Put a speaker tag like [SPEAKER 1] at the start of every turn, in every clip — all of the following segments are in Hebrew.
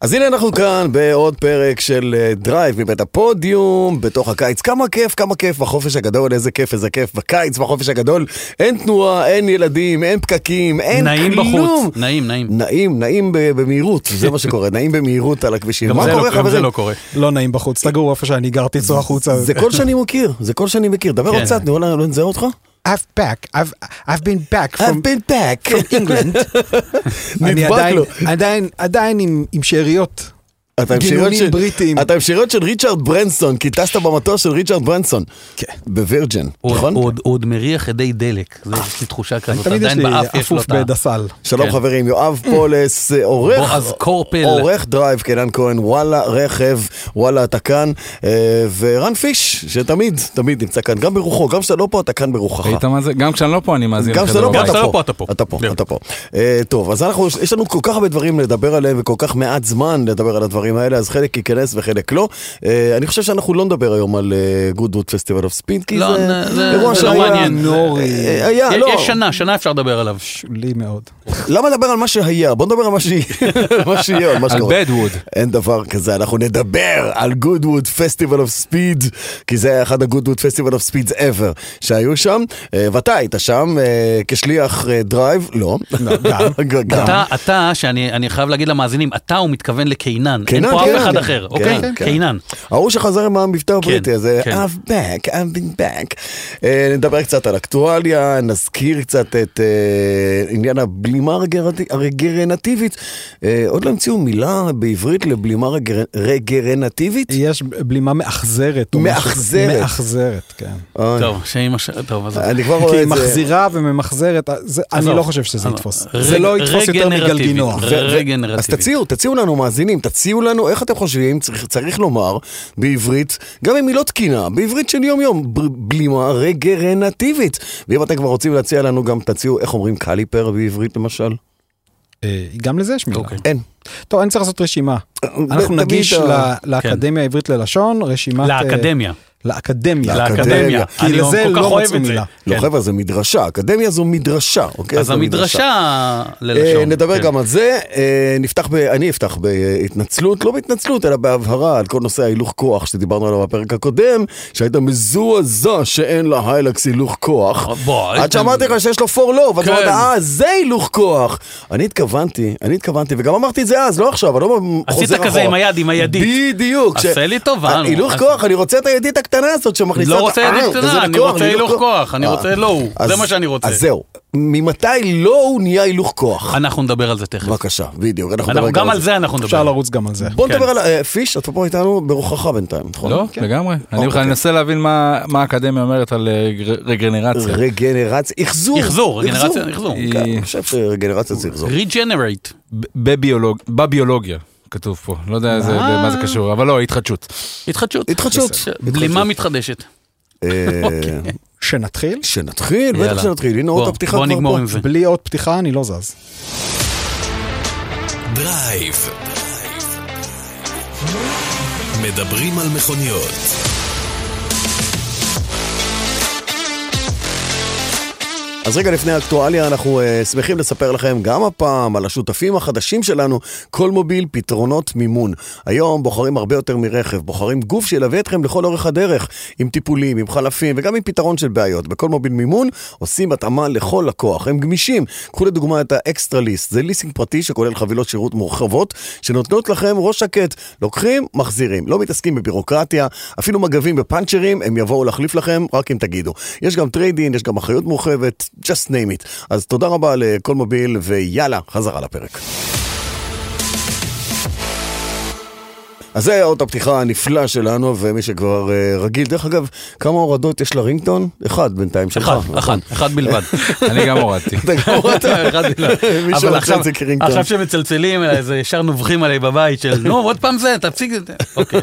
[SPEAKER 1] אז הנה אנחנו כאן בעוד פרק של אה, דרייב מבית הפודיום, בתוך הקיץ. כמה כיף, כמה כיף בחופש הגדול, איזה כיף, איזה כיף. בקיץ, בחופש הגדול, אין תנועה, אין ילדים, אין פקקים, אין
[SPEAKER 2] נעים
[SPEAKER 1] כלום.
[SPEAKER 2] בחוץ, נעים, נעים.
[SPEAKER 1] נעים, נעים ב- במהירות, זה מה שקורה, נעים במהירות על הכבישים.
[SPEAKER 2] גם
[SPEAKER 1] מה
[SPEAKER 2] זה לא-
[SPEAKER 1] קורה,
[SPEAKER 2] גם זה
[SPEAKER 1] חברים?
[SPEAKER 2] לא קורה.
[SPEAKER 3] לא נעים בחוץ, תגורו איפה שאני גר, תצאו החוצה.
[SPEAKER 1] זה קול שאני מכיר, זה קול שאני מכיר. דבר עוד
[SPEAKER 2] כן.
[SPEAKER 1] קצת, נו, לא נזהה אותך?
[SPEAKER 3] I've back, I've, I've been back from
[SPEAKER 1] been back.
[SPEAKER 3] England. אני
[SPEAKER 1] נדבק
[SPEAKER 3] עדיין,
[SPEAKER 1] לו.
[SPEAKER 3] עדיין, עדיין עם, עם שאריות.
[SPEAKER 1] אתה עם
[SPEAKER 3] גינונים
[SPEAKER 1] שיריות של-
[SPEAKER 3] בריטיים.
[SPEAKER 1] אתה עם שיריות של ריצ'רד ברנסון, כי טסת במטוס של ריצ'רד ברנסון.
[SPEAKER 3] כן.
[SPEAKER 1] בווירג'ן,
[SPEAKER 2] הוא
[SPEAKER 1] נכון?
[SPEAKER 2] הוא עוד- הוא עוד מריח עדי דלק, זה- יש לי תחושה כזאת,
[SPEAKER 3] תמיד יש
[SPEAKER 2] עדיין
[SPEAKER 3] לי
[SPEAKER 2] באף יש לו
[SPEAKER 3] אפוף
[SPEAKER 2] את ה...
[SPEAKER 3] בדסל.
[SPEAKER 1] שלום
[SPEAKER 2] כן.
[SPEAKER 1] חברים, יואב פולס, אה, עורך,
[SPEAKER 2] בועז קורפל.
[SPEAKER 1] עורך דרייב, קנן כהן, וואלה רכב, וואלה אתה כאן, אה, ורן פיש, שתמיד, תמיד נמצא כאן, גם ברוחו, גם כשאתה לא פה אתה כאן ברוחך.
[SPEAKER 4] ראית מה זה? גם כשאני לא פה אני מאזין
[SPEAKER 1] גם
[SPEAKER 4] לך.
[SPEAKER 1] כשאתה לא פה,
[SPEAKER 2] גם
[SPEAKER 1] אתה
[SPEAKER 2] כשאתה לא
[SPEAKER 1] פה,
[SPEAKER 2] פה, אתה פה.
[SPEAKER 1] אתה פה,
[SPEAKER 2] בדיוק.
[SPEAKER 1] אתה פה. אה, טוב, אז אנחנו, יש לנו כל כך הרבה דברים לדבר עליהם וכל כך מעט זמן לדבר על הדברים האלה, אז חלק ייכנס וחלק לא. אה, אני חושב שאנחנו לא נדבר היום על אה, גודווד פסטיבל אוף ספין, כי
[SPEAKER 2] לא,
[SPEAKER 1] זה
[SPEAKER 2] נ- זה-
[SPEAKER 1] אירוע
[SPEAKER 2] זה לא
[SPEAKER 1] שהיה-
[SPEAKER 2] מעניין.
[SPEAKER 3] נורי.
[SPEAKER 1] אה, היה,
[SPEAKER 2] יש-
[SPEAKER 1] לא.
[SPEAKER 2] יש שנה, שנה אפשר לדבר עליו.
[SPEAKER 3] לי מאוד.
[SPEAKER 1] למה לדבר לא על מה שהיה? בוא נדבר על מה שיהיה, מה שיהיה, על מה
[SPEAKER 4] על
[SPEAKER 1] שקורה.
[SPEAKER 4] בדווד.
[SPEAKER 1] אין דבר כזה, אנחנו נדבר על גודווד פסטיבל אוף ספיד, כי זה היה אחד הגודווד פסטיבל אוף ספידס ever שהיו שם, אה, ואתה היית שם אה, כשליח אה, דרייב, לא, גם,
[SPEAKER 2] אתה, אתה, שאני אני חייב להגיד למאזינים, אתה הוא מתכוון לקינן, אין
[SPEAKER 1] קינן,
[SPEAKER 2] פה
[SPEAKER 1] קינן,
[SPEAKER 2] אף אחד
[SPEAKER 1] כן.
[SPEAKER 2] אחר,
[SPEAKER 1] כן,
[SPEAKER 2] אוקיי?
[SPEAKER 1] כן.
[SPEAKER 2] קינן.
[SPEAKER 1] ההוא שחזר עם המבטא הבריטי הזה,
[SPEAKER 2] כן.
[SPEAKER 1] I've back, I've been back. אה, נדבר קצת על אקטואליה, נזכיר קצת את אה, עניין הבלימה רגרנט- הרגרנטיבית. אה, עוד לא המציאו מילה בעברית לבלימה רגר- רגרנטיבית?
[SPEAKER 3] יש בלימה מאכזרת. או משהו.
[SPEAKER 1] מאכזרת.
[SPEAKER 3] מאכזרת, כן.
[SPEAKER 1] אוי,
[SPEAKER 2] טוב, שאימא ש... טוב, אז...
[SPEAKER 1] אה, אני כבר
[SPEAKER 3] כי
[SPEAKER 1] רואה
[SPEAKER 3] היא
[SPEAKER 1] את זה.
[SPEAKER 3] מחזירה וממחזרת, זה- אני
[SPEAKER 2] עזוב,
[SPEAKER 3] לא חושב שזה
[SPEAKER 2] עזוב.
[SPEAKER 3] יתפוס.
[SPEAKER 2] רג-
[SPEAKER 3] זה לא יתפוס יותר
[SPEAKER 2] רגנרטיבית.
[SPEAKER 3] מגלגינוע.
[SPEAKER 2] ר-
[SPEAKER 1] ו- ו-
[SPEAKER 2] רגנרטיבית.
[SPEAKER 1] אז תציעו, תציעו לנו מאזינים, תציעו לנו איך אתם חושבים, צריך, צריך לומר בעברית, גם אם היא לא תקינה, בעברית של יום יום, ב- בלימה רגרנטיבית. ואם אתם כבר רוצים להציע לנו גם, תציעו איך אומרים קליפר בעברית למשל.
[SPEAKER 3] אה, גם לזה יש מילה.
[SPEAKER 2] אוקיי.
[SPEAKER 1] אין.
[SPEAKER 3] טוב, אני צריך לעשות רשימה. אנחנו
[SPEAKER 1] תמיד
[SPEAKER 3] נגיש
[SPEAKER 1] ה- כן.
[SPEAKER 3] ל- לאקדמיה העברית ללשון רשימת... אה,
[SPEAKER 2] לאקדמיה.
[SPEAKER 3] לאקדמיה.
[SPEAKER 1] לאקדמיה.
[SPEAKER 3] כי
[SPEAKER 2] אני
[SPEAKER 3] לזה
[SPEAKER 2] כל כך
[SPEAKER 3] לא
[SPEAKER 2] אוהב
[SPEAKER 3] מצאו
[SPEAKER 2] את זה.
[SPEAKER 3] מילה.
[SPEAKER 1] לא חבר'ה, זה מדרשה, אקדמיה זו מדרשה, אוקיי?
[SPEAKER 2] כן. אז
[SPEAKER 1] זו
[SPEAKER 2] המדרשה
[SPEAKER 1] אה,
[SPEAKER 2] ללשון.
[SPEAKER 1] נדבר
[SPEAKER 2] כן.
[SPEAKER 1] גם על זה, אה, נפתח, ב, אני אפתח בהתנצלות, לא בהתנצלות, אלא בהבהרה על כל נושא ההילוך כוח שדיברנו עליו בפרק הקודם, שהיית מזועזע שאין להיילקס הילוך כוח.
[SPEAKER 2] בוא,
[SPEAKER 1] עד שאמרתי לך שיש לו פור לוב, אז
[SPEAKER 2] אה, כן.
[SPEAKER 1] אמרת, אה, זה הילוך כוח. אני התכוונתי, אני התכוונתי, וגם אמרתי את זה אז, לא עכשיו, אני לא חוזר
[SPEAKER 2] עשית
[SPEAKER 1] אחורה.
[SPEAKER 2] כזה עם היד, עם הידית.
[SPEAKER 1] בדיוק. אה,
[SPEAKER 2] עשה לי טובה, נו.
[SPEAKER 1] הילוך
[SPEAKER 2] אז-
[SPEAKER 1] כוח, אני רוצה את הידית הקטנה הזאת שמכניסה...
[SPEAKER 2] לא
[SPEAKER 1] את-
[SPEAKER 2] רוצה ידית
[SPEAKER 1] אה,
[SPEAKER 2] קטנה,
[SPEAKER 1] וזה
[SPEAKER 2] אני
[SPEAKER 1] לכוח,
[SPEAKER 2] רוצה הילוך כוח, אני
[SPEAKER 1] אה.
[SPEAKER 2] רוצה לא הוא. זה
[SPEAKER 1] אז-
[SPEAKER 2] מה שאני רוצה.
[SPEAKER 1] אז זהו, ממתי לא הוא נהיה הילוך כוח?
[SPEAKER 2] אנחנו נדבר על זה תכף.
[SPEAKER 1] בבקשה, בדיוק, אנחנו
[SPEAKER 2] אנחנו
[SPEAKER 1] נדבר
[SPEAKER 2] גם על זה אנחנו
[SPEAKER 3] אפשר
[SPEAKER 2] נדבר.
[SPEAKER 3] לרוץ גם על זה.
[SPEAKER 1] בוא
[SPEAKER 2] כן.
[SPEAKER 1] נדבר על אה, פיש, אתה פה איתנו ברוחך בינתיים, נכון?
[SPEAKER 4] לא, לגמרי. אני בכלל
[SPEAKER 1] אוקיי.
[SPEAKER 4] מנסה להבין מה מה האקדמיה אומרת על אה, גר- רגנרציה.
[SPEAKER 1] רגנרציה, אחזור.
[SPEAKER 2] אחזור, רגנרציה, אחזור.
[SPEAKER 1] כן, אני חושב שרגנרציה זה אחזור.
[SPEAKER 2] ריג'נרייט.
[SPEAKER 4] ב- בביולוג- בביולוגיה כתוב פה. לא יודע איזה-
[SPEAKER 1] אה.
[SPEAKER 2] מה?
[SPEAKER 4] למה זה קשור, אבל לא, התחדשות.
[SPEAKER 2] התחדשות.
[SPEAKER 1] התחדשות.
[SPEAKER 2] בסדר. בלימה מתחדשת.
[SPEAKER 1] אה,
[SPEAKER 3] שנתחיל?
[SPEAKER 1] שנתחיל, בטח
[SPEAKER 2] יאללה.
[SPEAKER 1] שנתחיל, הנה
[SPEAKER 2] בוא,
[SPEAKER 1] עוד הפתיחה כבר פה.
[SPEAKER 2] בוא נגמור עם זה.
[SPEAKER 3] בלי עוד פתיחה אני לא זז.
[SPEAKER 5] דרייב. מדברים על מכוניות.
[SPEAKER 1] אז רגע לפני האקטואליה, אנחנו אה, שמחים לספר לכם גם הפעם על השותפים החדשים שלנו, כל מוביל פתרונות מימון. היום בוחרים הרבה יותר מרכב, בוחרים גוף שילווה אתכם לכל אורך הדרך, עם טיפולים, עם חלפים וגם עם פתרון של בעיות. בכל מוביל מימון עושים התאמה לכל לקוח, הם גמישים. קחו לדוגמה את האקסטרה ליסט, זה ליסינג פרטי שכולל חבילות שירות מורחבות, שנותנות לכם ראש שקט. לוקחים, מחזירים, לא מתעסקים בבירוקרטיה, אפילו מגבים ופאנצ'רים, הם יבואו להחליף לכם רק אם תגידו. יש גם טריידין, יש גם אחריות מורחבת, just name it. אז תודה רבה לכל מוביל, ויאללה, חזרה לפרק. אז זה היה עוד הפתיחה הנפלא שלנו, ומי שכבר אה, רגיל, דרך אגב, כמה הורדות יש לרינגטון? אחד בינתיים שלך.
[SPEAKER 2] אחד,
[SPEAKER 1] נכון?
[SPEAKER 2] אחד, אחד בלבד.
[SPEAKER 4] אני גם הורדתי.
[SPEAKER 1] אתה גם הורדת?
[SPEAKER 2] אחד בלבד.
[SPEAKER 1] מישהו
[SPEAKER 2] אבל
[SPEAKER 1] עושה
[SPEAKER 2] עכשיו-
[SPEAKER 1] את זה כרינגטון.
[SPEAKER 2] עכשיו שמצלצלים אליי, זה ישר נובחים עליי בבית של, נו, עוד פעם זה, תפסיק את זה. אוקיי.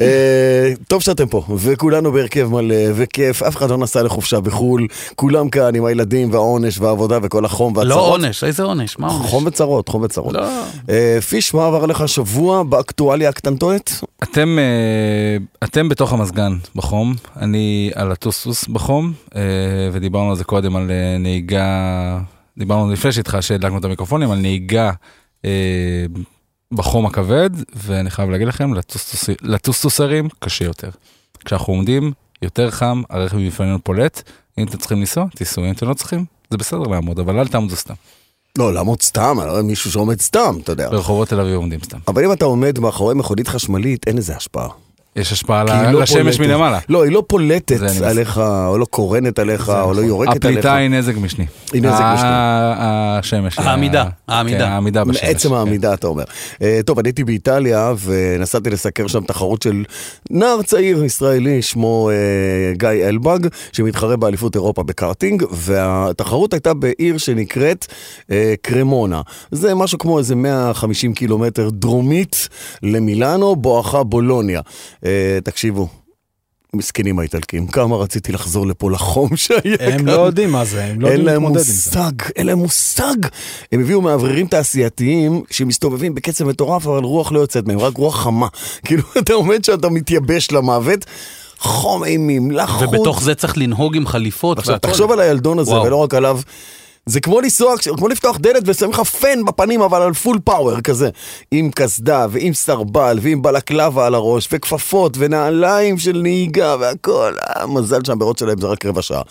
[SPEAKER 1] אה, טוב שאתם פה, וכולנו בהרכב מלא, וכיף, אף אחד לא נסע לחופשה בחו"ל, כולם כאן עם הילדים והעונש והעבודה וכל החום והצרות.
[SPEAKER 2] לא עונש, איזה עונש, מה עונש?
[SPEAKER 1] חום וצרות, חום וצרות.
[SPEAKER 2] לא.
[SPEAKER 1] אה, פיש, מה עבר לך השבוע באקטואליה הקטנטונת?
[SPEAKER 4] אתם אה, אתם בתוך המזגן בחום, אני על הטוסטוס בחום, אה, ודיברנו על זה קודם על אה, נהיגה, דיברנו לפני שאיתך שהדלקנו את המיקרופונים, על נהיגה אה, בחום הכבד, ואני חייב להגיד לכם, לטוסטוס- לטוסטוסרים קשה יותר. כשאנחנו עומדים, יותר חם, הרכב לפעמים פולט, אם אתם צריכים לנסוע, תיסעו, אם אתם לא צריכים, זה בסדר לעמוד, אבל אל תעמדו סתם.
[SPEAKER 1] לא, לעמוד סתם, אני לא יודע, מישהו שעומד סתם, אתה יודע.
[SPEAKER 4] ברחובות תל אביב עומדים סתם.
[SPEAKER 1] אבל אם אתה עומד מאחורי מכונית חשמלית, אין לזה השפעה.
[SPEAKER 4] יש השפעה
[SPEAKER 1] כי היא
[SPEAKER 4] ל-
[SPEAKER 1] לא
[SPEAKER 4] אה, לשמש
[SPEAKER 1] פולטת.
[SPEAKER 4] מלמעלה.
[SPEAKER 1] לא, היא לא פולטת
[SPEAKER 4] זה אני מסכים.
[SPEAKER 1] עליך, או לא קורנת עליך, או לא יורקת עליך.
[SPEAKER 4] הפליטה היא נזק משני.
[SPEAKER 1] היא נזק
[SPEAKER 4] ה-
[SPEAKER 1] משני.
[SPEAKER 4] השמש.
[SPEAKER 2] אה, העמידה,
[SPEAKER 4] ה-
[SPEAKER 2] העמידה.
[SPEAKER 4] כן, העמידה בשמש.
[SPEAKER 1] מעצם העמידה אתה אומר. אה, טוב, אני הייתי באיטליה ונסעתי לסקר שם תחרות של נער צעיר ישראלי, שמו אה, גיא אלבג, שמתחרה באליפות אירופה בקארטינג, והתחרות הייתה בעיר שנקראת אה, קרמונה. זה משהו כמו איזה 150 קילומטר דרומית למילאנו, בואכה בולוניה. אה, תקשיבו. מסכנים האיטלקים, כמה רציתי לחזור לפה לחום שהיה כאן.
[SPEAKER 3] הם לא יודעים מה זה, הם לא
[SPEAKER 1] אין
[SPEAKER 3] יודעים
[SPEAKER 1] להם
[SPEAKER 3] להתמודד עם זה.
[SPEAKER 1] מושג, אין להם מושג. הם הביאו מאווררים תעשייתיים שמסתובבים בקצב מטורף, אבל רוח לא יוצאת מהם, רק רוח חמה. כאילו, אתה עומד שאתה מתייבש למוות, חום אימים, לחוץ.
[SPEAKER 2] ובתוך זה צריך לנהוג עם חליפות.
[SPEAKER 1] עכשיו,
[SPEAKER 2] והכל.
[SPEAKER 1] תחשוב על הילדון הזה,
[SPEAKER 2] וואו.
[SPEAKER 1] ולא רק עליו. זה כמו לנסוע, כש- כמו לפתוח דלת ושמים לך פן בפנים, אבל על פול פאוור כזה. עם קסדה, ועם סרבל, ועם בלקלבה על הראש, וכפפות, ונעליים של נהיגה, והכל. אה, מזל שהמרוץ שלהם זה רק רבע שעה.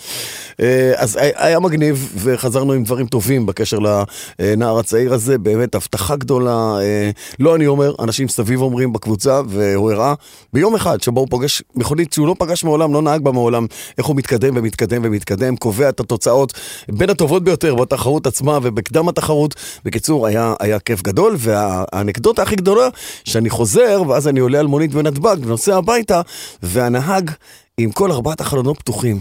[SPEAKER 1] אה, אז היה- היה מגניב, וחזרנו עם דברים טובים בקשר לנער הצעיר הזה. באמת, הבטחה גדולה. אה, לא אני אומר, אנשים סביב אומרים בקבוצה, והוא הראה ביום אחד שבו הוא פוגש מכונית שהוא לא פגש מעולם, לא נהג בה מעולם, איך הוא מתקדם ומתקדם ומתקדם, קובע את התוצאות בין הטובות ביותר בתחרות עצמה ובקדם התחרות. בקיצור, היה, היה כיף גדול, והאנקדוטה הכי גדולה, שאני חוזר, ואז אני עולה על מונית בנתב"ג ונוסע הביתה, והנהג עם כל ארבעת החלונות פתוחים.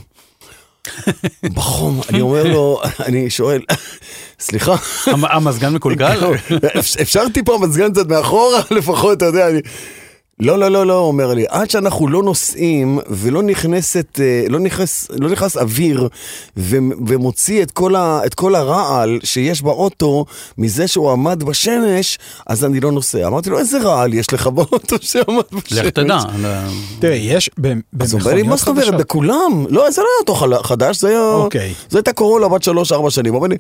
[SPEAKER 1] בחום, אני אומר לו, אני שואל, סליחה,
[SPEAKER 2] המ- המזגן מקולקל?
[SPEAKER 1] לא, אפ- אפשר טיפה מזגן קצת מאחורה לפחות, אתה יודע, אני... לא, לא, לא, לא, הוא אומר לי, עד שאנחנו לא נוסעים ולא נכנסת, אה, לא נכנס, לא נכנס אוויר ו- ומוציא את כל, ה, את כל הרעל שיש באוטו מזה שהוא עמד בשמש, אז אני לא נוסע. אמרתי לו, איזה רעל יש לך באוטו שעמד בשמש?
[SPEAKER 2] לך תדע. לא,
[SPEAKER 3] תראה, יש ב-
[SPEAKER 1] אז הוא אומר לי, מה
[SPEAKER 3] במכוניות
[SPEAKER 1] זאת אומרת,
[SPEAKER 3] חדשות.
[SPEAKER 1] בכולם? לא, זה לא היה אותו חל- חדש, זה היה...
[SPEAKER 3] אוקיי.
[SPEAKER 1] זו הייתה קורולה בת שלוש-ארבע שנים. אמר לי,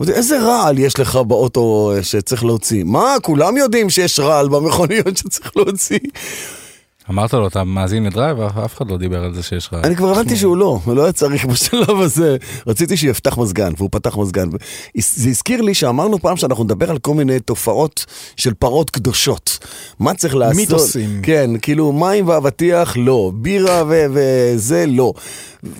[SPEAKER 1] אמרתי, איזה רעל יש לך באוטו אה, שצריך להוציא? מה, כולם יודעים שיש רעל במכוניות שצריך להוציא?
[SPEAKER 4] כן. אמרת לו, אתה מאזין לדרייב, אף אחד לא דיבר על זה שיש לך...
[SPEAKER 1] אני כבר הבנתי שהוא לא, הוא לא היה צריך בשלב הזה. רציתי שיפתח מזגן, והוא פתח מזגן. זה הזכיר לי שאמרנו פעם שאנחנו נדבר על כל מיני תופעות של פרות קדושות. מה צריך לעשות?
[SPEAKER 3] מיתוסים.
[SPEAKER 1] כן, כאילו מים ואבטיח, לא. בירה ו- וזה, לא.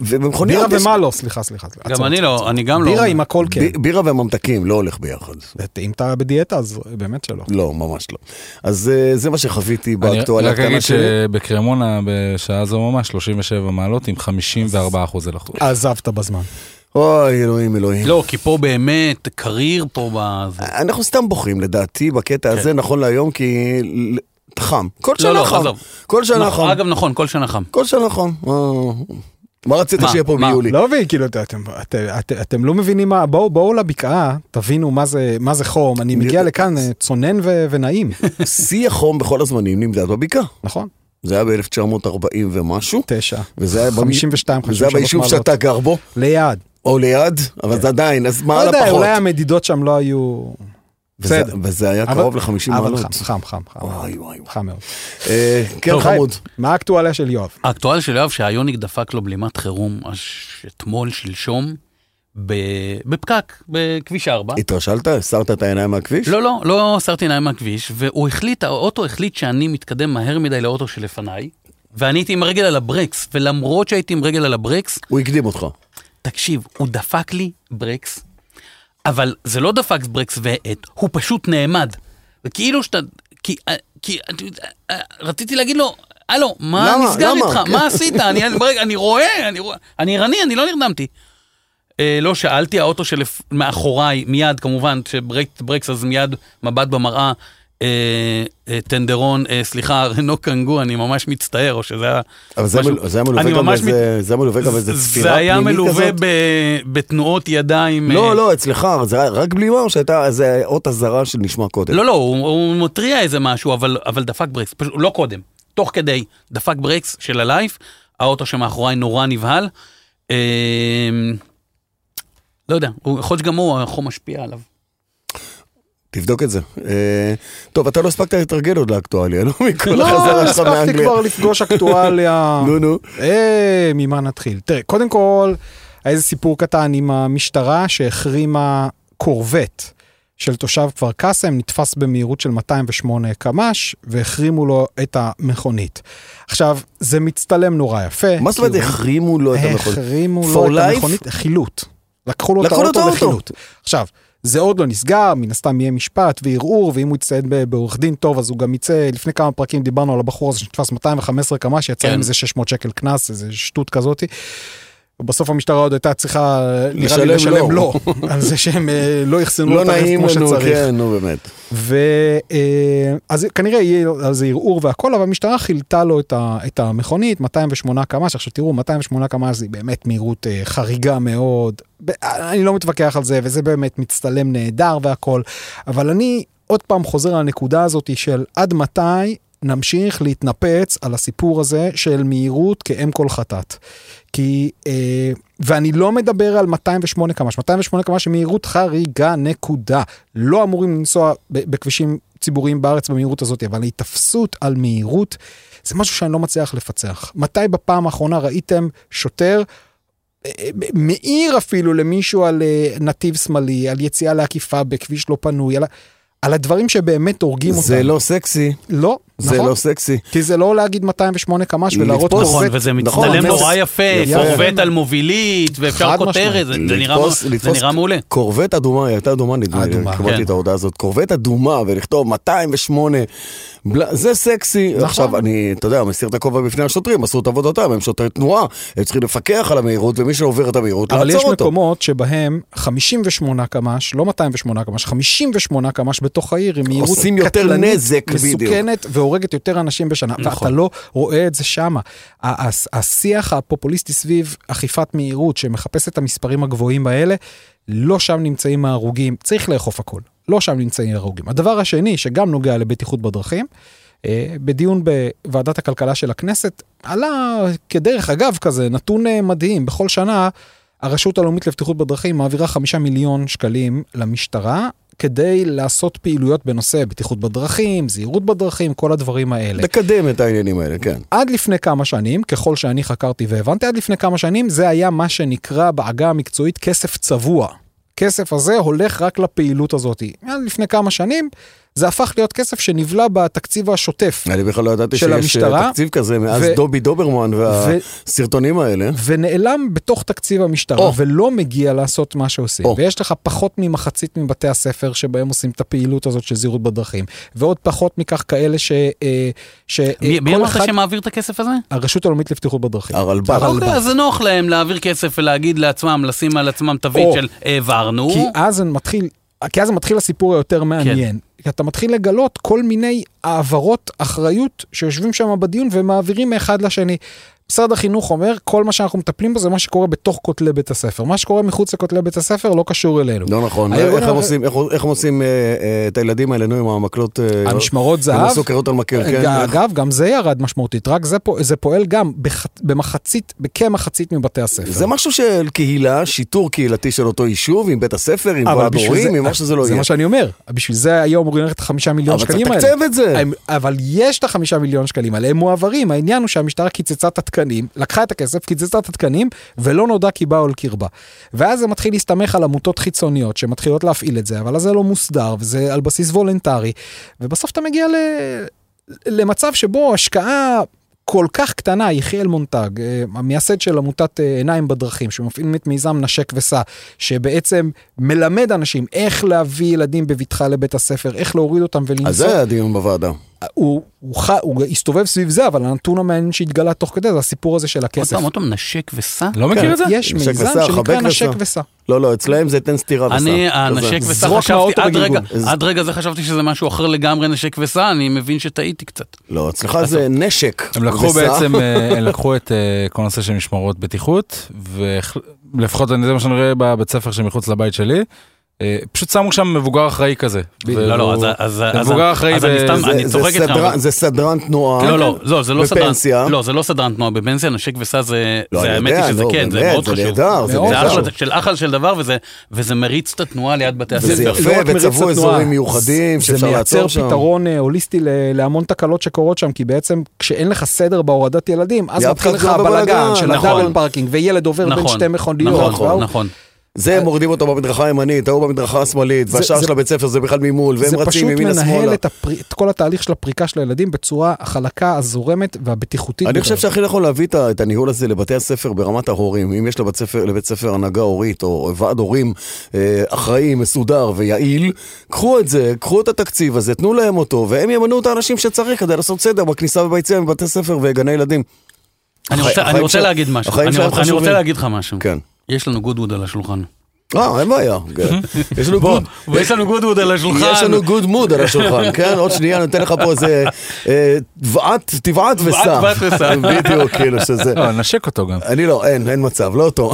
[SPEAKER 1] ובמכוניות...
[SPEAKER 3] בירה
[SPEAKER 1] יש-
[SPEAKER 3] ומה לא, סליחה, סליחה. עצור,
[SPEAKER 2] גם
[SPEAKER 3] עצור.
[SPEAKER 2] אני לא, אני גם לא.
[SPEAKER 3] בירה עם הכל כן.
[SPEAKER 1] ב- בירה וממתקים לא הולך ביחד.
[SPEAKER 3] אם אתה בדיאטה, אז באמת שלא.
[SPEAKER 1] לא, ממש לא. אז אה, זה מה שחוויתי
[SPEAKER 4] אני
[SPEAKER 1] באקטואליה
[SPEAKER 4] רק
[SPEAKER 1] הקטנה
[SPEAKER 4] אגיד
[SPEAKER 1] שלי.
[SPEAKER 4] שבקרמונה בשעה זו ממש 37 מעלות עם 54 אחוזי לחוץ.
[SPEAKER 3] עזבת בזמן.
[SPEAKER 1] אוי, אלוהים, אלוהים.
[SPEAKER 2] לא, כי פה באמת, קריר פה בזה.
[SPEAKER 1] אנחנו סתם בוכים, לדעתי, בקטע הזה, נכון להיום, כי ל- חם. כל
[SPEAKER 2] לא,
[SPEAKER 1] שנה
[SPEAKER 2] לא,
[SPEAKER 1] חם.
[SPEAKER 2] עזוב.
[SPEAKER 1] כל שנה חם.
[SPEAKER 2] אגב, נכון, כל שנה חם.
[SPEAKER 1] כל שנה חם. אה. מה רצית
[SPEAKER 2] מה?
[SPEAKER 1] שיהיה פה
[SPEAKER 2] מה?
[SPEAKER 1] ביולי?
[SPEAKER 3] לא מבין, כאילו, אתם- אתם- אתם- אתם לא מבינים מה, בואו בואו לבקעה, תבינו מה זה- מה זה חום, אני מגיע לכאן אה, צונן ו- ונעים,
[SPEAKER 1] שיא החום בכל הזמנים נמדד בבקעה.
[SPEAKER 3] נכון?
[SPEAKER 1] זה היה ב-1940 ומשהו,
[SPEAKER 3] תשע.
[SPEAKER 1] וזה היה ב-
[SPEAKER 3] 52,
[SPEAKER 1] זה היה
[SPEAKER 3] 53
[SPEAKER 1] ביישוב
[SPEAKER 3] מעלות.
[SPEAKER 1] שאתה גר בו,
[SPEAKER 3] ליד.
[SPEAKER 1] או ליד, אבל זה עדיין, אז
[SPEAKER 3] לא
[SPEAKER 1] מעלה
[SPEAKER 3] יודע,
[SPEAKER 1] פחות.
[SPEAKER 3] אולי המדידות שם לא היו...
[SPEAKER 1] וזה-
[SPEAKER 3] בסדר.
[SPEAKER 1] וזה היה
[SPEAKER 3] אבל-
[SPEAKER 1] קרוב ל-50
[SPEAKER 3] אבל
[SPEAKER 1] מעלות.
[SPEAKER 3] חם, חם, חם, חם.
[SPEAKER 1] וואי, וואי, וואי.
[SPEAKER 3] חם מאוד.
[SPEAKER 1] אה, כן,
[SPEAKER 2] טוב,
[SPEAKER 1] חמוד.
[SPEAKER 3] מה האקטואליה של יואב?
[SPEAKER 2] האקטואל של יואב שהיוניק דפק לו בלימת חירום אז אתמול, שלשום, ב- בפקק, בכביש 4.
[SPEAKER 1] התרשלת? הסרת את העיניים מהכביש?
[SPEAKER 2] לא, לא, לא הסרתי עיניים מהכביש, והוא החליט, האוטו החליט שאני מתקדם מהר מדי לאוטו שלפניי, ואני הייתי עם הרגל על הברקס, ולמרות שהייתי עם רגל על הברקס,
[SPEAKER 1] הוא הקדים אותך.
[SPEAKER 2] תקשיב, הוא דפק לי ברקס, אבל זה לא דפק ברקס והאט, הוא פשוט נעמד. וכאילו שאתה... כי... כי... רציתי להגיד לו, הלו, מה
[SPEAKER 1] למה?
[SPEAKER 2] נסגר
[SPEAKER 1] למה?"
[SPEAKER 2] איתך? מה עשית? אני, רגע, אני רואה, אני רואה, אני ערני, אני לא נרדמתי. אה, לא שאלתי, האוטו שמאחוריי, מיד, כמובן, שברקס ברקס, אז מיד מבט במראה, אה, אה, טנדרון, אה, סליחה, רנו קנגו, אני ממש מצטער, או שזה היה...
[SPEAKER 1] אבל זה
[SPEAKER 2] משהו-
[SPEAKER 1] מל- זה היה מלווה
[SPEAKER 2] אני
[SPEAKER 1] גם
[SPEAKER 2] ממש מת-
[SPEAKER 1] באיזה- זה היה מלווה גם באיזה
[SPEAKER 2] זה
[SPEAKER 1] צפירה
[SPEAKER 2] היה
[SPEAKER 1] פנימית
[SPEAKER 2] מלווה
[SPEAKER 1] כזאת?
[SPEAKER 2] ב- בתנועות ידיים. אה,
[SPEAKER 1] לא, לא, אצלך, זה היה רק בלי מר שהייתה איזה אות אזהרה שנשמע קודם.
[SPEAKER 2] לא, לא, הוא, הוא מטריע איזה משהו, אבל, אבל דפק ברקס, פשוט לא קודם, תוך כדי, דפק ברקס של הלייף, האוטו שמאחוריי נורא נבהל. אה, לא יודע, הוא- יכול להיות שגם הוא, החום משפיע עליו.
[SPEAKER 1] תבדוק את זה. אה, טוב, אתה לא הספקת להתרגל עוד לאקטואליה, לא? מכל
[SPEAKER 3] לא,
[SPEAKER 1] החזרה שלך
[SPEAKER 3] הספקתי
[SPEAKER 1] מאנגליה.
[SPEAKER 3] כבר לפגוש אקטואליה.
[SPEAKER 1] נו, נו.
[SPEAKER 3] אה, ממה נתחיל? תראה, קודם כל, היה איזה סיפור קטן עם המשטרה שהחרימה קורבט של תושב כפר קאסם, נתפס במהירות של 208 קמ"ש, והחרימו לו את המכונית. עכשיו, זה מצטלם נורא יפה.
[SPEAKER 1] מה זאת אומרת
[SPEAKER 3] כאילו,
[SPEAKER 1] החרימו לו את המכונית?
[SPEAKER 3] החרימו
[SPEAKER 1] For
[SPEAKER 3] לו את
[SPEAKER 1] life?
[SPEAKER 3] המכונית, חילוט. לקחו לו את
[SPEAKER 1] לקחו לו את
[SPEAKER 3] האוטו
[SPEAKER 1] האוטו.
[SPEAKER 3] לחילוט. עכשיו, זה עוד לא נסגר, מן הסתם יהיה משפט וערעור, ואם הוא יצטייד ב- בעורך דין טוב, אז הוא גם יצא, לפני כמה פרקים דיברנו על הבחור הזה שנתפס 215 קמ"ש, יצא
[SPEAKER 2] כן.
[SPEAKER 3] עם איזה 600 שקל קנס, איזה שטות כזאת. בסוף המשטרה עוד הייתה צריכה, נראה לי,
[SPEAKER 1] לשלם לו.
[SPEAKER 3] לשלם לו, על זה שהם אה, לא אחסנו
[SPEAKER 1] לא
[SPEAKER 3] את הרכב
[SPEAKER 1] נעים
[SPEAKER 3] כמו
[SPEAKER 1] לנו,
[SPEAKER 3] שצריך.
[SPEAKER 1] כן, נו באמת.
[SPEAKER 3] ואז אה, כנראה יהיה על זה ערעור והכל, אבל המשטרה חילטה לו את, ה, את המכונית, 208 קמ"ש. עכשיו תראו, 208 קמ"ש זה באמת מהירות אה, חריגה מאוד. ב- אני לא מתווכח על זה, וזה באמת מצטלם נהדר והכל, אבל אני עוד פעם חוזר על הנקודה הזאת של עד מתי נמשיך להתנפץ על הסיפור הזה של מהירות כאם כל חטאת. כי, אה, ואני לא מדבר על 208 קמ"ש, 208 קמ"ש היא מהירות חריגה, נקודה. לא אמורים לנסוע ב- בכבישים ציבוריים בארץ במהירות הזאת, אבל ההיתפסות על מהירות זה משהו שאני לא מצליח לפצח. מתי בפעם האחרונה ראיתם שוטר אה, מעיר אפילו למישהו על אה, נתיב שמאלי, על יציאה לעקיפה בכביש לא פנוי, על, ה- על הדברים שבאמת הורגים אותם.
[SPEAKER 1] זה לא סקסי,
[SPEAKER 3] לא,
[SPEAKER 1] זה
[SPEAKER 3] נכון?
[SPEAKER 1] לא סקסי.
[SPEAKER 3] כי זה לא להגיד 208 קמ"ש ולהראות
[SPEAKER 1] לתפוס.
[SPEAKER 2] נכון,
[SPEAKER 3] קורבט.
[SPEAKER 2] וזה
[SPEAKER 1] נכון,
[SPEAKER 2] מצטלם
[SPEAKER 1] זה-
[SPEAKER 2] נורא יפה,
[SPEAKER 1] יפה.
[SPEAKER 2] פורבט על מובילית, ואפשר
[SPEAKER 3] חד
[SPEAKER 2] כותרת,
[SPEAKER 3] משמעית.
[SPEAKER 2] זה זה נראה
[SPEAKER 1] לתפוס-
[SPEAKER 2] מ- זה
[SPEAKER 1] לתפוס
[SPEAKER 2] נראה מעולה.
[SPEAKER 1] קורבט אדומה, היא הייתה אדומה נדמה לי,
[SPEAKER 3] אדומה,
[SPEAKER 1] קיבלתי
[SPEAKER 2] כן.
[SPEAKER 1] את ההודעה הזאת, קורבט אדומה ולכתוב 208, בלה- זה סקסי.
[SPEAKER 3] נכון.
[SPEAKER 1] עכשיו אני, אתה יודע, מסיר את הכובע בפני השוטרים, עשו את עבודתם, הם שוטרי תנועה, הם צריכים לפקח על המהירות, ומי שעובר את המהירות,
[SPEAKER 3] אבל יש
[SPEAKER 1] לעצור אותו.
[SPEAKER 3] מקומות שבהם 58 קמ"ש, לא 208 קמ"ש, 58 קמ"ש בתוך העיר, עם מהירות
[SPEAKER 1] עושים יותר
[SPEAKER 3] קטלנית,
[SPEAKER 1] נזק, בדיוק. נכון.
[SPEAKER 3] מסוכנת והורגת יותר אנשים בשנה, ואתה לא רואה את זה שמה. ה- ה- השיח הפופוליסטי סביב אכיפת מהירות, שמחפש את המספרים הגבוהים האלה, לא שם נמצאים ההרוגים, צריך לאכוף הכל, לא שם נמצאים ההרוגים. הדבר השני, שגם נוגע לבטיחות בדרכים, אה, בדיון בוועדת הכלכלה של הכנסת, עלה כדרך אגב כזה נתון אה, מדהים, בכל שנה הרשות הלאומית לבטיחות בדרכים מעבירה חמישה מיליון שקלים למשטרה כדי לעשות פעילויות בנושא בטיחות בדרכים, זהירות בדרכים, כל הדברים האלה.
[SPEAKER 1] לקדם את העניינים האלה, כן.
[SPEAKER 3] עד לפני כמה שנים, ככל שאני חקרתי והבנתי, עד לפני כמה שנים זה היה מה שנקרא בעגה המקצועית כסף צבוע. כסף הזה הולך רק לפעילות הזאת. עד לפני כמה שנים זה הפך להיות כסף שנבלע בתקציב השוטף.
[SPEAKER 1] אני בכלל לא ידעתי
[SPEAKER 3] של
[SPEAKER 1] שיש אה,
[SPEAKER 3] המשטרה,
[SPEAKER 1] תקציב כזה מאז
[SPEAKER 3] ו-
[SPEAKER 1] דובי דוברמן והסרטונים האלה.
[SPEAKER 3] ונעלם בתוך תקציב המשטרה,
[SPEAKER 1] או.
[SPEAKER 3] או. ולא מגיע לעשות מה שעושים.
[SPEAKER 1] או.
[SPEAKER 3] או. ויש לך פחות ממחצית מבתי הספר שבהם עושים את הפעילות הזאת של זהירות בדרכים, ועוד פחות מכך כאלה ש... אה, ש אה,
[SPEAKER 2] מי מי
[SPEAKER 3] כל
[SPEAKER 2] אמר לך
[SPEAKER 3] אחד-
[SPEAKER 2] שמעביר את הכסף הזה?
[SPEAKER 3] הרשות הלאומית לבטיחות בדרכים. לא
[SPEAKER 1] הרלב"ד.
[SPEAKER 2] אוקיי, אז זה נוח להם להעביר כסף ולהגיד לעצמם, לשים על עצמם תווית
[SPEAKER 3] או.
[SPEAKER 2] של העברנו.
[SPEAKER 3] כי אז אני מתחיל... כי אז מתחיל הסיפור היותר
[SPEAKER 1] כן.
[SPEAKER 3] מעניין. כי אתה מתחיל לגלות כל מיני העברות אחריות שיושבים שם בדיון ומעבירים מאחד לשני. משרד החינוך אומר, כל מה שאנחנו מטפלים בו זה מה שקורה בתוך כותלי בית הספר. מה שקורה מחוץ לכותלי בית הספר לא קשור אלינו.
[SPEAKER 1] לא נכון,
[SPEAKER 3] הארגון
[SPEAKER 1] איך הם
[SPEAKER 3] הר-
[SPEAKER 1] עושים- איך- איך הם עושים אה, אה, את הילדים האלה, נו, עם המקלות... אה,
[SPEAKER 3] המשמרות זהב. אה,
[SPEAKER 1] הם עשו קריות על מקל, כן.
[SPEAKER 3] אג- אגב, גם זה ירד משמעותית, רק זה, פוע- זה פועל גם בח, במחצית, בכמחצית מבתי הספר.
[SPEAKER 1] זה משהו של קהילה, שיטור קהילתי של אותו יישוב, עם בית הספר, עם
[SPEAKER 3] אבל
[SPEAKER 1] ועד
[SPEAKER 3] בשביל
[SPEAKER 1] הורים,
[SPEAKER 3] זה-
[SPEAKER 1] עם מה שזה לא
[SPEAKER 3] זה
[SPEAKER 1] יהיה.
[SPEAKER 3] מה שאני אומר, בשביל זה היום אמורים ללכת חמישה מיליון
[SPEAKER 1] אבל צריך
[SPEAKER 3] שקלים האלה.
[SPEAKER 1] לתקצב את זה.
[SPEAKER 3] הם- אבל יש את החמישה מיליון שקלים האלה, הם מועברים, העניין הוא שהמשטרה קיצצה את התקנים, לקחה את הכסף, קיצצה את התקנים, ולא נודע כי באו אל קרבה. ואז זה מתחיל להסתמך על עמותות חיצוניות שמתחילות להפעיל את זה, אבל אז זה לא מוסדר, וזה על בסיס וולנטרי, ובסוף אתה מגיע ל... למצב שבו השקעה... כל כך קטנה, יחיאל מונטג, אה, המייסד של עמותת אה, עיניים בדרכים, שמפעיל את מיזם נשק וסע, שבעצם מלמד אנשים איך להביא ילדים בבטחה לבית הספר, איך להוריד אותם ולנסוע.
[SPEAKER 1] אז זה היה הדיון בוועדה.
[SPEAKER 3] הוא, הוא, ח... הוא הסתובב סביב זה, אבל הנתון המעניין שהתגלה תוך כדי זה הסיפור הזה של
[SPEAKER 2] עוד
[SPEAKER 3] הכסף.
[SPEAKER 2] פעם, עוד פעם, נשק וסע?
[SPEAKER 4] לא
[SPEAKER 1] כן.
[SPEAKER 4] מכיר את זה?
[SPEAKER 3] יש
[SPEAKER 1] נשק
[SPEAKER 3] מיזם
[SPEAKER 1] וסע,
[SPEAKER 3] שנקרא
[SPEAKER 1] חבק
[SPEAKER 3] נשק
[SPEAKER 1] וסע.
[SPEAKER 3] וסע.
[SPEAKER 1] לא, לא, אצלהם זה תן סטירה וסע. לא,
[SPEAKER 2] אני, אה,
[SPEAKER 1] כזה.
[SPEAKER 2] הנשק וסע,
[SPEAKER 3] זרוק
[SPEAKER 2] חשבתי,
[SPEAKER 3] מהאוטו
[SPEAKER 2] עד רגע,
[SPEAKER 3] בגלגול.
[SPEAKER 1] אז-
[SPEAKER 2] עד רגע זה חשבתי שזה משהו אחר לגמרי נשק וסע, אני מבין שטעיתי קצת.
[SPEAKER 1] לא, אצלך זה נשק.
[SPEAKER 4] הם לקחו
[SPEAKER 1] וסע.
[SPEAKER 4] בעצם, אה, הם לקחו את אה, כל הנושא של משמרות בטיחות, ולפחות זה מה שאני רואה בבית ספר שמחוץ לבית שלי, אה, פשוט שמו שם מבוגר אחראי כזה.
[SPEAKER 2] לא, לא, אז-
[SPEAKER 4] והוא-
[SPEAKER 2] אז-
[SPEAKER 4] זה
[SPEAKER 2] אז-
[SPEAKER 4] מבוגר
[SPEAKER 2] אז
[SPEAKER 4] אחראי
[SPEAKER 2] אני
[SPEAKER 4] ב-
[SPEAKER 2] סתם-
[SPEAKER 4] זה-
[SPEAKER 2] אני
[SPEAKER 1] זה-
[SPEAKER 2] צוחק
[SPEAKER 1] זה
[SPEAKER 2] איתך,
[SPEAKER 1] סדרן-
[SPEAKER 2] אבל-
[SPEAKER 1] זה סדרן תנועה.
[SPEAKER 2] לא, לא, לא, זה
[SPEAKER 1] אה,
[SPEAKER 2] לא סדרן.
[SPEAKER 1] אוקיי. בפנסיה.
[SPEAKER 2] לא, זה לא סדרן תנועה בפנסיה, נשק וסע זה,
[SPEAKER 1] לא,
[SPEAKER 2] זה
[SPEAKER 1] אני
[SPEAKER 2] האמת
[SPEAKER 1] יודע,
[SPEAKER 2] היא שזה
[SPEAKER 1] נו,
[SPEAKER 2] כן, זה
[SPEAKER 1] באמת,
[SPEAKER 2] מאוד
[SPEAKER 1] זה
[SPEAKER 2] חשוב.
[SPEAKER 1] נהדר,
[SPEAKER 3] זה
[SPEAKER 2] זה
[SPEAKER 3] מאוד
[SPEAKER 2] אחלה
[SPEAKER 1] חשוב.
[SPEAKER 2] של אחלה של דבר, וזה- וזה מריץ את התנועה ליד בתי
[SPEAKER 1] וזה
[SPEAKER 2] הספר.
[SPEAKER 1] יפה,
[SPEAKER 3] לא רק מריץ
[SPEAKER 1] וצבעו
[SPEAKER 3] לתנועה,
[SPEAKER 1] אזורים מיוחדים שאפשר לעצור
[SPEAKER 3] זה
[SPEAKER 1] שם.
[SPEAKER 3] מייצר פתרון אה, הוליסטי ל- להמון תקלות שקורות שם, כי בעצם כשאין לך סדר בהורדת ילדים, אז
[SPEAKER 1] יד
[SPEAKER 3] מתחיל לך
[SPEAKER 1] חזקה בבלגן,
[SPEAKER 3] הבלגן של
[SPEAKER 2] נכון.
[SPEAKER 3] הדאבל פארקינג, וילד עובר בין
[SPEAKER 2] נכון,
[SPEAKER 3] שתי מכוניות.
[SPEAKER 2] נכון,
[SPEAKER 3] והוא-
[SPEAKER 2] נכון.
[SPEAKER 1] זה מורידים אותו במדרכה הימנית, ההוא במדרכה השמאלית,
[SPEAKER 3] זה-
[SPEAKER 1] והשאר
[SPEAKER 3] זה-
[SPEAKER 1] של הבית ספר זה בכלל ממול, והם
[SPEAKER 3] זה
[SPEAKER 1] רצים
[SPEAKER 3] פשוט
[SPEAKER 1] ימינה
[SPEAKER 3] מנהל
[SPEAKER 1] שמאלה.
[SPEAKER 3] את, הפר... את כל התהליך של הפריקה של הילדים בצורה החלקה, הזורמת והבטיחותית.
[SPEAKER 1] אני
[SPEAKER 3] ביותר.
[SPEAKER 1] חושב שהכי נכון להביא את ה- את הניהול הזה לבתי הספר ברמת ההורים. אם יש לבית ספר, לבית ספר הנהגה הורית או ועד הורים אה, אחראי, מסודר ויעיל, קחו את זה, קחו את התקציב הזה, תנו להם אותו, והם ימנו את האנשים שצריך כדי לעשות סדר בכניסה וביציאה מבתי ספר וגני ילדים.
[SPEAKER 2] אני
[SPEAKER 1] החיים-
[SPEAKER 2] רוצה- אני
[SPEAKER 1] החיים
[SPEAKER 2] רוצה
[SPEAKER 1] של-
[SPEAKER 2] להגיד משהו.
[SPEAKER 1] החיים
[SPEAKER 2] אני
[SPEAKER 1] שלהם
[SPEAKER 2] רוצה- אני
[SPEAKER 1] חשובים.
[SPEAKER 2] רוצה להגיד לך משהו.
[SPEAKER 1] כן.
[SPEAKER 2] יש לנו גודווד על השולחן.
[SPEAKER 1] אה, אין בעיה. כן. יש לנו גוד.
[SPEAKER 2] יש לנו גודווד על השולחן.
[SPEAKER 1] יש לנו גוד מוד על השולחן, כן? עוד שנייה נותן לך פה איזה אה, תבעט, תבעט וסע.
[SPEAKER 2] תבעט וסע.
[SPEAKER 1] בדיוק, כאילו שזה...
[SPEAKER 4] לא, נשק אותו גם.
[SPEAKER 1] אני לא, אין, אין מצב, לא אותו.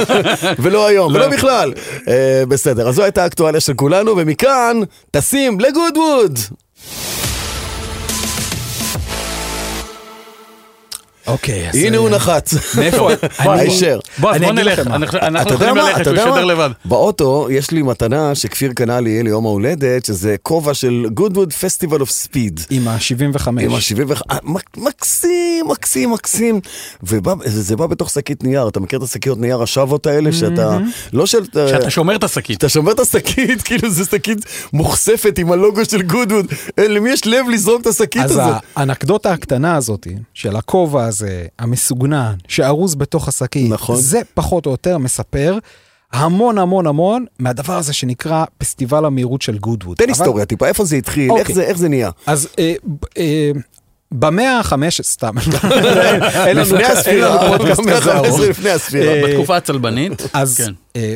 [SPEAKER 1] ולא היום,
[SPEAKER 2] לא.
[SPEAKER 1] ולא בכלל. אה, בסדר, אז זו הייתה האקטואליה של כולנו, ומכאן טסים לגודווד.
[SPEAKER 3] אוקיי, אז...
[SPEAKER 1] הנה הוא נחת.
[SPEAKER 4] מאיפה?
[SPEAKER 1] הישר.
[SPEAKER 2] בוא, אז
[SPEAKER 3] אני
[SPEAKER 2] בוא
[SPEAKER 3] אגיד
[SPEAKER 2] נלך,
[SPEAKER 3] לכם מה.
[SPEAKER 2] אנחנו אנחנו
[SPEAKER 1] אתה יודע
[SPEAKER 2] יכולים
[SPEAKER 1] מה?
[SPEAKER 2] ללכת,
[SPEAKER 1] אתה
[SPEAKER 2] הוא
[SPEAKER 1] יודע
[SPEAKER 2] יסתדר
[SPEAKER 1] מה?
[SPEAKER 2] לבד.
[SPEAKER 1] באוטו יש לי מתנה שכפיר קנה לי ליום ההולדת, שזה כובע של גודווד פסטיבל אוף ספיד.
[SPEAKER 3] עם ה-75.
[SPEAKER 1] עם ה-70, מקסים, מקסים, מקסים. וזה בא בתוך שקית נייר, אתה מכיר את השקיות נייר השוות האלה, שאתה, לא של...
[SPEAKER 2] שאתה שומר את השקית.
[SPEAKER 1] אתה שומר את השקית, כאילו זו שקית מוכספת עם הלוגו של גודווד. אה, למי יש לב לזרוק את השקית
[SPEAKER 3] אז
[SPEAKER 1] הזאת?
[SPEAKER 3] האנקדוטה הקטנה הזאת, של הכובע הזה, המסוגנן, שארוז בתוך השקית,
[SPEAKER 1] נכון.
[SPEAKER 3] זה פחות או יותר מספר המון המון המון מהדבר הזה שנקרא פסטיבל המהירות של גודווד.
[SPEAKER 1] תן
[SPEAKER 3] אבל-
[SPEAKER 1] היסטוריה טיפה, איפה זה התחיל,
[SPEAKER 3] אוקיי.
[SPEAKER 1] איך זה- איך זה נהיה?
[SPEAKER 3] אז אה, ב- אה, במאה החמש, סתם, אין- אין לנו-
[SPEAKER 1] לפני
[SPEAKER 3] אין לנו
[SPEAKER 1] הספירה,
[SPEAKER 3] פודקאסט כזה ארוך.
[SPEAKER 1] 115 לפני הספירה.
[SPEAKER 3] אה,
[SPEAKER 2] בתקופה הצלבנית.
[SPEAKER 3] אז
[SPEAKER 2] כן.
[SPEAKER 3] אה,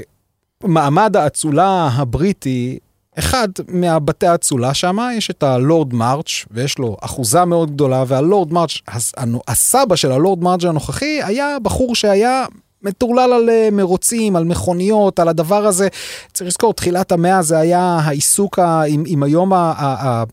[SPEAKER 3] מעמד האצולה הבריטי, אחד מהבתי האצולה שם, יש את הלורד מארץ', ויש לו אחוזה מאוד גדולה, והלורד מארץ', הס- הנו- הסבא של הלורד מארץ' הנוכחי, היה בחור שהיה... מטורלל על אה, מרוצים, על מכוניות, על הדבר הזה. צריך לזכור, תחילת המאה זה היה העיסוק ה, עם, עם, היום ה, ה, ה,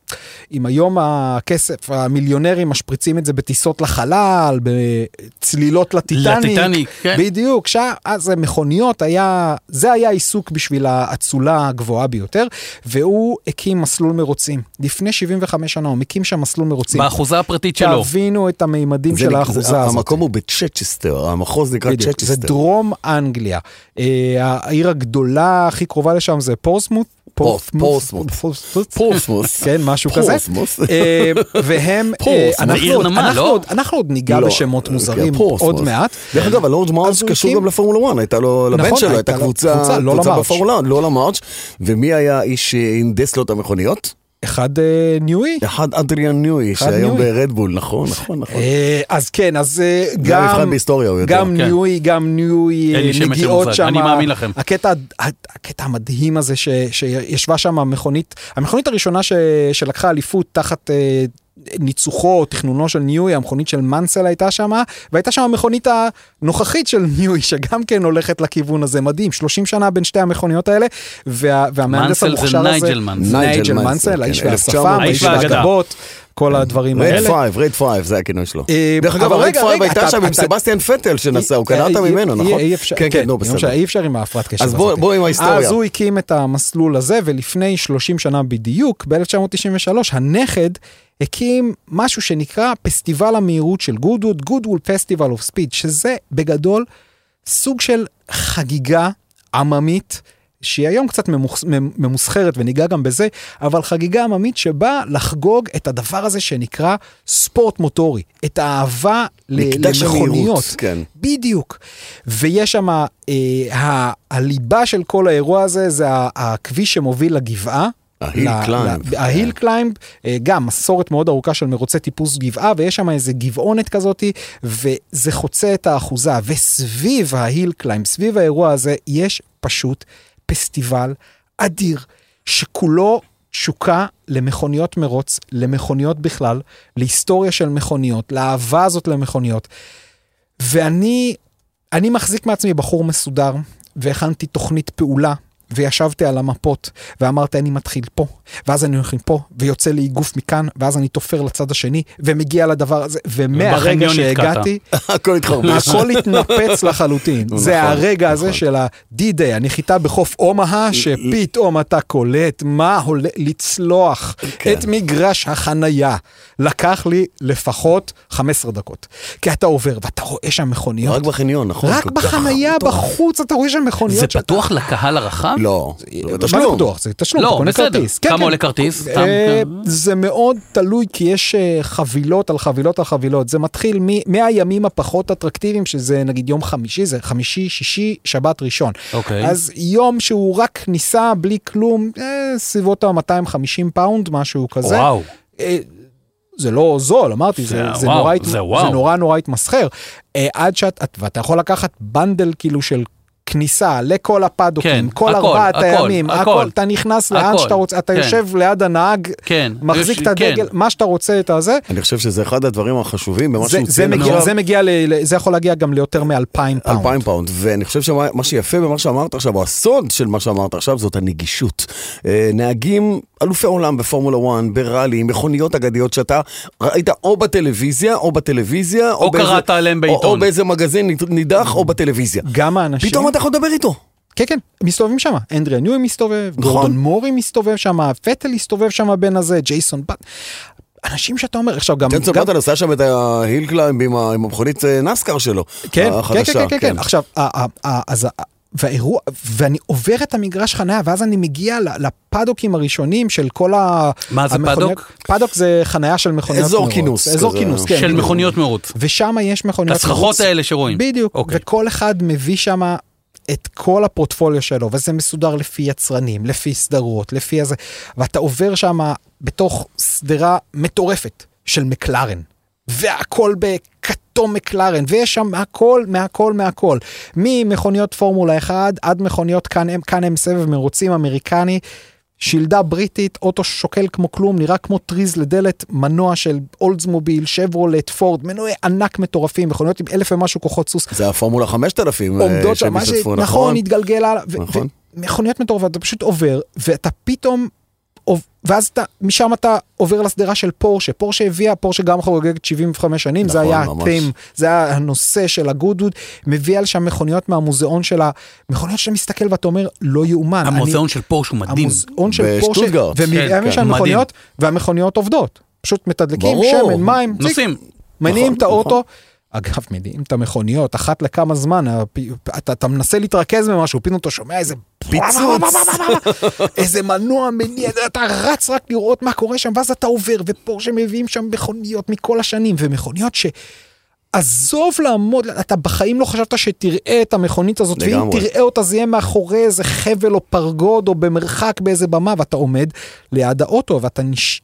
[SPEAKER 3] עם היום הכסף, המיליונרים משפריצים את זה בטיסות לחלל, בצלילות לטיטניק.
[SPEAKER 2] לטיטניק, כן.
[SPEAKER 3] בדיוק, שם, אז מכוניות היה, זה היה העיסוק בשביל האצולה הגבוהה ביותר, והוא הקים מסלול מרוצים. לפני 75 שנה הוא הקים שם מסלול מרוצים.
[SPEAKER 2] באחוזה הפרטית שלו.
[SPEAKER 3] תבינו את המימדים
[SPEAKER 1] זה
[SPEAKER 3] של
[SPEAKER 1] נק- זה-
[SPEAKER 3] האחוזה הזאת.
[SPEAKER 1] המקום הוא בצ'צ'סטר, המחוז נקרא
[SPEAKER 3] בדיוק, זה
[SPEAKER 1] צ'צ'סטר.
[SPEAKER 3] דרום אנגליה. אה, העיר הגדולה הכי קרובה לשם זה פורסמות.
[SPEAKER 1] פורסמות.
[SPEAKER 3] פורסמות.
[SPEAKER 1] פורסמוס.
[SPEAKER 3] כן, משהו כזה.
[SPEAKER 1] פורסמוס.
[SPEAKER 3] אה, והם, אה,
[SPEAKER 1] פורסמוס.
[SPEAKER 3] אנחנו
[SPEAKER 2] עיר
[SPEAKER 3] עוד-
[SPEAKER 2] נמל,
[SPEAKER 3] אנחנו
[SPEAKER 2] לא?
[SPEAKER 3] עוד- אנחנו עוד ניגע
[SPEAKER 1] לא,
[SPEAKER 3] בשמות
[SPEAKER 1] כן,
[SPEAKER 3] מוזרים
[SPEAKER 1] פורסמוס.
[SPEAKER 3] עוד מעט.
[SPEAKER 1] דרך אגב, הלורד מארץ'
[SPEAKER 3] אז הוא
[SPEAKER 1] קשור
[SPEAKER 3] הקים-
[SPEAKER 1] גם לפורמולה 1, הייתה לו, לבן
[SPEAKER 3] נכון,
[SPEAKER 1] שלו,
[SPEAKER 3] הייתה
[SPEAKER 1] הייתה
[SPEAKER 3] לו
[SPEAKER 1] קבוצה,
[SPEAKER 3] קבוצה, לא למארץ'.
[SPEAKER 1] בפורמולה 1, לא למארץ', ומי היה האיש שהנדס לו את המכוניות?
[SPEAKER 3] אחד אה, ניואי.
[SPEAKER 1] אחד אדריאן ניוי,
[SPEAKER 3] אחד
[SPEAKER 1] שהיום
[SPEAKER 3] ניוי.
[SPEAKER 1] ברדבול, נכון, נכון, נכון.
[SPEAKER 3] אה, אז כן, אז אה, גם...
[SPEAKER 1] מבחן בהיסטוריה הוא יודע.
[SPEAKER 3] גם
[SPEAKER 2] כן.
[SPEAKER 3] ניוי, גם ניוי,
[SPEAKER 2] אין לי
[SPEAKER 3] אה,
[SPEAKER 2] שמץ של
[SPEAKER 3] נגיעות
[SPEAKER 2] מושג,
[SPEAKER 3] שם.
[SPEAKER 2] אני מאמין לכם.
[SPEAKER 3] הקטע, הקטע המדהים הזה ש, שישבה שם המכונית, המכונית הראשונה ש, שלקחה אליפות תחת... אה, ניצוחו, תכנונו של ניוי, המכונית של מנסל הייתה שם, והייתה שם המכונית הנוכחית של ניוי, שגם כן הולכת לכיוון הזה, מדהים, 30 שנה בין שתי המכוניות האלה, וה, והמהנדס
[SPEAKER 2] מנסל זה
[SPEAKER 3] המוכשר הזה,
[SPEAKER 2] נייג'ל מנסל.
[SPEAKER 1] נייג'ל
[SPEAKER 3] נייג'ל
[SPEAKER 1] מנסל,
[SPEAKER 3] מנסל, האיש
[SPEAKER 1] כן,
[SPEAKER 3] והשפם, האיש
[SPEAKER 2] 1900.
[SPEAKER 3] והגבות, כל הדברים
[SPEAKER 1] רד
[SPEAKER 3] האלה.
[SPEAKER 1] פייב, רד פייב, זה הכינוי שלו.
[SPEAKER 3] אה,
[SPEAKER 1] דרך אגב,
[SPEAKER 3] אבל
[SPEAKER 1] רד
[SPEAKER 3] רגע,
[SPEAKER 1] פייב
[SPEAKER 3] רגע,
[SPEAKER 1] הייתה
[SPEAKER 3] אתה-
[SPEAKER 1] שם עם
[SPEAKER 3] אתה-
[SPEAKER 1] סטיבן פטל שנסע, הוא קנה אותה
[SPEAKER 3] אי-
[SPEAKER 1] ממנו,
[SPEAKER 3] אי-
[SPEAKER 1] נכון?
[SPEAKER 3] אי אפשר,
[SPEAKER 1] כן, כן, נו,
[SPEAKER 3] אי אפשר-
[SPEAKER 1] בסדר.
[SPEAKER 3] אי אפשר עם ההפרעת קשב
[SPEAKER 1] אז בוא-
[SPEAKER 3] הזאת.
[SPEAKER 1] בוא עם ההיסטוריה.
[SPEAKER 3] אז הוא הקים את המסלול הזה, ולפני 30 שנה בדיוק, ב-1993, הנכד הקים משהו שנקרא פסטיבל המהירות של גודווד, גודווד פסטיבל אוף ספיד, שזה בגדול סוג של חגיגה עממית. שהיא היום קצת ממוכס- ממ- ממוסחרת וניגע גם בזה, אבל חגיגה עממית שבאה לחגוג את הדבר הזה שנקרא ספורט מוטורי, את האהבה ל-
[SPEAKER 1] מקדש המהירות,
[SPEAKER 3] למכוניות.
[SPEAKER 1] כן.
[SPEAKER 3] בדיוק. ויש שם, אה, ה- הליבה של כל האירוע הזה, זה ה- הכביש שמוביל לגבעה.
[SPEAKER 1] ההיל
[SPEAKER 3] ל-
[SPEAKER 1] קליימב.
[SPEAKER 3] ל- ההיל קליימב, אה, גם מסורת מאוד ארוכה של מרוצי טיפוס גבעה, ויש שם איזה גבעונת כזאתי, וזה חוצה את האחוזה. וסביב ההיל קליימב, סביב האירוע הזה, יש פשוט פסטיבל אדיר, שכולו תשוקה למכוניות מרוץ, למכוניות בכלל, להיסטוריה של מכוניות, לאהבה הזאת למכוניות. ואני אני מחזיק מעצמי בחור מסודר, והכנתי תוכנית פעולה וישבתי על המפות, ואמרתי אני מתחיל פה, ואז אני הולך מפה, ויוצא לי גוף מכאן, ואז אני תופר לצד השני, ומגיע לדבר הזה, ומהרגע
[SPEAKER 2] ובחניון נתקעת.
[SPEAKER 3] שהגעתי,
[SPEAKER 1] הכל התחרבש.
[SPEAKER 3] הכל התנפץ לחלוטין.
[SPEAKER 1] נו,
[SPEAKER 3] זה
[SPEAKER 1] נכון,
[SPEAKER 3] הרגע הזה
[SPEAKER 1] נכון.
[SPEAKER 3] של ה-D-Day, הנחיתה בחוף אומהה, שפתאום אתה קולט מה הולך לצלוח
[SPEAKER 1] כן.
[SPEAKER 3] את מגרש החנייה. לקח לי לפחות 15 דקות. כי אתה עובר ואתה רואה שם מכוניות.
[SPEAKER 1] רק בחניון, נכון?
[SPEAKER 3] רק
[SPEAKER 1] כל כך
[SPEAKER 3] בחנייה
[SPEAKER 1] מטורף.
[SPEAKER 3] בחוץ אתה רואה שם מכוניות.
[SPEAKER 2] זה
[SPEAKER 3] שאתה-
[SPEAKER 2] פתוח לקהל הרחב?
[SPEAKER 1] לא, זה
[SPEAKER 3] מה זה
[SPEAKER 1] בתשלום.
[SPEAKER 3] פתוח? זה תשלום,
[SPEAKER 2] לא,
[SPEAKER 3] אתה קונה
[SPEAKER 2] בסדר.
[SPEAKER 3] כרטיס. כן,
[SPEAKER 2] כמה עולה כרטיס? סתם,
[SPEAKER 3] אה,
[SPEAKER 2] כן.
[SPEAKER 3] זה מאוד תלוי, כי יש אה, חבילות על חבילות על חבילות. זה מתחיל מ- מהימים הפחות אטרקטיביים, שזה נגיד יום חמישי, זה חמישי, שישי, שבת, ראשון.
[SPEAKER 2] אוקיי.
[SPEAKER 3] אז יום שהוא רק כניסה בלי כלום, אה, סביבות ה-250 פאונד, משהו כזה.
[SPEAKER 2] וואו.
[SPEAKER 3] אה, זה לא זול, אמרתי, זה,
[SPEAKER 2] זה
[SPEAKER 3] זה,
[SPEAKER 2] וואו,
[SPEAKER 3] נורא, הת-
[SPEAKER 2] זה וואו.
[SPEAKER 3] זה נורא נורא התמסחר. אה, עד שאת, את- ואתה יכול לקחת בנדל כאילו של כניסה לכל הפדוקים,
[SPEAKER 2] כן,
[SPEAKER 3] כל
[SPEAKER 2] הכל,
[SPEAKER 3] ארבעת
[SPEAKER 2] הכל,
[SPEAKER 3] הימים,
[SPEAKER 2] הכל.
[SPEAKER 3] אתה נכנס לאן
[SPEAKER 2] הכל,
[SPEAKER 3] שאתה רוצה, אתה
[SPEAKER 2] כן.
[SPEAKER 3] יושב ליד הנהג,
[SPEAKER 2] כן.
[SPEAKER 3] מחזיק
[SPEAKER 2] יש-
[SPEAKER 3] את הדגל,
[SPEAKER 2] כן.
[SPEAKER 3] מה שאתה רוצה את הזה,
[SPEAKER 1] אני חושב שזה אחד הדברים החשובים במה
[SPEAKER 3] זה,
[SPEAKER 1] שהוא
[SPEAKER 3] זה,
[SPEAKER 1] ציין
[SPEAKER 3] מגיע,
[SPEAKER 1] כן. עכשיו.
[SPEAKER 3] זה מגיע, ל, ל- זה יכול להגיע גם ליותר מאלפיים פאונד.
[SPEAKER 1] 2,000 פאונד, ואני חושב שמה מה שיפה במה שאמרת עכשיו, או הסוד של מה שאמרת עכשיו, זאת הנגישות. אה, נהגים אלופי עולם בפורמולה 1, בראלי, מכוניות אגדיות שאתה ראית או בטלוויזיה, או בטלוויזיה, או,
[SPEAKER 2] קראת עליהם
[SPEAKER 1] או-
[SPEAKER 2] בעיתון.
[SPEAKER 1] או באיזה מגזין ניד- נידח, או בטלוויזיה.
[SPEAKER 3] גם האנשים,
[SPEAKER 1] פתאום אתה יכול לדבר איתו.
[SPEAKER 3] כן כן, מסתובבים שם, אנדריה ניוי מסתובב,
[SPEAKER 1] נכון.
[SPEAKER 3] גורדון מורי מסתובב שם, פטל הסתובב שם בין הזה, ג'ייסון בט, אנשים שאתה אומר, עכשיו גם,
[SPEAKER 1] ג'נסון
[SPEAKER 3] גם-
[SPEAKER 1] באטן עשה שם את ההיל קליימב עם ה- עם המכונית אה, נסקר שלו. אה,
[SPEAKER 3] כן, כן,
[SPEAKER 1] החדשה,
[SPEAKER 3] כן, כן, כן, עכשיו, ה- ה- ה- אז ה- והאירוע, ואני עובר את המגרש חניה, ואז אני מגיע ל- לפדוקים הראשונים של כל ה...
[SPEAKER 2] מה זה
[SPEAKER 3] המכוניות-
[SPEAKER 2] פדוק?
[SPEAKER 3] פדוק זה חניה של מכוניות
[SPEAKER 1] אזור
[SPEAKER 3] תנועות.
[SPEAKER 1] כינוס
[SPEAKER 3] אזור
[SPEAKER 1] כזה.
[SPEAKER 3] כינוס, כן.
[SPEAKER 2] של
[SPEAKER 3] בדיוק.
[SPEAKER 2] מכוניות מרוץ.
[SPEAKER 3] ושם יש מכוניות...
[SPEAKER 2] הסככות
[SPEAKER 3] מרוץ.
[SPEAKER 2] האלה שרואים.
[SPEAKER 3] בדיוק, okay.
[SPEAKER 2] אוקיי.
[SPEAKER 3] וכל אחד מביא שם את כל הפורטפוליו שלו, וזה מסודר לפי יצרנים, לפי סדרות, לפי הזה, ואתה עובר שם בתוך סדרה מטורפת של מקלרן. והכל בכתום מקלרן, ויש שם הכל, מהכל, מהכל. ממכוניות פורמולה 1 עד מכוניות כאן הם, כאן הם סבב מרוצים אמריקני, שלדה בריטית, אוטו שוקל כמו כלום, נראה כמו טריז לדלת, מנוע של אולדסמוביל, שברולט, פורד, מנועי ענק מטורפים, מכוניות עם אלף ומשהו כוחות סוס,
[SPEAKER 1] זה הפורמולה 5000 אה,
[SPEAKER 3] עומדות שם,
[SPEAKER 1] שהם
[SPEAKER 3] מה ש...
[SPEAKER 1] השתתפו,
[SPEAKER 3] נכון, התגלגל הלאה. ו-
[SPEAKER 1] נכון.
[SPEAKER 3] ו- מכוניות מטורפות, אתה פשוט עובר, ואתה פתאום... עוב- ואז אתה, משם אתה עובר לשדרה של פורשה, פורשה הביאה, פורשה גם חוגגת 75 שנים, זה
[SPEAKER 1] נכון,
[SPEAKER 3] היה
[SPEAKER 1] ממש.
[SPEAKER 3] הטים, זה היה הנושא של הגודווד, מביאה לשם מכוניות מהמוזיאון שלה, מכוניות שאתה מסתכל ואתה אומר, לא יאומן. אני-
[SPEAKER 2] המוזיאון של פורש הוא מדהים.
[SPEAKER 3] המוזיאון של פורשה,
[SPEAKER 1] בשטוטגרט.
[SPEAKER 3] ומביאים
[SPEAKER 2] כן,
[SPEAKER 3] יש
[SPEAKER 2] כן,
[SPEAKER 3] שם
[SPEAKER 2] מדהים.
[SPEAKER 3] מכוניות, והמכוניות עובדות, פשוט מתדלקים,
[SPEAKER 1] ברור.
[SPEAKER 3] שמן, מים, זיק,
[SPEAKER 2] נוסעים.
[SPEAKER 3] מניעים
[SPEAKER 1] נכון,
[SPEAKER 3] את האוטו.
[SPEAKER 1] נכון.
[SPEAKER 3] אגב, מניעים את המכוניות, אחת לכמה זמן, הפי- אתה, אתה מנסה להתרכז במשהו, פתאום אתה שומע איזה פיצוץ, איזה מנוע מניע, אתה רץ רק לראות מה קורה שם, ואז אתה עובר, ופה שמביאים שם מכוניות מכל השנים, ומכוניות ש... עזוב לעמוד, אתה בחיים לא חשבת שתראה את המכונית הזאת, ואם
[SPEAKER 1] לגמרי.
[SPEAKER 3] תראה אותה זה יהיה מאחורי איזה חבל או פרגוד או במרחק באיזה במה, ואתה עומד ליד האוטו ואתה נש...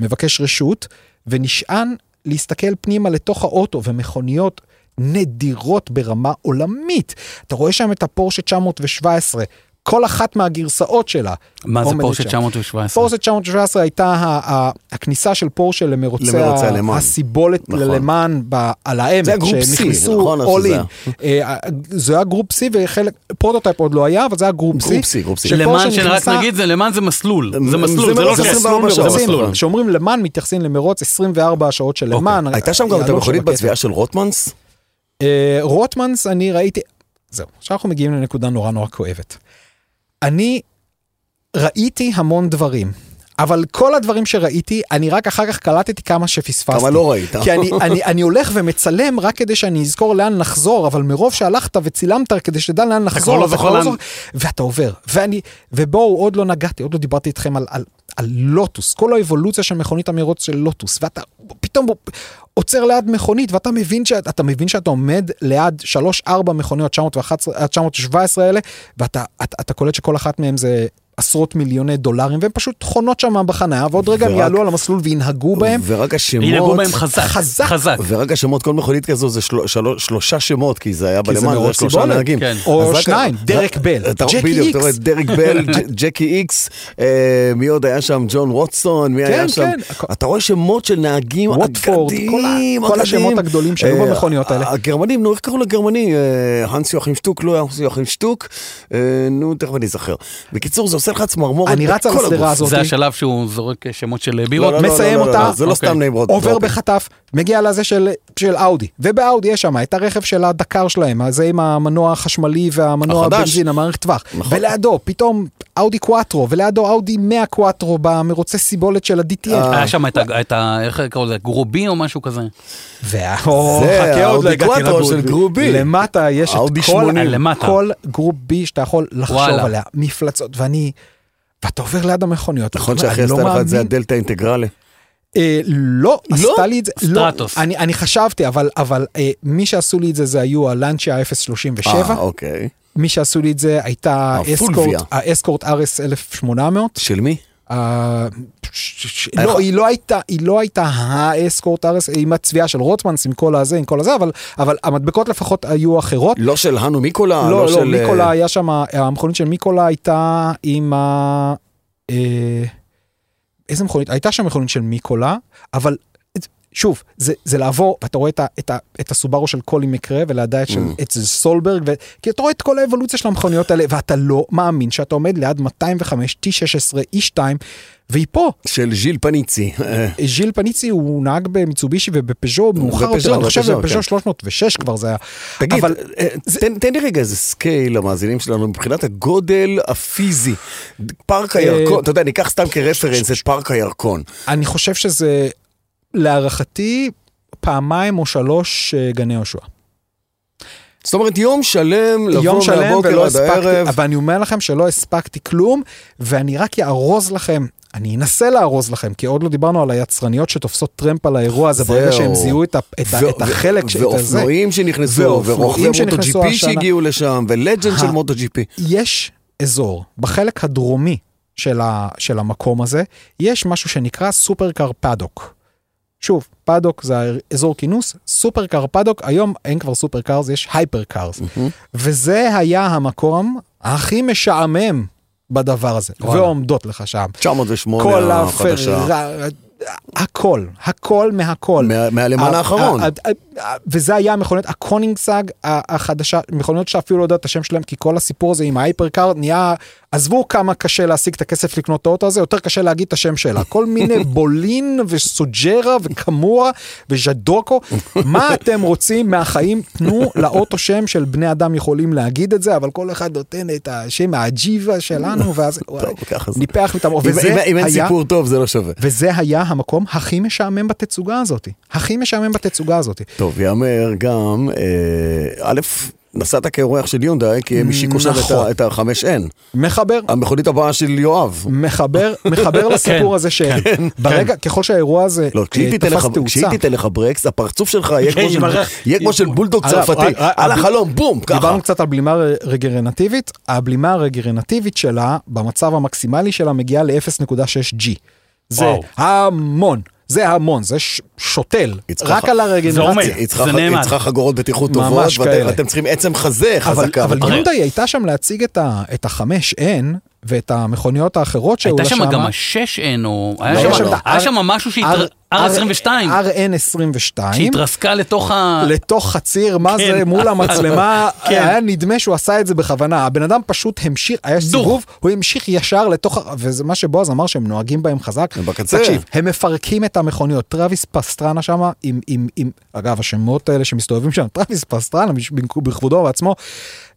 [SPEAKER 3] מבקש רשות ונשען להסתכל פנימה לתוך האוטו ומכוניות נדירות ברמה עולמית. אתה רואה שם את הפורשה 917, כל אחת מהגרסאות שלה.
[SPEAKER 2] מה זה
[SPEAKER 3] עומדת
[SPEAKER 2] פורשה
[SPEAKER 3] שם.
[SPEAKER 2] 917?
[SPEAKER 3] פורשה 917 הייתה ה- ה- הכניסה של פורשה למרוצי
[SPEAKER 1] למרוצי
[SPEAKER 3] ה-
[SPEAKER 1] הלמן.
[SPEAKER 3] הסיבולת
[SPEAKER 1] נכון.
[SPEAKER 3] ללמן ב- על העמק,
[SPEAKER 1] זה הגרופ C,
[SPEAKER 3] שהם נכנסו
[SPEAKER 1] נכון, או
[SPEAKER 3] all
[SPEAKER 1] שזה
[SPEAKER 3] in. אה, זה היה גרופ C וחלק, פרוטוטייפ עוד לא היה, אבל זה היה גרופ C.
[SPEAKER 1] גרופ C, גרופ C.
[SPEAKER 3] שפורשה
[SPEAKER 2] למען שרק
[SPEAKER 3] נכנסה-
[SPEAKER 2] נגיד זה למען זה מסלול. זה
[SPEAKER 1] זה
[SPEAKER 2] מסלול, זה לא
[SPEAKER 1] זה
[SPEAKER 2] שרק
[SPEAKER 1] 24
[SPEAKER 2] מסלול,
[SPEAKER 1] שעות.
[SPEAKER 2] זה מסלול.
[SPEAKER 1] מסלול.
[SPEAKER 3] כשאומרים למען מתייחסים למרוץ 24 השעות של למען.
[SPEAKER 1] אוקיי, הייתה שם גם את
[SPEAKER 3] יהלום
[SPEAKER 1] המכונית
[SPEAKER 3] שבקטע.
[SPEAKER 1] בצביעה של רוטמנס?
[SPEAKER 3] אה, רוטמנס אני ראיתי, זהו, עכשיו אנחנו מגיעים לנקודה נורא נורא כואבת. אני ראיתי המון דברים. אבל כל הדברים שראיתי, אני רק אחר כך קלטתי כמה שפספסתי.
[SPEAKER 1] כמה לא ראית.
[SPEAKER 3] כי אני, אני, אני הולך ומצלם רק כדי שאני אזכור לאן לחזור, אבל מרוב שהלכת וצילמת כדי שתדע לאן לחזור,
[SPEAKER 2] כבר לא זוכר לאן-
[SPEAKER 3] ואתה עובר. ואני, ובואו, עוד לא נגעתי, עוד לא דיברתי איתכם על, על, על לוטוס, כל האבולוציה של מכונית המרוץ של לוטוס, ואתה פתאום עוצר ליד מכונית, ואתה מבין, שאת, אתה מבין שאתה עומד ליד 3-4 מכוניות, 911, 917 האלה, ואתה אתה, אתה קולט שכל אחת מהן זה עשרות מיליוני דולרים, והן פשוט חונות שם בחניה, ועוד רגע הם
[SPEAKER 1] ורק-
[SPEAKER 3] יעלו על המסלול וינהגו בהם.
[SPEAKER 1] ורק השמות...
[SPEAKER 2] ינהגו בהם חזק,
[SPEAKER 3] חזק.
[SPEAKER 2] חזק.
[SPEAKER 1] ורק השמות, כל מכונית כזו זה של, של, שלושה שמות, כי זה היה
[SPEAKER 3] כי
[SPEAKER 1] בלמ"ס,
[SPEAKER 3] זה
[SPEAKER 1] זה היה
[SPEAKER 3] מראש
[SPEAKER 1] שלושה
[SPEAKER 3] סיבולת.
[SPEAKER 1] נהגים.
[SPEAKER 2] כן.
[SPEAKER 3] או
[SPEAKER 1] אז רק-
[SPEAKER 3] שניים,
[SPEAKER 1] רק-
[SPEAKER 3] דרק בל,
[SPEAKER 1] אתה-
[SPEAKER 3] ג'קי
[SPEAKER 1] בדיוק, אתה
[SPEAKER 3] איקס.
[SPEAKER 1] רואה, דרק בל, ג'- ג'קי איקס, אה, מי עוד היה שם? ג'ון רוטסון, מי
[SPEAKER 3] כן,
[SPEAKER 1] היה שם?
[SPEAKER 3] כן, הכ-
[SPEAKER 1] אתה רואה שמות של נהגים
[SPEAKER 3] ווטפורד,
[SPEAKER 1] אגדים,
[SPEAKER 3] כל ה- כל
[SPEAKER 1] אגדים.
[SPEAKER 3] השמות הגדולים שהיו
[SPEAKER 1] אה,
[SPEAKER 3] במכוניות האלה.
[SPEAKER 1] הגרמנים, נו, איך קראו לגרמני? אה, הנס יואכים שטוק, לא הנס יואכים שטוק, אה, נו, תכף אני אזכר. בקיצור, זה עושה לך צמרמורת
[SPEAKER 3] אני רץ על
[SPEAKER 1] בכל
[SPEAKER 3] השדרה
[SPEAKER 1] הגוף.
[SPEAKER 3] הזאת.
[SPEAKER 2] זה השלב שהוא זורק שמות של
[SPEAKER 1] לא,
[SPEAKER 2] בירות.
[SPEAKER 1] לא, לא, לא,
[SPEAKER 3] מסיים
[SPEAKER 1] לא, לא,
[SPEAKER 3] אותה,
[SPEAKER 1] לא, זה לא
[SPEAKER 2] אוקיי.
[SPEAKER 1] סתם name drop.
[SPEAKER 3] עובר בחטף, מגיע לזה של, של אאודי, ובאאודי יש שם את הרכב של הדקר שלהם, זה עם המנוע החשמלי והמנוע
[SPEAKER 1] החדש.
[SPEAKER 3] הבנזין, המערכת טווח,
[SPEAKER 1] נכון.
[SPEAKER 3] ולידו פתאום אאודי קוואטרו, ולידו אאודי 100 קוואטרו במרוצי סיבולת של
[SPEAKER 1] אה,
[SPEAKER 3] ה-DTM,
[SPEAKER 2] היה שם את ה- את ה... איך קראו לזה? גרובי או משהו כזה?
[SPEAKER 3] וה- או,
[SPEAKER 1] זה
[SPEAKER 3] חכה, עוד לא
[SPEAKER 1] האאודי
[SPEAKER 3] הגעתי
[SPEAKER 1] קוואטרו
[SPEAKER 3] לגרובי.
[SPEAKER 1] של גרובי.
[SPEAKER 3] למטה יש את
[SPEAKER 1] האאודי
[SPEAKER 3] כל,
[SPEAKER 1] 80.
[SPEAKER 2] למטה.
[SPEAKER 3] כל גרובי שאתה יכול לחשוב
[SPEAKER 2] וואלה.
[SPEAKER 3] עליה, מפלצות, ואני, ואתה עובר ליד המכוניות,
[SPEAKER 1] נכון
[SPEAKER 3] ואתה אומר,
[SPEAKER 1] שאחרי
[SPEAKER 3] אני לא
[SPEAKER 1] עשתה לך את זה
[SPEAKER 3] מאמין.
[SPEAKER 1] הדלתא אינטגרלי.
[SPEAKER 3] אה, לא,
[SPEAKER 2] לא?
[SPEAKER 3] עשתה לי את זה.
[SPEAKER 2] סטרטוס.
[SPEAKER 3] לא, אני, אני חשבתי, אבל, אבל אה, מי שעשו לי את זה, זה היו הלנצ'ה ה-037.
[SPEAKER 1] אה, אוקיי. אה,
[SPEAKER 3] מי שעשו לי את זה הייתה
[SPEAKER 1] הפולביה.
[SPEAKER 3] אסקורט, האסקורט RS 1800.
[SPEAKER 1] של מי?
[SPEAKER 3] אה, ש- ש-
[SPEAKER 1] אה,
[SPEAKER 3] לא, היא לא הייתה, היא לא הייתה האסקורט RS, עם הצביעה של רוטמנס, עם כל הזה, עם כל הזה, אבל, אבל המדבקות לפחות היו אחרות.
[SPEAKER 1] לא של הנו מיקולה?
[SPEAKER 3] לא, לא,
[SPEAKER 1] של...
[SPEAKER 3] מיקולה
[SPEAKER 1] אה,
[SPEAKER 3] היה שם, המכונית של מיקולה הייתה עם ה... אה, איזה מכונית? הייתה שם מכונית של מיקולה, אבל שוב, זה, זה לעבור, ואתה רואה את, ה, את, ה, את הסובארו של קולי מקרה, ולידה את, של,
[SPEAKER 1] Mm.
[SPEAKER 3] את של סולברג, ו, כי אתה רואה את כל האבולוציה של המכוניות האלה, ואתה לא מאמין שאתה עומד ליד 205, T16, E2, E והיא פה.
[SPEAKER 1] של ז'יל פניצי. אה,
[SPEAKER 3] ז'יל פניצי הוא נהג במיצובישי ובפז'ו מאוחר
[SPEAKER 1] בפז'ו,
[SPEAKER 3] יותר, אני חושב
[SPEAKER 1] בפז'ו,
[SPEAKER 3] שבפז'ו
[SPEAKER 1] כן.
[SPEAKER 3] 306 כבר זה היה.
[SPEAKER 1] תגיד,
[SPEAKER 3] אבל-
[SPEAKER 1] אה, תן- תן לי רגע איזה סקייל למאזינים שלנו מבחינת הגודל הפיזי. פארק
[SPEAKER 3] אה,
[SPEAKER 1] הירקון, אתה יודע, ניקח סתם כרפרנס את פארק הירקון.
[SPEAKER 3] אני חושב שזה, להערכתי, פעמיים או שלוש אה, גני יהושע.
[SPEAKER 1] זאת אומרת, יום שלם
[SPEAKER 3] יום
[SPEAKER 1] לבוא
[SPEAKER 3] שלם
[SPEAKER 1] מהבוקר
[SPEAKER 3] ולא
[SPEAKER 1] עד
[SPEAKER 3] הספקתי,
[SPEAKER 1] הערב.
[SPEAKER 3] אבל אני אומר לכם שלא הספקתי כלום, ואני רק יארוז לכם, אני אנסה לארוז לכם, כי עוד לא דיברנו על היצרניות שתופסות טרמפ על האירוע הזה, ברגע
[SPEAKER 1] זהו.
[SPEAKER 3] שהם זיהו את, ה, את, ה,
[SPEAKER 1] ו-
[SPEAKER 3] את החלק, ש- את הזה.
[SPEAKER 1] ואופנועים שנכנסו,
[SPEAKER 3] ואופנועים
[SPEAKER 1] ורוכבי מוטו
[SPEAKER 3] שנכנסו
[SPEAKER 1] ג'י פי
[SPEAKER 3] השנה. אה.
[SPEAKER 1] שהגיעו לשם, ולג'נד של
[SPEAKER 3] ה-
[SPEAKER 1] מוטו ג'י פי.
[SPEAKER 3] יש אזור, בחלק הדרומי של, ה, של המקום הזה, יש משהו שנקרא סופרקר פדוק. שוב, פדוק זה אזור כינוס, סופרקר פדוק, היום אין כבר סופרקרס, יש הייפרקרס. וזה היה המקום הכי משעמם בדבר הזה, ועומדות לך שם.
[SPEAKER 1] 908
[SPEAKER 3] כל
[SPEAKER 1] החדשה.
[SPEAKER 3] הפררה, הכל, הכל מהכל.
[SPEAKER 1] מה- מהלמן
[SPEAKER 3] ה-
[SPEAKER 1] האחרון.
[SPEAKER 3] ה- ה- ה- וזה היה המכוניות, הקונינגסאג ה- החדשה, מכוניות שאפילו לא יודע את השם שלהם, כי כל הסיפור הזה עם ההייפרקארד נהיה, עזבו כמה קשה להשיג את הכסף לקנות את האוטו הזה, יותר קשה להגיד את השם שלה. כל מיני בולין וסוג'רה וקמורה וז'דוקו, מה אתם רוצים מהחיים? תנו לאוטו שם של בני אדם יכולים להגיד את זה, אבל כל אחד נותן את השם הג'יבה שלנו, ואז וואי,
[SPEAKER 1] ככה זה.
[SPEAKER 3] ניפח לי את המוח.
[SPEAKER 1] אם-
[SPEAKER 3] וזה
[SPEAKER 1] אם- אם אין
[SPEAKER 3] היה-
[SPEAKER 1] סיפור טוב, זה לא שווה.
[SPEAKER 3] וזה היה המקום הכי משעמם בתצוגה הזאת. הכי משעמם בתצוגה הזאת.
[SPEAKER 1] טוב, יאמר גם, אה, א', נסעת כאורח של יונדאי, כי הם השיקו שם את ה-
[SPEAKER 3] נכון.
[SPEAKER 1] את ה-5N.
[SPEAKER 3] מחבר,
[SPEAKER 1] המכונית הבאה של יואב.
[SPEAKER 3] מחבר, מחבר
[SPEAKER 2] כן,
[SPEAKER 3] לסיפור הזה ש... ברגע, ככל שהאירוע הזה
[SPEAKER 1] לא, כשהיא
[SPEAKER 3] אה,
[SPEAKER 1] תיתן
[SPEAKER 3] תפס
[SPEAKER 1] לך- כשהיא
[SPEAKER 3] תאוצה.
[SPEAKER 1] תיתן לך ברקס, הפרצוף שלך יהיה כמו
[SPEAKER 2] כן,
[SPEAKER 1] של-
[SPEAKER 2] ימרח.
[SPEAKER 1] יהיה כמו של בולדוג
[SPEAKER 3] הרב,
[SPEAKER 1] צרפתי.
[SPEAKER 3] הרב, הרב,
[SPEAKER 1] על
[SPEAKER 3] הרב,
[SPEAKER 1] החלום, בום, ככה.
[SPEAKER 3] אה, דיברנו קצת על בלימה ר- רגרנטיבית, הבלימה הרגרנטיבית שלה, במצב המקסימלי שלה, מגיעה ל-0.6G. זה
[SPEAKER 2] וואו.
[SPEAKER 3] המון, זה המון, זה ש- שותל,
[SPEAKER 1] היא צריכה-
[SPEAKER 3] רק על
[SPEAKER 2] זה עומד.
[SPEAKER 3] הרגרנטציה.
[SPEAKER 1] היא צריכה-
[SPEAKER 2] זה
[SPEAKER 1] היא
[SPEAKER 2] נאמן.
[SPEAKER 1] צריכה חגורות בטיחות
[SPEAKER 3] ממש
[SPEAKER 1] טובות, ואתם
[SPEAKER 3] כאלה.
[SPEAKER 1] אתם צריכים עצם חזה
[SPEAKER 3] אבל,
[SPEAKER 1] חזקה. אוקיי?
[SPEAKER 3] אבל
[SPEAKER 2] הרי-
[SPEAKER 3] יונדאי הייתה שם להציג את ה- את ה-5N ואת המכוניות האחרות שהיו
[SPEAKER 2] הייתה
[SPEAKER 3] לה
[SPEAKER 2] שם
[SPEAKER 3] שמה.
[SPEAKER 2] גם ה-6N או... היה
[SPEAKER 1] לא,
[SPEAKER 2] שם-
[SPEAKER 1] לא.
[SPEAKER 2] היה שם משהו שהתר... R22,
[SPEAKER 3] RN 22.
[SPEAKER 2] שהתרסקה לתוך ה...
[SPEAKER 3] לתוך חציר, מה
[SPEAKER 2] כן.
[SPEAKER 3] זה, מול המצלמה,
[SPEAKER 2] כן.
[SPEAKER 3] היה נדמה שהוא עשה את זה בכוונה. הבן אדם פשוט המשיך, היה סיבוב, הוא המשיך ישר לתוך, ה- וזה מה שבועז אמר שהם נוהגים בהם חזק.
[SPEAKER 1] הם בקצה.
[SPEAKER 3] תקשיב, הם מפרקים את המכוניות. טרוויס פסטרנה שם, עם, עם, עם, אגב, השמות האלה שמסתובבים שם, טרוויס פסטרנה, בש- בכבודו ובעצמו.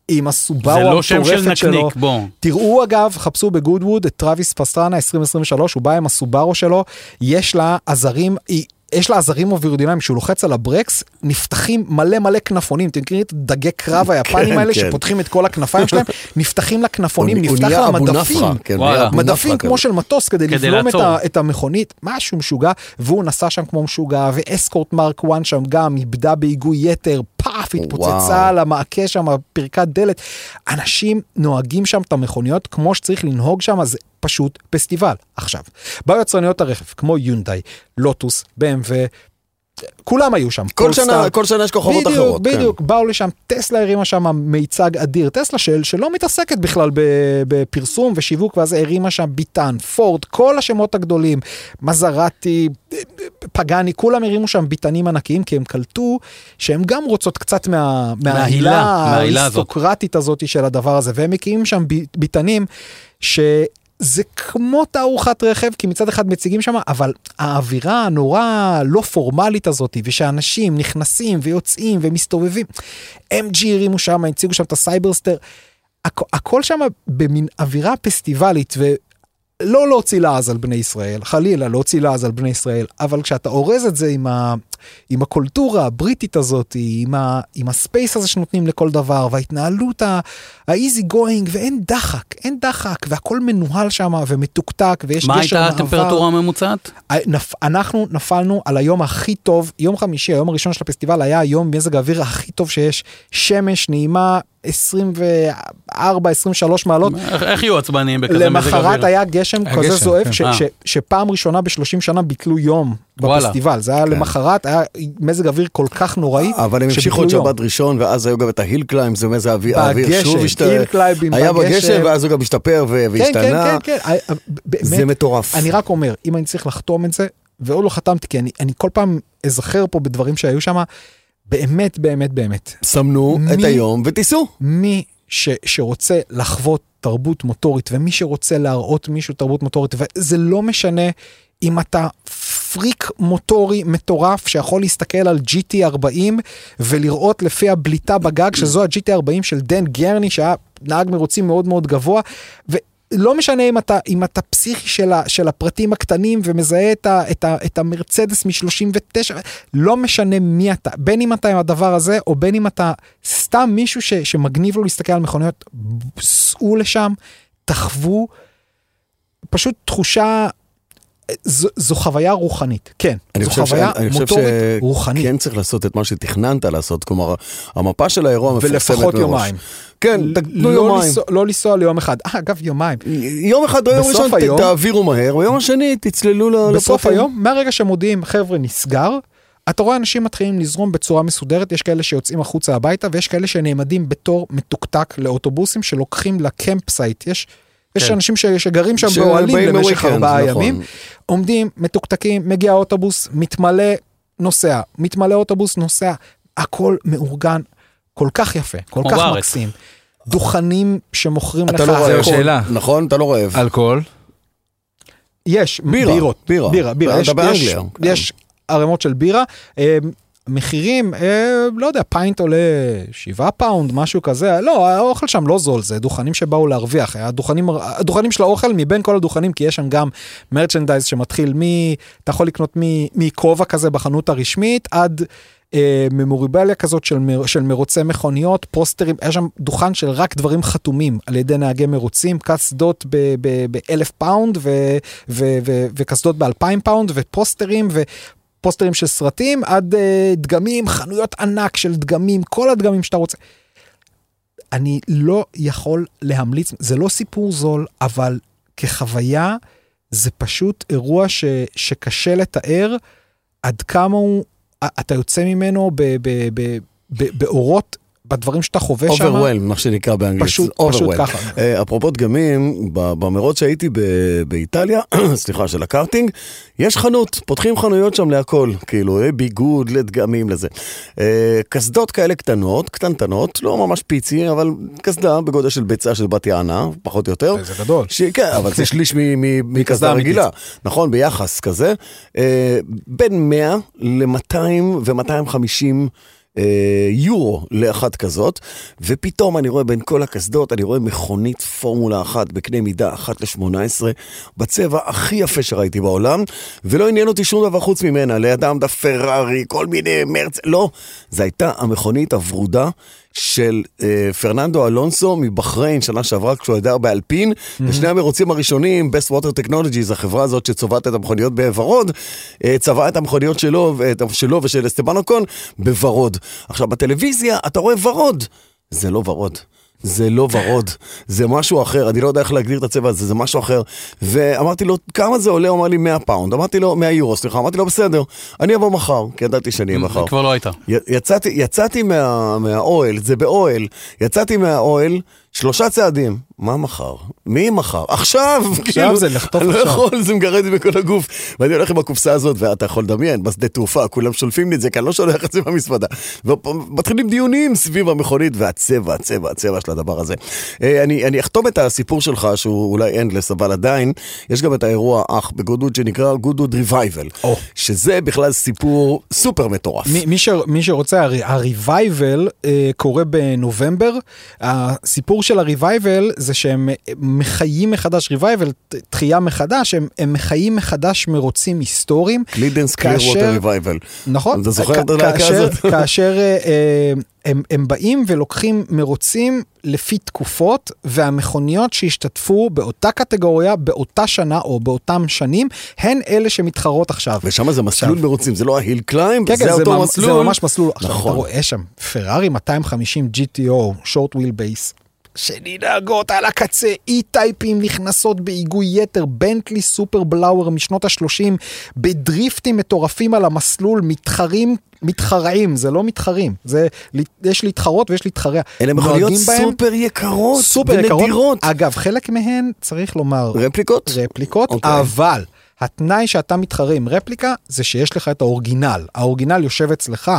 [SPEAKER 3] עם הסובארו
[SPEAKER 2] זה
[SPEAKER 3] המטורפת
[SPEAKER 2] לא שם של
[SPEAKER 3] שלו.
[SPEAKER 2] נקניק, בוא.
[SPEAKER 3] תראו אגב, חפשו בגודווד את טרוויס פסטרנה 2023, הוא בא עם הסובארו שלו, יש לה עזרים, היא... יש לה עזרים אווירודינמיים, שהוא לוחץ על הברקס, נפתחים מלא מלא כנפונים. אתם מכירים את דגי קרב היפנים האלה
[SPEAKER 1] כן.
[SPEAKER 3] שפותחים את כל הכנפיים שלהם? נפתחים לה כנפונים,
[SPEAKER 1] הוא- הוא
[SPEAKER 3] נפתח
[SPEAKER 1] נהיה
[SPEAKER 3] לה
[SPEAKER 1] אבו
[SPEAKER 3] מדפים.
[SPEAKER 1] נפחא, כן,
[SPEAKER 2] וואלה.
[SPEAKER 1] נהיה אבו
[SPEAKER 3] מדפים
[SPEAKER 1] נפחא כזה.
[SPEAKER 3] כמו של מטוס כדי
[SPEAKER 2] כדי
[SPEAKER 3] לבלום את,
[SPEAKER 2] לעצור.
[SPEAKER 3] ה, את המכונית, משהו משוגע, והוא נסע שם כמו משוגע, ואסקורט מרק 1 שם גם איבדה בהיגוי יתר, פח, מטורף, התפוצצה על המעקה שם, פרקת דלת. אנשים נוהגים שם את המכוניות כמו שצריך לנהוג שם, זה פשוט פסטיבל. עכשיו, באו יצרניות הרכב, כמו יונדאי, לוטוס, BMW, כולם היו שם.
[SPEAKER 1] כל שנה,
[SPEAKER 3] פולסטאר.
[SPEAKER 1] כל שנה יש כוכבות
[SPEAKER 3] בדיוק,
[SPEAKER 1] אחרות. כן.
[SPEAKER 3] בדיוק, כן. באו לשם, טסלה הרימה שם מיצג אדיר. טסלה של, שלא מתעסקת בכלל ב- בפרסום ושיווק, ואז הרימה שם ביטן, פורד, כל השמות הגדולים, מזרטי, פגני, כולם הרימו שם ביטנים ענקיים, כי הם קלטו שהן גם רוצות קצת מה,
[SPEAKER 2] מההילה,
[SPEAKER 3] מההילה
[SPEAKER 2] מההילה הזאת.
[SPEAKER 3] האריסטוקרטית הזאת של הדבר הזה, והם מקימים שם בי- ביטנים ש... זה כמו תערוכת רכב, כי מצד אחד מציגים שם, אבל האווירה הנורא לא פורמלית הזאת, ושאנשים נכנסים ויוצאים ומסתובבים, MG הרימו שם, הציגו שם את הסייברסטר, הכ- הכל שם במין אווירה פסטיבלית, ולא לא להוציא לעז על בני ישראל, חלילה להוציא לעז על בני ישראל, אבל כשאתה אורז את זה עם, ה... עם הקולטורה הבריטית הזאת, עם, ה... עם הספייס הזה שנותנים לכל דבר, וההתנהלות האיזי גוינג, ואין דחק, אין דחק, והכל מנוהל שם ומתוקתק, ויש
[SPEAKER 2] מה
[SPEAKER 3] גשר
[SPEAKER 2] הייתה
[SPEAKER 3] מעבר. אה,
[SPEAKER 2] הטמפרטורה הממוצעת?
[SPEAKER 3] נפ... אנחנו נפלנו על היום הכי טוב, יום חמישי, היום הראשון של הפסטיבל היה היום מזג האוויר הכי טוב שיש, שמש נעימה 24-23 מעלות.
[SPEAKER 2] איך- איך יהיו עצבניים בכזה מזג
[SPEAKER 3] למחרת
[SPEAKER 2] אוויר?
[SPEAKER 3] היה גשם
[SPEAKER 4] היה
[SPEAKER 3] כזה
[SPEAKER 4] גשם,
[SPEAKER 3] זועף
[SPEAKER 4] כן.
[SPEAKER 3] ש-
[SPEAKER 2] אה.
[SPEAKER 3] ש- שפעם ראשונה ב-30 שנה ביטלו יום
[SPEAKER 2] וואלה.
[SPEAKER 3] בפסטיבל. זה היה למחרת, היה מזג אוויר כל כך נוראי,
[SPEAKER 1] כן. אה, אבל הם המשיכו
[SPEAKER 3] שביטלו
[SPEAKER 1] את
[SPEAKER 3] יום.
[SPEAKER 1] שבת ראשון, ואז היו גם את ההיל קליימס, זה מאיזה אוויר, האוויר שוב
[SPEAKER 3] בגשם,
[SPEAKER 1] השתנה.
[SPEAKER 3] היל קליימבים
[SPEAKER 1] היה בגשם,
[SPEAKER 3] בגשם.
[SPEAKER 1] ואז הוא גם השתפר ו-
[SPEAKER 3] כן, כן,
[SPEAKER 1] והשתנה.
[SPEAKER 3] כן, כן, אה, אה, באמת,
[SPEAKER 1] זה מטורף.
[SPEAKER 3] אני רק אומר, אם אני צריך לחתום את זה, ועוד לא חתמתי, כי אני, אני כל פעם אזכר פה בדברים שהיו שם, באמת, באמת, באמת,
[SPEAKER 1] סמנו
[SPEAKER 3] מי-
[SPEAKER 1] את היום וטיסעו.
[SPEAKER 3] מי ש, שרוצה לחוות תרבות מוטורית, ומי שרוצה להראות מישהו תרבות מוטורית, וזה לא משנה אם אתה פריק מוטורי מטורף, שיכול להסתכל על GT40 ולראות לפי הבליטה בגג, שזו ה-GT40 של דן גרני, שהיה נהג מרוצים מאוד מאוד גבוה, ו... לא משנה אם אתה, אם אתה פסיכי של, ה, של הפרטים הקטנים ומזהה את, ה, את, ה, את המרצדס מ-39, לא משנה מי אתה, בין אם אתה עם הדבר הזה, או בין אם אתה סתם מישהו ש, שמגניב לו להסתכל על מכוניות, סעו לשם, תחוו, פשוט תחושה, זו, זו חוויה רוחנית, כן,
[SPEAKER 1] אני
[SPEAKER 3] זו
[SPEAKER 1] חושב, ש...
[SPEAKER 3] חוויה
[SPEAKER 1] אני חושב כן,
[SPEAKER 3] מוטורית רוחנית.
[SPEAKER 1] שכן צריך לעשות את מה שתכננת לעשות, כלומר, המפה של האירוע מפורסמת מראש.
[SPEAKER 3] ולפחות יומיים.
[SPEAKER 1] כן, תנו
[SPEAKER 3] לא
[SPEAKER 1] יומיים.
[SPEAKER 3] לנסוע- לא לנסוע ליומיים. אה, אגב, יומיים.
[SPEAKER 1] יום אחד או יום
[SPEAKER 3] בסוף
[SPEAKER 1] ראשון ת-
[SPEAKER 3] היום-
[SPEAKER 1] תעבירו מהר, ביום השני תצללו ל- לפרטים.
[SPEAKER 3] בסוף היום, מהרגע שמודיעים, חבר'ה, נסגר, אתה רואה אנשים מתחילים לזרום בצורה מסודרת, יש כאלה שיוצאים החוצה הביתה, ויש כאלה שנעמדים בתור מתוקתק לאוטובוסים שלוקחים לקמפ סייט. יש... יש
[SPEAKER 2] כן.
[SPEAKER 3] אנשים ש- שגרים שם
[SPEAKER 1] שבאים
[SPEAKER 3] באוהלים במשך
[SPEAKER 1] בוויקנד,
[SPEAKER 3] ארבעה
[SPEAKER 1] נכון.
[SPEAKER 3] ימים, עומדים, מתוקתקים, מגיע אוטובוס, מתמלא, נוסע, מתמלא אוטובוס, נוסע, הכל מאורגן, כל כך יפה, כל
[SPEAKER 2] כמו
[SPEAKER 3] כך
[SPEAKER 2] בארץ.
[SPEAKER 3] מקסים. דוכנים שמוכרים לך
[SPEAKER 1] אתה לא
[SPEAKER 3] הכל.
[SPEAKER 1] רעב,
[SPEAKER 4] השאלה.
[SPEAKER 1] נכון? אתה לא רעב.
[SPEAKER 4] אלכוהול,
[SPEAKER 3] יש,
[SPEAKER 1] בירה,
[SPEAKER 3] בירות,
[SPEAKER 1] בירה.
[SPEAKER 3] בירה, בירה,
[SPEAKER 1] אתה
[SPEAKER 3] יש, יש,
[SPEAKER 1] באנגליה, כן.
[SPEAKER 3] יש ערימות של בירה, אה, מחירים, אה, לא יודע, פיינט עולה 7 פאונד, משהו כזה, לא, האוכל שם לא זול, זה דוכנים שבאו להרוויח, הדוכנים, הדוכנים של האוכל מבין כל הדוכנים, כי יש שם גם מרצ'נדייז שמתחיל מ... אתה יכול לקנות מ- מכובע כזה בחנות הרשמית, עד... אה, ממוריבליה כזאת של, מר, של מרוצי מכוניות, פוסטרים, היה שם דוכן של רק דברים חתומים על ידי נהגי מרוצים, קסדות ב- ב- באלף פאונד ו- ו- ו- וקסדות באלפיים פאונד ופוסטרים ו... פוסטרים של סרטים עד אה, דגמים, חנויות ענק של דגמים, כל הדגמים שאתה רוצה. אני לא יכול להמליץ, זה לא סיפור זול, אבל כחוויה זה פשוט אירוע ש, שקשה לתאר עד כמה הוא, אתה יוצא ממנו ב, ב, ב, ב, באורות, בדברים שאתה חווה שם.
[SPEAKER 1] Overwhelmed, מה שנקרא באנגלית.
[SPEAKER 3] פשוט-
[SPEAKER 1] Overwhelmed.
[SPEAKER 3] פשוט ככה.
[SPEAKER 1] אה, אפרופו דגמים, ב- במרוץ שהייתי ב- באיטליה, סליחה, של הקארטינג, יש חנות, פותחים חנויות שם להכל, כאילו, אה, ביגוד, לדגמים, לזה. אה, קסדות כאלה קטנות, קטנטנות, לא ממש פיצי, אבל קסדה בגודל של ביצה של בת יענה, פחות או יותר.
[SPEAKER 3] זה גדול.
[SPEAKER 1] ש... כן, אבל זה שליש מ- מ- מקסדה
[SPEAKER 3] אמיתית.
[SPEAKER 1] רגילה, נכון, ביחס כזה. אה, בין 100 ל-200 ו-250 אה, יורו לאחת כזאת, ופתאום אני רואה בין כל הקסדות, אני רואה מכונית פורמולה אחת בקנה מידה אחת ל-18, בצבע הכי יפה שראיתי בעולם, ולא עניין אותי שום דבר חוץ ממנה, לידה עמדה פרארי, כל מיני מרצ... לא, זו הייתה המכונית הוורודה. של אה, פרננדו אלונסו מבחריין שנה שעברה כשהוא היה באלפין, ושני המרוצים הראשונים, Best Water Technologies, החברה הזאת שצובעת את המכוניות בוורוד, אה, צבעה את המכוניות שלו, את, שלו ושל אסטבן אוקון בוורוד. עכשיו, בטלוויזיה אתה רואה ורוד, זה לא ורוד. זה לא ורוד, זה משהו אחר, אני לא יודע איך להגדיר את הצבע הזה, זה משהו אחר. ואמרתי לו, כמה זה עולה? הוא אמר לי 100 פאונד. אמרתי לו, 100 יורו, סליחה. אמרתי לו, בסדר, אני אבוא מחר, כי ידעתי שאני אהיה
[SPEAKER 2] זה
[SPEAKER 1] מחר.
[SPEAKER 2] כבר לא הייתה.
[SPEAKER 1] י- יצאתי, יצאתי מה, מהאוהל, זה באוהל, יצאתי מהאוהל, שלושה צעדים. מה מחר? מי מחר? עכשיו! כאילו,
[SPEAKER 3] זה לחטוף
[SPEAKER 1] אני לא
[SPEAKER 3] עכשיו.
[SPEAKER 1] יכול, זה מגרד לי בכל הגוף. ואני הולך עם הקופסה הזאת, ואתה יכול לדמיין, בשדה תעופה, כולם שולפים לי את זה, כי אני לא שולח את זה במזוודה. ומתחילים דיונים סביב המכונית, והצבע, הצבע, הצבע של הדבר הזה. אה, אני, אני אחתום את הסיפור שלך, שהוא אולי אנדלס, אבל עדיין, יש גם את האירוע אח בגודוד שנקרא גודוד ריבייבל.
[SPEAKER 3] או.
[SPEAKER 1] שזה בכלל סיפור סופר מטורף.
[SPEAKER 3] מי, מי, ש, מי שרוצה, הר- הריווייבל אה, קורה בנובמבר. הסיפור של הריווייבל זה שהם אה, מחיים מחדש, ריווייבל, ת- תחייה מחדש, הם, הם מחיים מחדש מרוצים היסטוריים.
[SPEAKER 1] קלידנס קליר
[SPEAKER 3] כאשר-
[SPEAKER 1] ווטר ריבייבל.
[SPEAKER 3] נכון.
[SPEAKER 1] אתה זוכר
[SPEAKER 3] כ-
[SPEAKER 1] את הלהקה
[SPEAKER 3] כאשר-
[SPEAKER 1] הזאת?
[SPEAKER 3] כאשר אה, אה, הם, הם באים ולוקחים מרוצים לפי תקופות, והמכוניות שהשתתפו באותה קטגוריה, באותה שנה או באותם שנים, הן אלה שמתחרות עכשיו.
[SPEAKER 1] ושם זה מסלול מרוצים, זה לא ההיל קליים,
[SPEAKER 3] כן, כן,
[SPEAKER 1] זה
[SPEAKER 3] ממ-
[SPEAKER 1] אותו מסלול.
[SPEAKER 3] זה ממש מסלול. עכשיו, אתה
[SPEAKER 1] נכון.
[SPEAKER 3] רואה שם, פרארי 250 GTO, שורט וויל בייס. שני נהגות על הקצה, אי-טייפים נכנסות בהיגוי יתר, בנטלי סופר בלאואר משנות ה-30, בדריפטים מטורפים על המסלול, מתחרים, מתחרעים, זה לא מתחרים, זה, יש להתחרות ויש להתחרע.
[SPEAKER 1] אלה מכוניות
[SPEAKER 3] נוהגים בהם
[SPEAKER 1] סופר יקרות,
[SPEAKER 3] סופר יקרות.
[SPEAKER 1] ונדירות.
[SPEAKER 3] אגב, חלק מהן, צריך לומר,
[SPEAKER 1] רפליקות?
[SPEAKER 3] רפליקות, okay.
[SPEAKER 1] אוקיי.
[SPEAKER 3] אבל התנאי שאתה מתחרה עם רפליקה זה שיש לך את האורגינל. האורגינל יושב אצלך.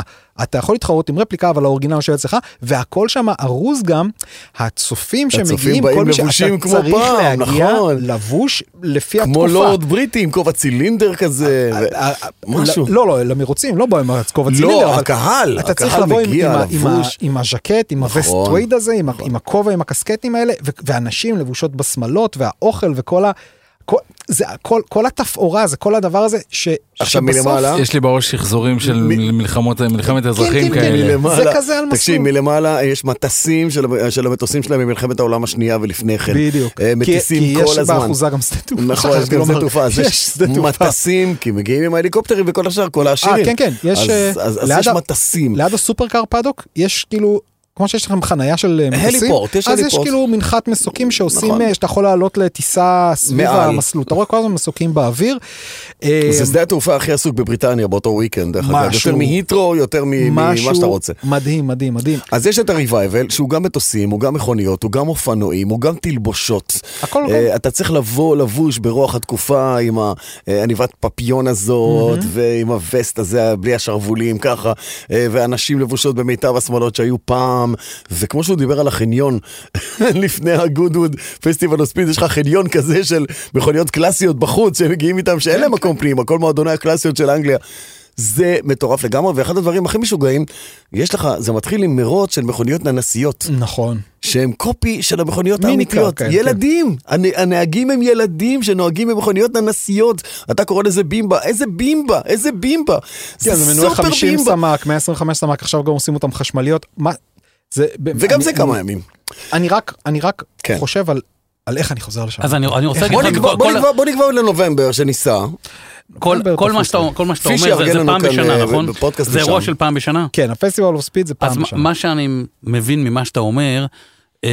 [SPEAKER 3] אתה יכול להתחרות עם רפליקה, אבל האורגינל יושב אצלך, והכל שם ארוז גם. הצופים
[SPEAKER 1] הצופים
[SPEAKER 3] שמגיעים,
[SPEAKER 1] באים
[SPEAKER 3] כל מי שאתה
[SPEAKER 1] לבושים כמו
[SPEAKER 3] צריך
[SPEAKER 1] פעם,
[SPEAKER 3] להגיע
[SPEAKER 1] נכון.
[SPEAKER 3] לבוש לפי
[SPEAKER 1] כמו
[SPEAKER 3] התקופה.
[SPEAKER 1] לורד בריטי עם כובע צילינדר כזה. ו-
[SPEAKER 3] אה, אה,
[SPEAKER 1] משהו.
[SPEAKER 3] לא, לא, למרוצים, לא בא עם הכובע
[SPEAKER 1] לא,
[SPEAKER 3] צילינדר. אבל
[SPEAKER 1] הקהל,
[SPEAKER 3] אתה צריך
[SPEAKER 1] הקהל
[SPEAKER 3] לבוא עם-
[SPEAKER 1] מגיע
[SPEAKER 3] עם ה- עם ה-
[SPEAKER 1] לבוש.
[SPEAKER 3] עם הז'קט, עם הווסט
[SPEAKER 1] נכון.
[SPEAKER 3] טווייד הזה, עם ה- עם הכובע, עם הקסקטים האלה, ו- והנשים לבושות בשמלות, והאוכל וכל ה... כל- זה הכל, כל התפאורה, זה כל הדבר הזה, ש...
[SPEAKER 1] עכשיו
[SPEAKER 3] שבסוף-
[SPEAKER 1] מלמעלה?
[SPEAKER 4] יש לי בראש שחזורים של
[SPEAKER 1] מ-
[SPEAKER 4] מלחמות, מלחמת
[SPEAKER 3] אה? כן,
[SPEAKER 4] האזרחים
[SPEAKER 3] כן,
[SPEAKER 4] כאלה.
[SPEAKER 1] מלמעלה-
[SPEAKER 3] זה כזה על מסלול.
[SPEAKER 1] תקשיב, מלמעלה יש מטסים של של המטוסים שלהם ממלחמת העולם השנייה ולפני כן.
[SPEAKER 3] בדיוק.
[SPEAKER 1] אה,
[SPEAKER 3] כי-
[SPEAKER 1] מטיסים
[SPEAKER 3] כי
[SPEAKER 1] כל
[SPEAKER 3] יש
[SPEAKER 1] הזמן.
[SPEAKER 3] באחוזה גם שדה תעופה.
[SPEAKER 1] נכון, יש
[SPEAKER 3] שכחתי
[SPEAKER 1] גם שדה
[SPEAKER 3] לומר.
[SPEAKER 1] תעופה, אז
[SPEAKER 3] יש
[SPEAKER 1] יש
[SPEAKER 3] שדה תעופה.
[SPEAKER 1] מטסים, כי מגיעים עם ההליקופטרים וכל השאר, כל העשירים.
[SPEAKER 3] אה, כן, כן, יש...
[SPEAKER 1] אז-
[SPEAKER 3] אה,
[SPEAKER 1] אז אז
[SPEAKER 3] ליד
[SPEAKER 1] יש
[SPEAKER 3] ה-
[SPEAKER 1] מטסים.
[SPEAKER 3] ליד הסופרקר פאדוק, יש כאילו... כמו שיש לכם חנייה של אה, מטוסים,
[SPEAKER 1] הליפורט, יש
[SPEAKER 3] אז יש
[SPEAKER 1] הליפורט.
[SPEAKER 3] כאילו מנחת מסוקים שעושים,
[SPEAKER 1] נכון.
[SPEAKER 3] אה, שאתה יכול לעלות לטיסה סביב
[SPEAKER 1] מעל.
[SPEAKER 3] המסלול. אתה רואה כל הזמן מסוקים באוויר. אה,
[SPEAKER 1] זה שדה התעופה הכי עסוק בבריטניה באותו וויקנד, דרך אגב.
[SPEAKER 3] משהו-
[SPEAKER 1] יותר מהיטרו, יותר מ- ממה שאתה רוצה.
[SPEAKER 3] מדהים, מדהים, מדהים.
[SPEAKER 1] אז יש את הריווייבל, שהוא גם מטוסים, הוא גם מכוניות, הוא גם אופנועים, הוא גם תלבושות.
[SPEAKER 3] הכל
[SPEAKER 1] אה,
[SPEAKER 3] הכל.
[SPEAKER 1] אתה צריך לבוא לבוש ברוח התקופה עם העניבת פפיון הזאת, ועם הווסט הזה, בלי השרוולים ככה, אה, והנשים לבושות במיטב השמאלות שהיו פעם, וכמו שהוא דיבר על החניון לפני הגודווד פסטיבל אוספיד, יש לך חניון כזה של מכוניות קלאסיות בחוץ, שהם מגיעים איתם, שאין להם מקום פנים, הכל מועדוני הקלאסיות של אנגליה. זה מטורף לגמרי, ואחד הדברים הכי משוגעים, יש לך, זה מתחיל עם מרוץ של מכוניות ננסיות,
[SPEAKER 3] נכון.
[SPEAKER 1] שהן קופי של המכוניות
[SPEAKER 3] מיני
[SPEAKER 1] האמיתיות.
[SPEAKER 3] קאר, כן,
[SPEAKER 1] ילדים, הנ- הנהגים הם ילדים שנוהגים במכוניות ננסיות. אתה קורא לזה בימבה, איזה בימבה, איזה בימבה.
[SPEAKER 3] כן, זה מנועי
[SPEAKER 1] סופר
[SPEAKER 3] 50
[SPEAKER 1] בימבה.
[SPEAKER 3] סמ"ק, 125 סמ"ק, עכשיו גם עושים אותם חשמליות. מה? זה...
[SPEAKER 1] וגם
[SPEAKER 3] אני-
[SPEAKER 1] זה כמה
[SPEAKER 3] אני-
[SPEAKER 1] ימים.
[SPEAKER 3] אני רק, אני רק
[SPEAKER 1] כן.
[SPEAKER 3] חושב על... על איך אני חוזר לשם.
[SPEAKER 2] אז אני אני רוצה
[SPEAKER 1] בוא
[SPEAKER 2] להגיד לך,
[SPEAKER 1] נקבע-
[SPEAKER 2] כל-
[SPEAKER 1] בוא
[SPEAKER 2] כל-
[SPEAKER 1] נקבע- בוא נקבע לנובמבר שניסע.
[SPEAKER 2] כל-
[SPEAKER 3] נדבר
[SPEAKER 2] כל מה
[SPEAKER 3] תפוס
[SPEAKER 2] שאתה
[SPEAKER 3] לי.
[SPEAKER 2] כל מה שאתה
[SPEAKER 1] כפי
[SPEAKER 2] אומר זה-
[SPEAKER 1] שיארגן
[SPEAKER 2] זה
[SPEAKER 1] לנו
[SPEAKER 2] פעם
[SPEAKER 1] כאן,
[SPEAKER 2] בשנה,
[SPEAKER 1] אה,
[SPEAKER 2] נכון?
[SPEAKER 1] בפודקאסט
[SPEAKER 2] זה
[SPEAKER 1] משם.
[SPEAKER 2] אירוע של פעם בשנה.
[SPEAKER 3] כן, הפסטיבל אוף ספיד זה
[SPEAKER 2] אז
[SPEAKER 3] פעם
[SPEAKER 2] מה-
[SPEAKER 3] בשנה.
[SPEAKER 2] מה שאני מבין ממה שאתה אומר, אמ,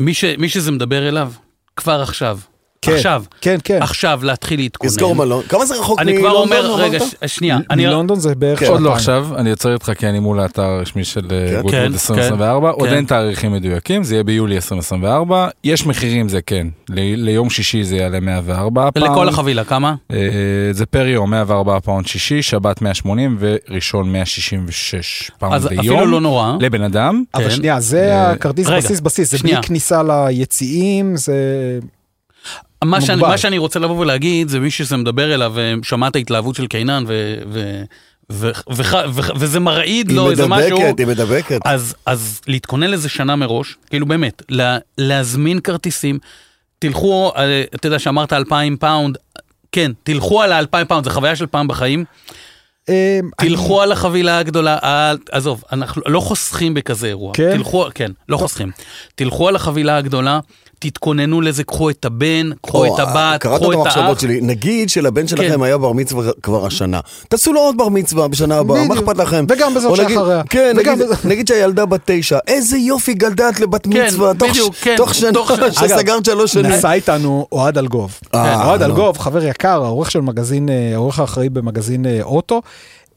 [SPEAKER 2] מי ש- מי שזה מדבר אליו, כבר עכשיו.
[SPEAKER 3] כן,
[SPEAKER 2] עכשיו.
[SPEAKER 3] כן, כן.
[SPEAKER 2] עכשיו להתחיל להתכונן.
[SPEAKER 1] לסגור מלון. כמה זה רחוק
[SPEAKER 2] אני כבר
[SPEAKER 1] מלונדון,
[SPEAKER 2] אומר, רגע,
[SPEAKER 1] אמרת?
[SPEAKER 2] ש- שנייה. אני-
[SPEAKER 3] מלונדון זה בערך
[SPEAKER 1] כן.
[SPEAKER 4] עוד לא
[SPEAKER 3] שנתיים.
[SPEAKER 4] עכשיו, אני עוצר איתך כי אני מול האתר הרשמי של אה,
[SPEAKER 1] כן.
[SPEAKER 4] גוטרוד
[SPEAKER 2] כן,
[SPEAKER 4] 2024, עוד
[SPEAKER 2] כן.
[SPEAKER 4] אין תאריכים מדויקים, זה יהיה ביולי 2024, יש מחירים זה כן, ל- ליום שישי זה יעלה 104 פאונד,
[SPEAKER 2] לכל החבילה, כמה?
[SPEAKER 4] אה, זה פר יום 104 פאונד שישי, שבת 180 וראשון 166 פאונד
[SPEAKER 2] אז
[SPEAKER 4] ליום,
[SPEAKER 2] אפילו לא נורא.
[SPEAKER 4] לבן אדם,
[SPEAKER 3] אבל
[SPEAKER 2] כן.
[SPEAKER 3] שנייה, זה הכרטיס
[SPEAKER 2] רגע,
[SPEAKER 3] בסיס בסיס, זה בלי
[SPEAKER 2] שנייה.
[SPEAKER 3] כניסה ליציעים, זה...
[SPEAKER 2] מה שאני,
[SPEAKER 3] מוגבל.
[SPEAKER 2] מה שאני רוצה לבוא ולהגיד זה מי שזה מדבר אליו אה, שמע את ההתלהבות של קינן ו, ו, ו, ו, ו, וזה מרעיד לו איזה משהו.
[SPEAKER 1] היא מדבקת, היא מדבקת.
[SPEAKER 2] אז, אז להתכונן לזה שנה מראש, כאילו באמת, לה, להזמין כרטיסים, תלכו, אה, אתה יודע שאמרת 2,000 פאונד, כן, תלכו על ה-2,000 פאונד, זו חוויה של פעם בחיים.
[SPEAKER 3] אה,
[SPEAKER 2] תלכו על החבילה הגדולה, אל- עזוב, אנחנו לא חוסכים בכזה אירוע.
[SPEAKER 3] כן?
[SPEAKER 2] תלכו, כן, לא חוסכים. תלכו על החבילה הגדולה, תתכוננו לזה, קחו את הבן, קחו
[SPEAKER 1] או, אה,
[SPEAKER 2] את הבת,
[SPEAKER 1] קראת
[SPEAKER 2] קחו
[SPEAKER 1] את
[SPEAKER 2] את האח.
[SPEAKER 1] המחשבות שלי. נגיד שלבן שלכם
[SPEAKER 2] כן.
[SPEAKER 1] היה בר מצווה כבר השנה. תעשו לו עוד בר מצווה בשנה הבאה, מה
[SPEAKER 3] בדיוק.
[SPEAKER 1] אכפת לכם?
[SPEAKER 3] וגם בזאת
[SPEAKER 1] או נגיד-
[SPEAKER 3] שאחריה.
[SPEAKER 1] כן,
[SPEAKER 3] וגם
[SPEAKER 1] נגיד-
[SPEAKER 3] בזאת-
[SPEAKER 1] נגיד שהילדה בת תשע, איזה יופי גדלת לבת
[SPEAKER 2] כן,
[SPEAKER 1] מצווה. תוך ש-
[SPEAKER 2] בדיוק, כן.
[SPEAKER 1] תוך שנה,
[SPEAKER 2] תוך שנה.
[SPEAKER 1] שסגרת שלוש שנים.
[SPEAKER 3] נסע איתנו אוהד אלגוב. כן,
[SPEAKER 1] אה,
[SPEAKER 3] אוהד
[SPEAKER 1] לא.
[SPEAKER 3] אלגוב, חבר יקר, העורך של מגזין, אה, העורך האחראי במגזין אה, אוטו.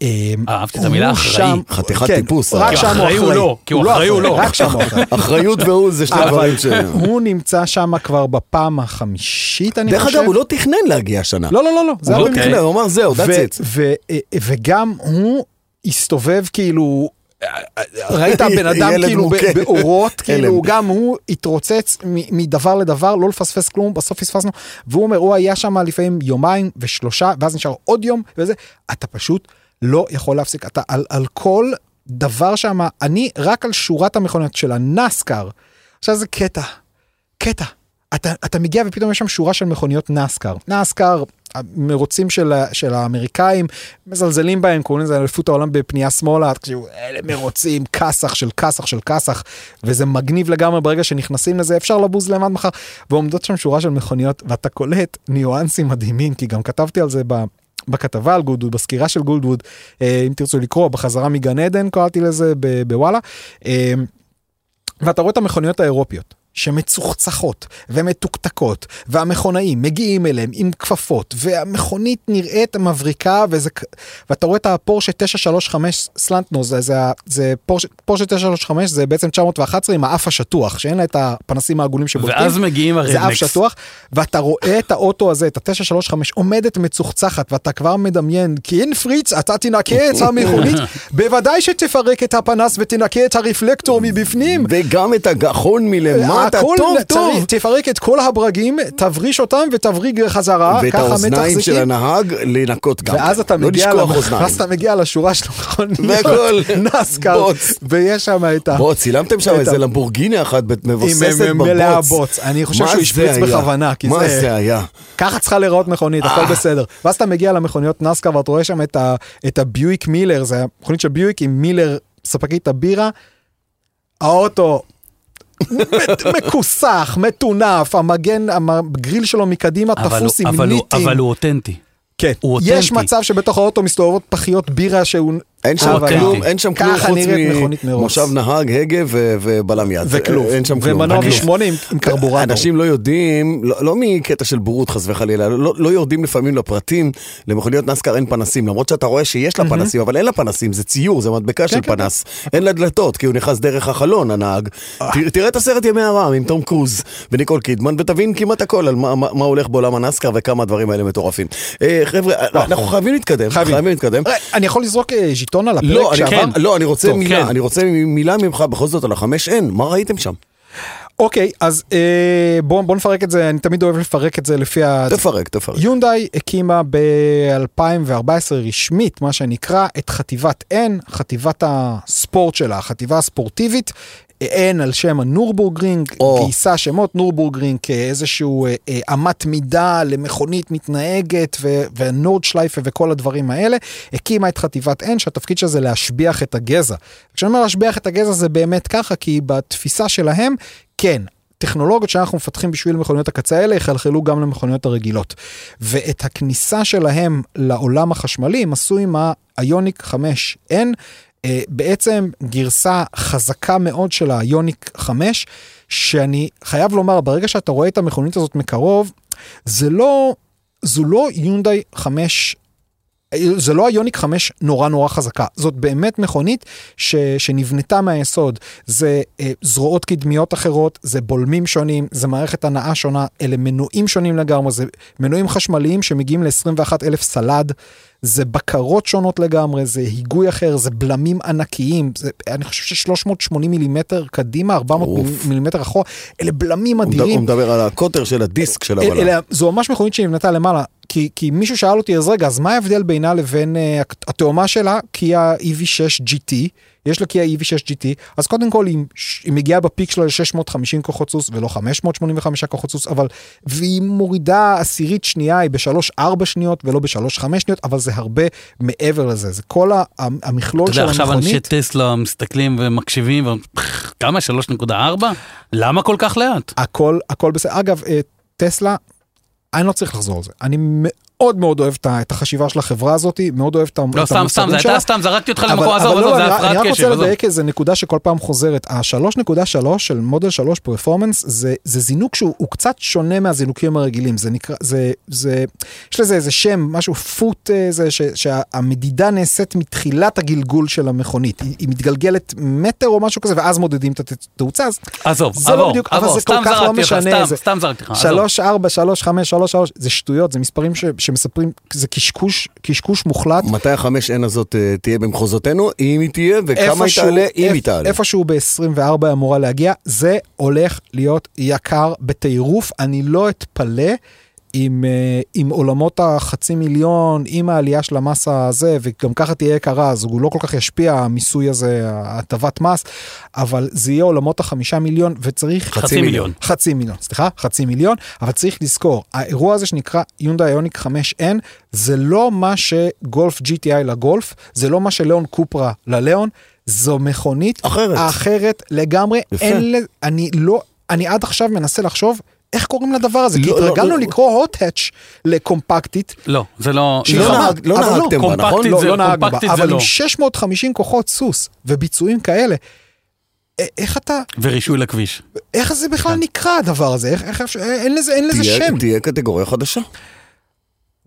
[SPEAKER 3] אה,
[SPEAKER 2] אהבתי את המילה
[SPEAKER 3] הוא
[SPEAKER 2] אחראי.
[SPEAKER 3] שם-
[SPEAKER 1] חתיכת
[SPEAKER 3] כן,
[SPEAKER 1] טיפוס, אה.
[SPEAKER 3] רק
[SPEAKER 1] כי
[SPEAKER 3] שם הוא
[SPEAKER 2] אחראי הוא
[SPEAKER 3] אחראי.
[SPEAKER 2] לא, כי הוא אחראי הוא
[SPEAKER 1] אה,
[SPEAKER 2] לא.
[SPEAKER 3] רק שם הוא אחראי.
[SPEAKER 1] אחריות והוא זה שני
[SPEAKER 3] אבל
[SPEAKER 1] דברים ש...
[SPEAKER 3] הוא נמצא שם כבר בפעם החמישית, אני
[SPEAKER 1] דרך
[SPEAKER 3] חושב.
[SPEAKER 1] אגב, הוא לא תכנן להגיע השנה.
[SPEAKER 3] לא, לא, לא, לא. זה
[SPEAKER 1] הוא
[SPEAKER 3] היה
[SPEAKER 1] לא
[SPEAKER 2] אוקיי.
[SPEAKER 1] תכנן, הוא אמר זהו,
[SPEAKER 3] ו-
[SPEAKER 1] that's it.
[SPEAKER 3] ו- ו- וגם הוא הסתובב כאילו, ראית בן אדם
[SPEAKER 1] ילד
[SPEAKER 3] כאילו
[SPEAKER 1] מוכה.
[SPEAKER 3] ב- באורות,
[SPEAKER 1] הלם.
[SPEAKER 3] כאילו גם הוא התרוצץ מ- מדבר לדבר, לא לפספס כלום, בסוף פספסנו, והוא אומר, הוא היה שם לפעמים יומיים ושלושה, ואז נשאר עוד יום, וזה, אתה פשוט לא יכול להפסיק, אתה על, על כל דבר שם, אני רק על שורת המכוניות של הנסקר, עכשיו זה קטע. קטע. אתה, אתה מגיע ופתאום יש שם שורה של מכוניות נסקר. נסקר, המרוצים של, ה- של האמריקאים, מזלזלים בהם, קוראים לזה אליפות העולם בפנייה שמאלה, תקשיבו, אלה מרוצים, כסח של כסח של כסח, וזה מגניב לגמרי ברגע שנכנסים לזה, אפשר לבוז להם עד מחר, ועומדות שם שורה של מכוניות, ואתה קולט ניואנסים מדהימים, כי גם כתבתי על זה ב... בכתבה על גולדווד, בסקירה של גולדווד, אה, אם תרצו לקרוא, בחזרה מגן עדן, קראתי לזה ב- בוואלה. אה, ואתה רואה את המכוניות האירופיות, שמצוחצחות ומתוקתקות, והמכונאים מגיעים אליהם עם כפפות, והמכונית נראית מבריקה, וזה... כ- ואתה רואה את הפורשה 935 סלנטנו, זה, זה, ה- זה פורשה, פורשה 935 זה בעצם 911 עם האף השטוח, שאין לה את הפנסים העגולים שבולטים.
[SPEAKER 2] ואז מגיעים
[SPEAKER 3] זה אף
[SPEAKER 2] הרדנקס.
[SPEAKER 3] שטוח, ואתה רואה את האוטו הזה, את ה-935, עומדת מצוחצחת, ואתה כבר מדמיין, כי אין פריץ, אתה תנקה את המכונית, בוודאי שתפרק את הפנס ותנקה את הרפלקטור מבפנים.
[SPEAKER 1] וגם את הגחון מלמטה,
[SPEAKER 3] הכל
[SPEAKER 1] טוב,
[SPEAKER 3] צריך-
[SPEAKER 1] טוב.
[SPEAKER 3] תפרק את כל הברגים, תבריש אותם ותבריג חזרה,
[SPEAKER 1] ואת
[SPEAKER 3] אה, ככה
[SPEAKER 1] האוזניים של
[SPEAKER 3] מתחזקים.
[SPEAKER 1] הנהג לנקות גם.
[SPEAKER 3] ואז אתה
[SPEAKER 1] לא
[SPEAKER 3] מגיע
[SPEAKER 1] לשכוח
[SPEAKER 3] למ-
[SPEAKER 1] אוזניים.
[SPEAKER 3] ואז אתה מגיע לשורה של מכוניות,
[SPEAKER 1] והכל
[SPEAKER 3] נסקר,
[SPEAKER 1] בוץ.
[SPEAKER 3] ויש שם את ה...
[SPEAKER 1] בוא, צילמתם שם
[SPEAKER 3] את
[SPEAKER 1] איזה
[SPEAKER 3] ה-
[SPEAKER 1] למבורגיני אחת ב- מבוססת
[SPEAKER 3] עם- עם-
[SPEAKER 1] בבוץ.
[SPEAKER 3] מלאה בוץ. אני חושב
[SPEAKER 1] מה
[SPEAKER 3] שהוא
[SPEAKER 1] זה
[SPEAKER 3] השפריץ
[SPEAKER 1] היה?
[SPEAKER 3] בכוונה, כי
[SPEAKER 1] מה
[SPEAKER 3] זה-
[SPEAKER 1] זה היה?
[SPEAKER 3] ככה צריכה להיראות מכונית,
[SPEAKER 1] אה.
[SPEAKER 3] הכל בסדר. ואז אתה מגיע למכוניות נסקר ואתה רואה שם את, ה, את הביואיק מילר, זה המכונית של ביואיק עם מילר, ספקית הבירה, האוטו מת- מכוסח, מטונף, המגן, המ- הגריל שלו מקדימה
[SPEAKER 2] אבל
[SPEAKER 3] תפוס
[SPEAKER 2] הוא-
[SPEAKER 3] עם
[SPEAKER 2] אבל הוא-
[SPEAKER 3] ניטים.
[SPEAKER 2] אבל הוא אותנטי.
[SPEAKER 3] כן,
[SPEAKER 2] הוא
[SPEAKER 3] יש
[SPEAKER 2] אותנטי.
[SPEAKER 3] מצב שבתוך האוטו מסתובבות פחיות בירה שהוא... אוקיי.
[SPEAKER 1] אין שם
[SPEAKER 2] אבל-
[SPEAKER 1] כלום, אין שם כלום
[SPEAKER 3] כן. ככה
[SPEAKER 1] חוץ
[SPEAKER 3] נראית מכונית מרוץ.
[SPEAKER 1] ממושב נהג, הגה ו- ובלם יד.
[SPEAKER 3] וכלוב.
[SPEAKER 1] אין שם כלום.
[SPEAKER 3] ומנוע
[SPEAKER 1] הכלוב.
[SPEAKER 3] משמונה עם- עם קרבורדו.
[SPEAKER 1] אנשים לא יודעים, לא, לא מקטע של בורות חס וחלילה, לא, לא יורדים לפעמים לפרטים, למכוניות נסקר אין פנסים, למרות שאתה רואה שיש לה פנסים, אבל אין לה פנסים, זה ציור, זה מדבקה של
[SPEAKER 3] כן, אה.
[SPEAKER 1] פנס. אין לה דלתות, כי הוא נכנס דרך החלון, הנהג. ת- תראה את הסרט ימי הרעם עם תום קרוז וניקול קידמן, ותבין כמעט הכל על מה, מה, מה הולך בעולם הנסקר וכמה הדברים האלה מטורפים. אה, חבר'ה, אנחנו חייבים להתקדם,
[SPEAKER 3] חייבים.
[SPEAKER 1] חייבים להתקדם.
[SPEAKER 3] אה, אני יכול לזרוק אה, ז'יטון על הפרק
[SPEAKER 1] לא, אני,
[SPEAKER 3] שעבר?
[SPEAKER 1] כן. לא, אני רוצה
[SPEAKER 2] טוב,
[SPEAKER 1] מילה,
[SPEAKER 2] כן.
[SPEAKER 1] אני רוצה מילה ממך בכל זאת על החמש N, מה ראיתם שם?
[SPEAKER 3] אוקיי, אז אה, בואו בוא נפרק את זה, אני תמיד אוהב לפרק את זה לפי ה...
[SPEAKER 1] תפרק, תפרק.
[SPEAKER 3] יונדאי הקימה ב-2014 רשמית, מה שנקרא, את חטיבת N, חטיבת הספורט שלה, החטיבה הספורטיבית. אה, N על שם הנורבורגרינג,
[SPEAKER 1] או.
[SPEAKER 3] גייסה שמות נורבורגרינג כאיזשהו אה, אה, אמת מידה למכונית מתנהגת ו- ונורדשלייפה וכל הדברים האלה, הקימה את חטיבת N שהתפקיד שלה זה להשביח את הגזע. כשאני אומר להשביח את הגזע זה באמת ככה, כי בתפיסה שלהם, כן, טכנולוגיות שאנחנו מפתחים בשביל מכוניות הקצה האלה יחלחלו גם למכוניות הרגילות. ואת הכניסה שלהם לעולם החשמלי הם עשו עם האיוניק 5N, אה, בעצם גרסה חזקה מאוד של האיוניק 5, שאני חייב לומר, ברגע שאתה רואה את המכונית הזאת מקרוב, זה לא, זו לא יונדאי 5 זה לא היוניק 5 נורא נורא חזקה, זאת באמת מכונית ש, שנבנתה מהיסוד. זה אה, זרועות קדמיות אחרות, זה בולמים שונים, זה מערכת הנעה שונה, אלה מנועים שונים לגמרי, זה מנועים חשמליים שמגיעים ל-21 אלף סלד, זה בקרות שונות לגמרי, זה היגוי אחר, זה בלמים ענקיים, זה, אני חושב ש-380 מילימטר קדימה, 400
[SPEAKER 1] אוף.
[SPEAKER 3] מילימטר אחורה, אלה בלמים
[SPEAKER 1] הוא מד- הוא
[SPEAKER 3] אדירים.
[SPEAKER 1] מדבר על הקוטר של הדיסק של
[SPEAKER 3] אל-
[SPEAKER 1] הבלם.
[SPEAKER 3] אלא זו ממש מכונית שנבנתה למעלה, כי, כי מישהו שאל אותי, אז רגע, אז מה ההבדל בינה לבין uh, התאומה שלה? קיה E EV6 GT, יש לה קיה E EV6 GT, אז קודם כל היא, היא מגיעה בפיק שלה ל-650 כוחות סוס ולא 585 כוחות סוס, אבל, והיא מורידה עשירית שנייה, היא ב-3-4 שניות ולא ב-3-5 שניות, אבל זה הרבה מעבר לזה, זה כל ה- המכלול
[SPEAKER 2] אתה
[SPEAKER 3] של
[SPEAKER 2] יודע, עכשיו אנשי
[SPEAKER 3] המכונית.
[SPEAKER 2] טסלה מסתכלים ומקשיבים, ואומרים, "פח, כמה? 3.4? למה כל כך לאט?
[SPEAKER 3] הכל הכל בסדר. אגב, אה, טסלה, אני לא צריך לחזור על זה. אני מאוד מאוד אוהב את ה- את החשיבה של החברה הזאת, מאוד אוהב את ה-
[SPEAKER 2] לא, סתם,
[SPEAKER 3] את
[SPEAKER 2] סתם,
[SPEAKER 3] המוצרים
[SPEAKER 2] זה
[SPEAKER 3] שלה.
[SPEAKER 2] הייתה סתם, זרקתי אותך
[SPEAKER 3] אבל-
[SPEAKER 2] למקום, עזוב,
[SPEAKER 3] אבל
[SPEAKER 2] עזוב,
[SPEAKER 3] לא,
[SPEAKER 2] זה
[SPEAKER 3] אני- אני רק
[SPEAKER 2] הפרעת
[SPEAKER 3] רוצה
[SPEAKER 2] קשב, עזוב.
[SPEAKER 3] לדייק איזה נקודה שכל פעם חוזרת. ה-3.3 של מודל 3 פרפורמנס זה זה זינוק שהוא הוא קצת שונה מהזינוקים הרגילים. זה נקרא, זה, זה, יש לזה איזה שם, משהו פוט, אה, זה ש- שהמדידה נעשית מתחילת הגלגול של המכונית. היא היא מתגלגלת מטר או משהו כזה, ואז מודדים את התאוצה, אז
[SPEAKER 2] עזוב,
[SPEAKER 3] זה לא
[SPEAKER 2] עבור,
[SPEAKER 3] בדיוק, אבל
[SPEAKER 2] עבור,
[SPEAKER 3] זה כל
[SPEAKER 2] סתם
[SPEAKER 3] כך לא
[SPEAKER 2] זרקתי לך,
[SPEAKER 3] משנה,
[SPEAKER 2] סתם,
[SPEAKER 3] זה-
[SPEAKER 2] סתם זרקתי לך, עזוב.
[SPEAKER 3] שלוש, ארבע, שלוש, חמש, שלוש, שלוש, זה שטויות, זה מספרים ש, שמספרים, זה קשקוש, קשקוש מוחלט.
[SPEAKER 1] מתי החמש N הזאת אה, תהיה במחוזותינו, אם היא תהיה, וכמה היא
[SPEAKER 3] איפשהו-
[SPEAKER 1] תעלה, אם
[SPEAKER 3] איפ-
[SPEAKER 1] היא תעלה.
[SPEAKER 3] איפשהו ב-24 היא אמורה להגיע, זה הולך להיות יקר בטירוף, אני לא אתפלא. עם, אה, עם עולמות החצי מיליון, עם העלייה של המס הזה, וגם ככה תהיה יקרה, אז הוא לא כל כך ישפיע, המיסוי הזה, הטבת מס, אבל זה יהיה עולמות החמישה מיליון, וצריך...
[SPEAKER 2] חצי מיליון.
[SPEAKER 3] חצי מיליון, סליחה, חצי מיליון, אבל צריך לזכור, האירוע הזה שנקרא יונדאי איוניק 5N, זה לא מה שגולף GTI לגולף, זה לא מה שלאון קופרה ללאון, זו מכונית
[SPEAKER 1] אחרת.
[SPEAKER 3] אחרת לגמרי.
[SPEAKER 1] יפה.
[SPEAKER 3] אין ל... אני לא, אני עד עכשיו מנסה לחשוב איך קוראים לדבר הזה, כי
[SPEAKER 1] לא, לא,
[SPEAKER 3] התרגלנו
[SPEAKER 1] לא.
[SPEAKER 3] לקרוא הוט-האץ' לקומפקטית.
[SPEAKER 2] לא, זה לא...
[SPEAKER 3] שהיא
[SPEAKER 1] לא
[SPEAKER 2] נכון.
[SPEAKER 3] חמה,
[SPEAKER 1] נהג- לא
[SPEAKER 3] אבל
[SPEAKER 1] נהגתם בה, נכון?
[SPEAKER 2] קומפקטית
[SPEAKER 3] לא,
[SPEAKER 2] זה-
[SPEAKER 3] לא נהגנו בה,
[SPEAKER 2] קומפקטית זה
[SPEAKER 3] אבל
[SPEAKER 2] לא.
[SPEAKER 3] עם 650 כוחות סוס וביצועים כאלה, א- איך אתה,
[SPEAKER 2] ורישוי לכביש.
[SPEAKER 3] איך זה בכלל נקרא הדבר הזה? איך, איך, אפשר- אין לזה, אין לזה
[SPEAKER 1] תהיה-
[SPEAKER 3] שם.
[SPEAKER 1] תהיה קטגוריה חדשה.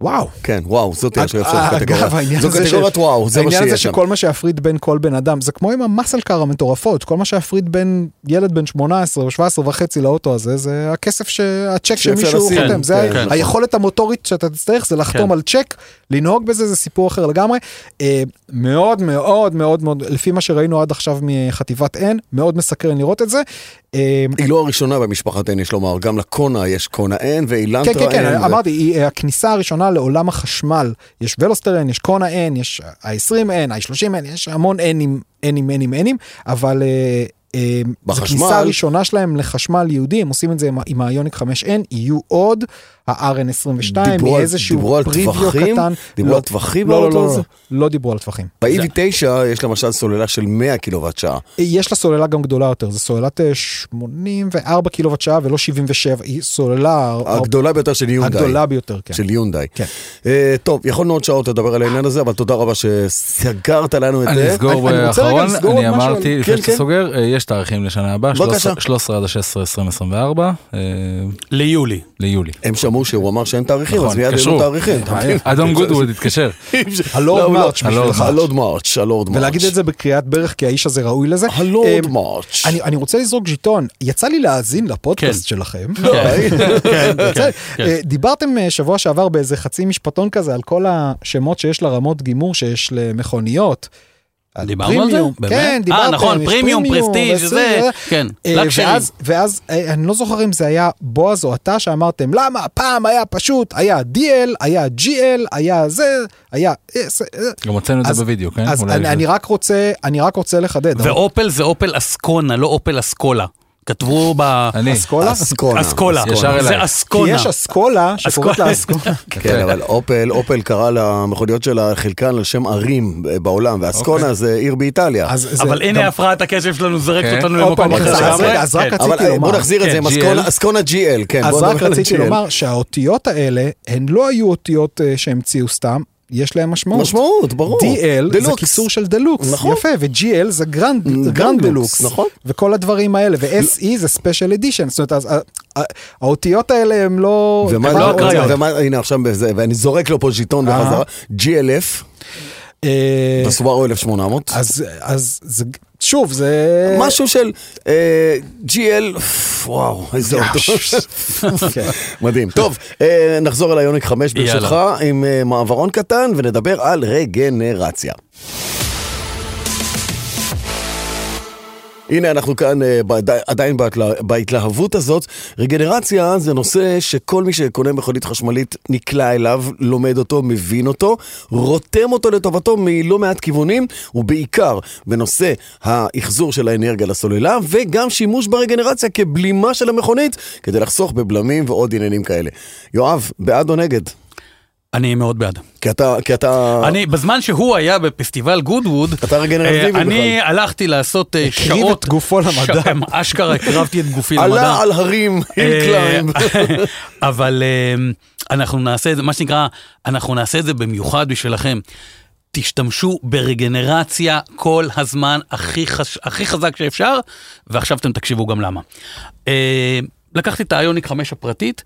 [SPEAKER 3] וואו.
[SPEAKER 1] כן, וואו, זאת תהיה עכשיו
[SPEAKER 3] אגב,
[SPEAKER 1] קטגוריה.
[SPEAKER 3] העניין
[SPEAKER 1] זו
[SPEAKER 3] הזה ש-
[SPEAKER 1] קטגוריית וואו, זה מה
[SPEAKER 3] העניין
[SPEAKER 1] שיהיה
[SPEAKER 3] הזה
[SPEAKER 1] שם.
[SPEAKER 3] שכל מה שיפריד בין כל בן אדם, זה כמו עם המסל קאר המטורפות, כל מה שיפריד בין ילד בן 18 או 17 וחצי לאוטו הזה, זה הכסף, ש- הצ'ק
[SPEAKER 1] שאפשר
[SPEAKER 3] שמישהו
[SPEAKER 1] לשים,
[SPEAKER 3] חותם, זה
[SPEAKER 1] כן,
[SPEAKER 3] ה-
[SPEAKER 1] נכון.
[SPEAKER 3] היכולת המוטורית שאתה תצטרך זה לחתום
[SPEAKER 2] כן.
[SPEAKER 3] על צ'ק, לנהוג בזה זה סיפור אחר לגמרי. אה, מאוד מאוד מאוד מאוד, לפי מה שראינו עד עכשיו מחטיבת N, מאוד מסקרן לראות את זה. אה,
[SPEAKER 1] היא לא הראשונה במשפחת N, יש לומר, גם לקונה יש קונה N ואילנטרה
[SPEAKER 3] כן,
[SPEAKER 1] N.
[SPEAKER 3] כן, כן,
[SPEAKER 1] ו-
[SPEAKER 3] אמרתי, היא אה, הכניסה הראשונה לעולם החשמל. יש ולוסטרן, יש קונה N, יש ה-20N, ה-30N, יש המון N'ים, N'ים, N'ים, N'ים, אבל... אה, אה, זו
[SPEAKER 1] בחשמל.
[SPEAKER 3] הכניסה הראשונה שלהם לחשמל יהודי, הם עושים את זה עם ה- עם היוניק 5N, יהיו עוד, ה-RN22,
[SPEAKER 1] דיברו
[SPEAKER 3] יהיה
[SPEAKER 1] על- דיברו
[SPEAKER 3] איזשהו
[SPEAKER 1] על
[SPEAKER 3] פריוויו
[SPEAKER 1] טווחים?
[SPEAKER 3] קטן.
[SPEAKER 1] דיברו
[SPEAKER 3] לא,
[SPEAKER 1] על טווחים
[SPEAKER 3] לא, לא,
[SPEAKER 1] באוטו
[SPEAKER 3] לא,
[SPEAKER 1] הזה?
[SPEAKER 3] לא, לא דיברו על טווחים.
[SPEAKER 1] ב-EV9 יש למשל סוללה של 100 קילוואט שעה.
[SPEAKER 3] יש לה סוללה גם גדולה יותר, זו סוללת אה, 84 קילוואט שעה ולא 77, היא סוללה הרבה-
[SPEAKER 1] הגדולה ביותר של יונדאי.
[SPEAKER 3] הגדולה ביותר, כן.
[SPEAKER 1] של יונדאי.
[SPEAKER 3] כן.
[SPEAKER 1] אה, טוב, יכולנו עוד שעות לדבר על העניין הזה, אבל תודה רבה שסגרת לנו את
[SPEAKER 4] אני
[SPEAKER 1] זה.
[SPEAKER 4] אסגור
[SPEAKER 3] אני- אני רוצה רגע
[SPEAKER 4] באחרון,
[SPEAKER 3] לסגור
[SPEAKER 4] אני
[SPEAKER 3] עוד משהו על-
[SPEAKER 4] אמרתי,
[SPEAKER 1] כן,
[SPEAKER 4] לפני שאתה
[SPEAKER 1] כן.
[SPEAKER 4] סוגר, אה, יש תאריכים לשנה הבאה,
[SPEAKER 1] בבקשה.
[SPEAKER 4] 13 13 עד 16 2024, אה,
[SPEAKER 2] ליולי.
[SPEAKER 4] ליולי.
[SPEAKER 1] הם שמעו שהוא אמר שאין תאריכים, אז
[SPEAKER 4] נכון, אה,
[SPEAKER 1] מיד
[SPEAKER 4] התקשרו.
[SPEAKER 1] העלו תאריכים. אתה מבין?
[SPEAKER 4] אדום גודווד התקשר.
[SPEAKER 3] הלורד
[SPEAKER 1] לא, לא,
[SPEAKER 3] מארץ'
[SPEAKER 1] הלורד
[SPEAKER 3] בשבילך.
[SPEAKER 1] מארץ'. הלורד מארץ', הלורד מארץ'.
[SPEAKER 3] ולהגיד את זה בקריאת ברך, כי האיש הזה ראוי לזה.
[SPEAKER 1] הלורד
[SPEAKER 3] אמ,
[SPEAKER 1] מארץ'.
[SPEAKER 3] אני, אני רוצה לזרוק ז'יטון, יצא לי להאזין לפודקאסט
[SPEAKER 2] כן.
[SPEAKER 3] שלכם. לא,
[SPEAKER 2] כן,
[SPEAKER 3] יצא לי.
[SPEAKER 2] כן.
[SPEAKER 3] אה, דיברתם אה, שבוע שעבר באיזה חצי משפטון כזה על כל השמות שיש לרמות גימור שיש למכוניות. על
[SPEAKER 2] דיברנו על זה?
[SPEAKER 3] פרימיום.
[SPEAKER 2] באמת?
[SPEAKER 3] כן,
[SPEAKER 2] אה,
[SPEAKER 3] דיברתם.
[SPEAKER 2] נכון,
[SPEAKER 3] יש
[SPEAKER 2] פרימיום, פרסטיג',
[SPEAKER 3] וזה,
[SPEAKER 2] זה,
[SPEAKER 3] וזה.
[SPEAKER 2] כן,
[SPEAKER 3] אה,
[SPEAKER 2] לקשרי.
[SPEAKER 3] ואז, ואז אה, אני לא זוכר אם זה היה בועז או אתה שאמרתם, למה? פעם היה פשוט, היה DL, היה GL, היה זה, היה... אה, זה, אה."
[SPEAKER 4] גם הוצאנו את
[SPEAKER 3] אז-
[SPEAKER 4] זה בווידאו, כן?
[SPEAKER 3] אז
[SPEAKER 4] אולי
[SPEAKER 3] אני,
[SPEAKER 4] זה-
[SPEAKER 3] אני רק רוצה, אני רק רוצה לחדד. אבל-
[SPEAKER 2] ואופל זה אופל אסקונה, לא אופל אסקולה. כתבו ב...
[SPEAKER 4] אני.
[SPEAKER 3] אסכולה?
[SPEAKER 1] אסקונה.
[SPEAKER 2] אסקולה.
[SPEAKER 4] ישר אליי.
[SPEAKER 2] זה
[SPEAKER 3] כי
[SPEAKER 2] אסקונה.
[SPEAKER 3] יש אסכולה שקוראת לה אסכולה.
[SPEAKER 4] אוקיי.
[SPEAKER 1] כן, אבל אופל, אופל קרא למכוניות שלה חלקן על שם ערים אה, בעולם,
[SPEAKER 4] אוקיי.
[SPEAKER 1] ואסקונה זה עיר באיטליה.
[SPEAKER 3] אז זה
[SPEAKER 2] אבל
[SPEAKER 3] גם-
[SPEAKER 2] הנה הפרעת הקשב שלנו זורקת
[SPEAKER 4] כן.
[SPEAKER 2] אותנו
[SPEAKER 3] עוד
[SPEAKER 2] למקום
[SPEAKER 3] פעם,
[SPEAKER 2] אחר.
[SPEAKER 1] אז- אז
[SPEAKER 2] לגמרי.
[SPEAKER 3] רגע, אז רק
[SPEAKER 2] כן.
[SPEAKER 3] רציתי
[SPEAKER 1] אבל אה, בוא
[SPEAKER 3] לומר,
[SPEAKER 1] נחזיר את זה עם
[SPEAKER 4] כן,
[SPEAKER 1] אסקונה-
[SPEAKER 4] GL.
[SPEAKER 1] אסקונה GL, כן.
[SPEAKER 3] אז
[SPEAKER 1] בוא
[SPEAKER 3] רק
[SPEAKER 1] נדבר על
[SPEAKER 3] רציתי
[SPEAKER 1] GL.
[SPEAKER 3] לומר שהאותיות האלה הן לא היו אותיות אה, שהמציאו סתם, יש להן משמעות.
[SPEAKER 1] משמעות, ברור.
[SPEAKER 3] DL זה
[SPEAKER 1] דלוקס.
[SPEAKER 3] קיצור של דלוקס,
[SPEAKER 1] נכון.
[SPEAKER 3] יפה, ו-GL זה גרנד
[SPEAKER 1] Mm,
[SPEAKER 3] גרנד
[SPEAKER 1] דלוקס,
[SPEAKER 3] דלוקס,
[SPEAKER 1] נכון.
[SPEAKER 3] וכל הדברים האלה, ו-SE זה ספיישל אדישן, זאת אומרת, אז ה- ה- האותיות האלה הן לא...
[SPEAKER 1] ומה,
[SPEAKER 3] כבר
[SPEAKER 2] לא
[SPEAKER 3] עוד-
[SPEAKER 2] הקריות.
[SPEAKER 1] ומה, הנה עכשיו, בזה, ואני זורק לו פה ז'יטון
[SPEAKER 3] אה.
[SPEAKER 1] בחזרה, GLF,
[SPEAKER 3] אה,
[SPEAKER 1] בסווארו 1800,
[SPEAKER 3] אז אז זה, שוב, זה...
[SPEAKER 1] משהו של אה, GL, וואו, איזה אוטו.
[SPEAKER 3] כן.
[SPEAKER 1] מדהים. טוב, אה, נחזור אל היוניק 5
[SPEAKER 2] יאללה.
[SPEAKER 1] ברשותך, עם אה, מעברון קטן, ונדבר על רגנרציה. הנה, אנחנו כאן אה, בעדי- עדיין בהתלה- בהתלהבות הזאת. רגנרציה זה נושא שכל מי שקונה מכונית חשמלית נקלע אליו, לומד אותו, מבין אותו, רותם אותו לטובתו מלא מעט כיוונים, ובעיקר בנושא האחזור של האנרגיה לסוללה, וגם שימוש ברגנרציה כבלימה של המכונית, כדי לחסוך בבלמים ועוד עניינים כאלה. יואב, בעד או נגד?
[SPEAKER 2] אני מאוד בעד.
[SPEAKER 1] כי אתה... כי אתה...
[SPEAKER 3] אה.
[SPEAKER 2] אני, בזמן שהוא היה בפסטיבל גודווד,
[SPEAKER 1] אתה רגנרטיבי
[SPEAKER 2] אה, אני
[SPEAKER 1] בכלל.
[SPEAKER 2] הלכתי לעשות אה,
[SPEAKER 3] הקריב
[SPEAKER 2] שעות,
[SPEAKER 3] את גופו למדע.
[SPEAKER 2] ש- אשכרה הקרבתי את גופי למדע.
[SPEAKER 1] עלה על הרים, עם
[SPEAKER 2] אה,
[SPEAKER 1] קליים.
[SPEAKER 2] אבל אה, אנחנו נעשה את זה, מה שנקרא, אנחנו נעשה את זה במיוחד בשבילכם. תשתמשו ברגנרציה כל הזמן הכי, חש... הכי חזק שאפשר, ועכשיו אתם תקשיבו גם למה. אה, לקחתי את האיוניק 5 הפרטית,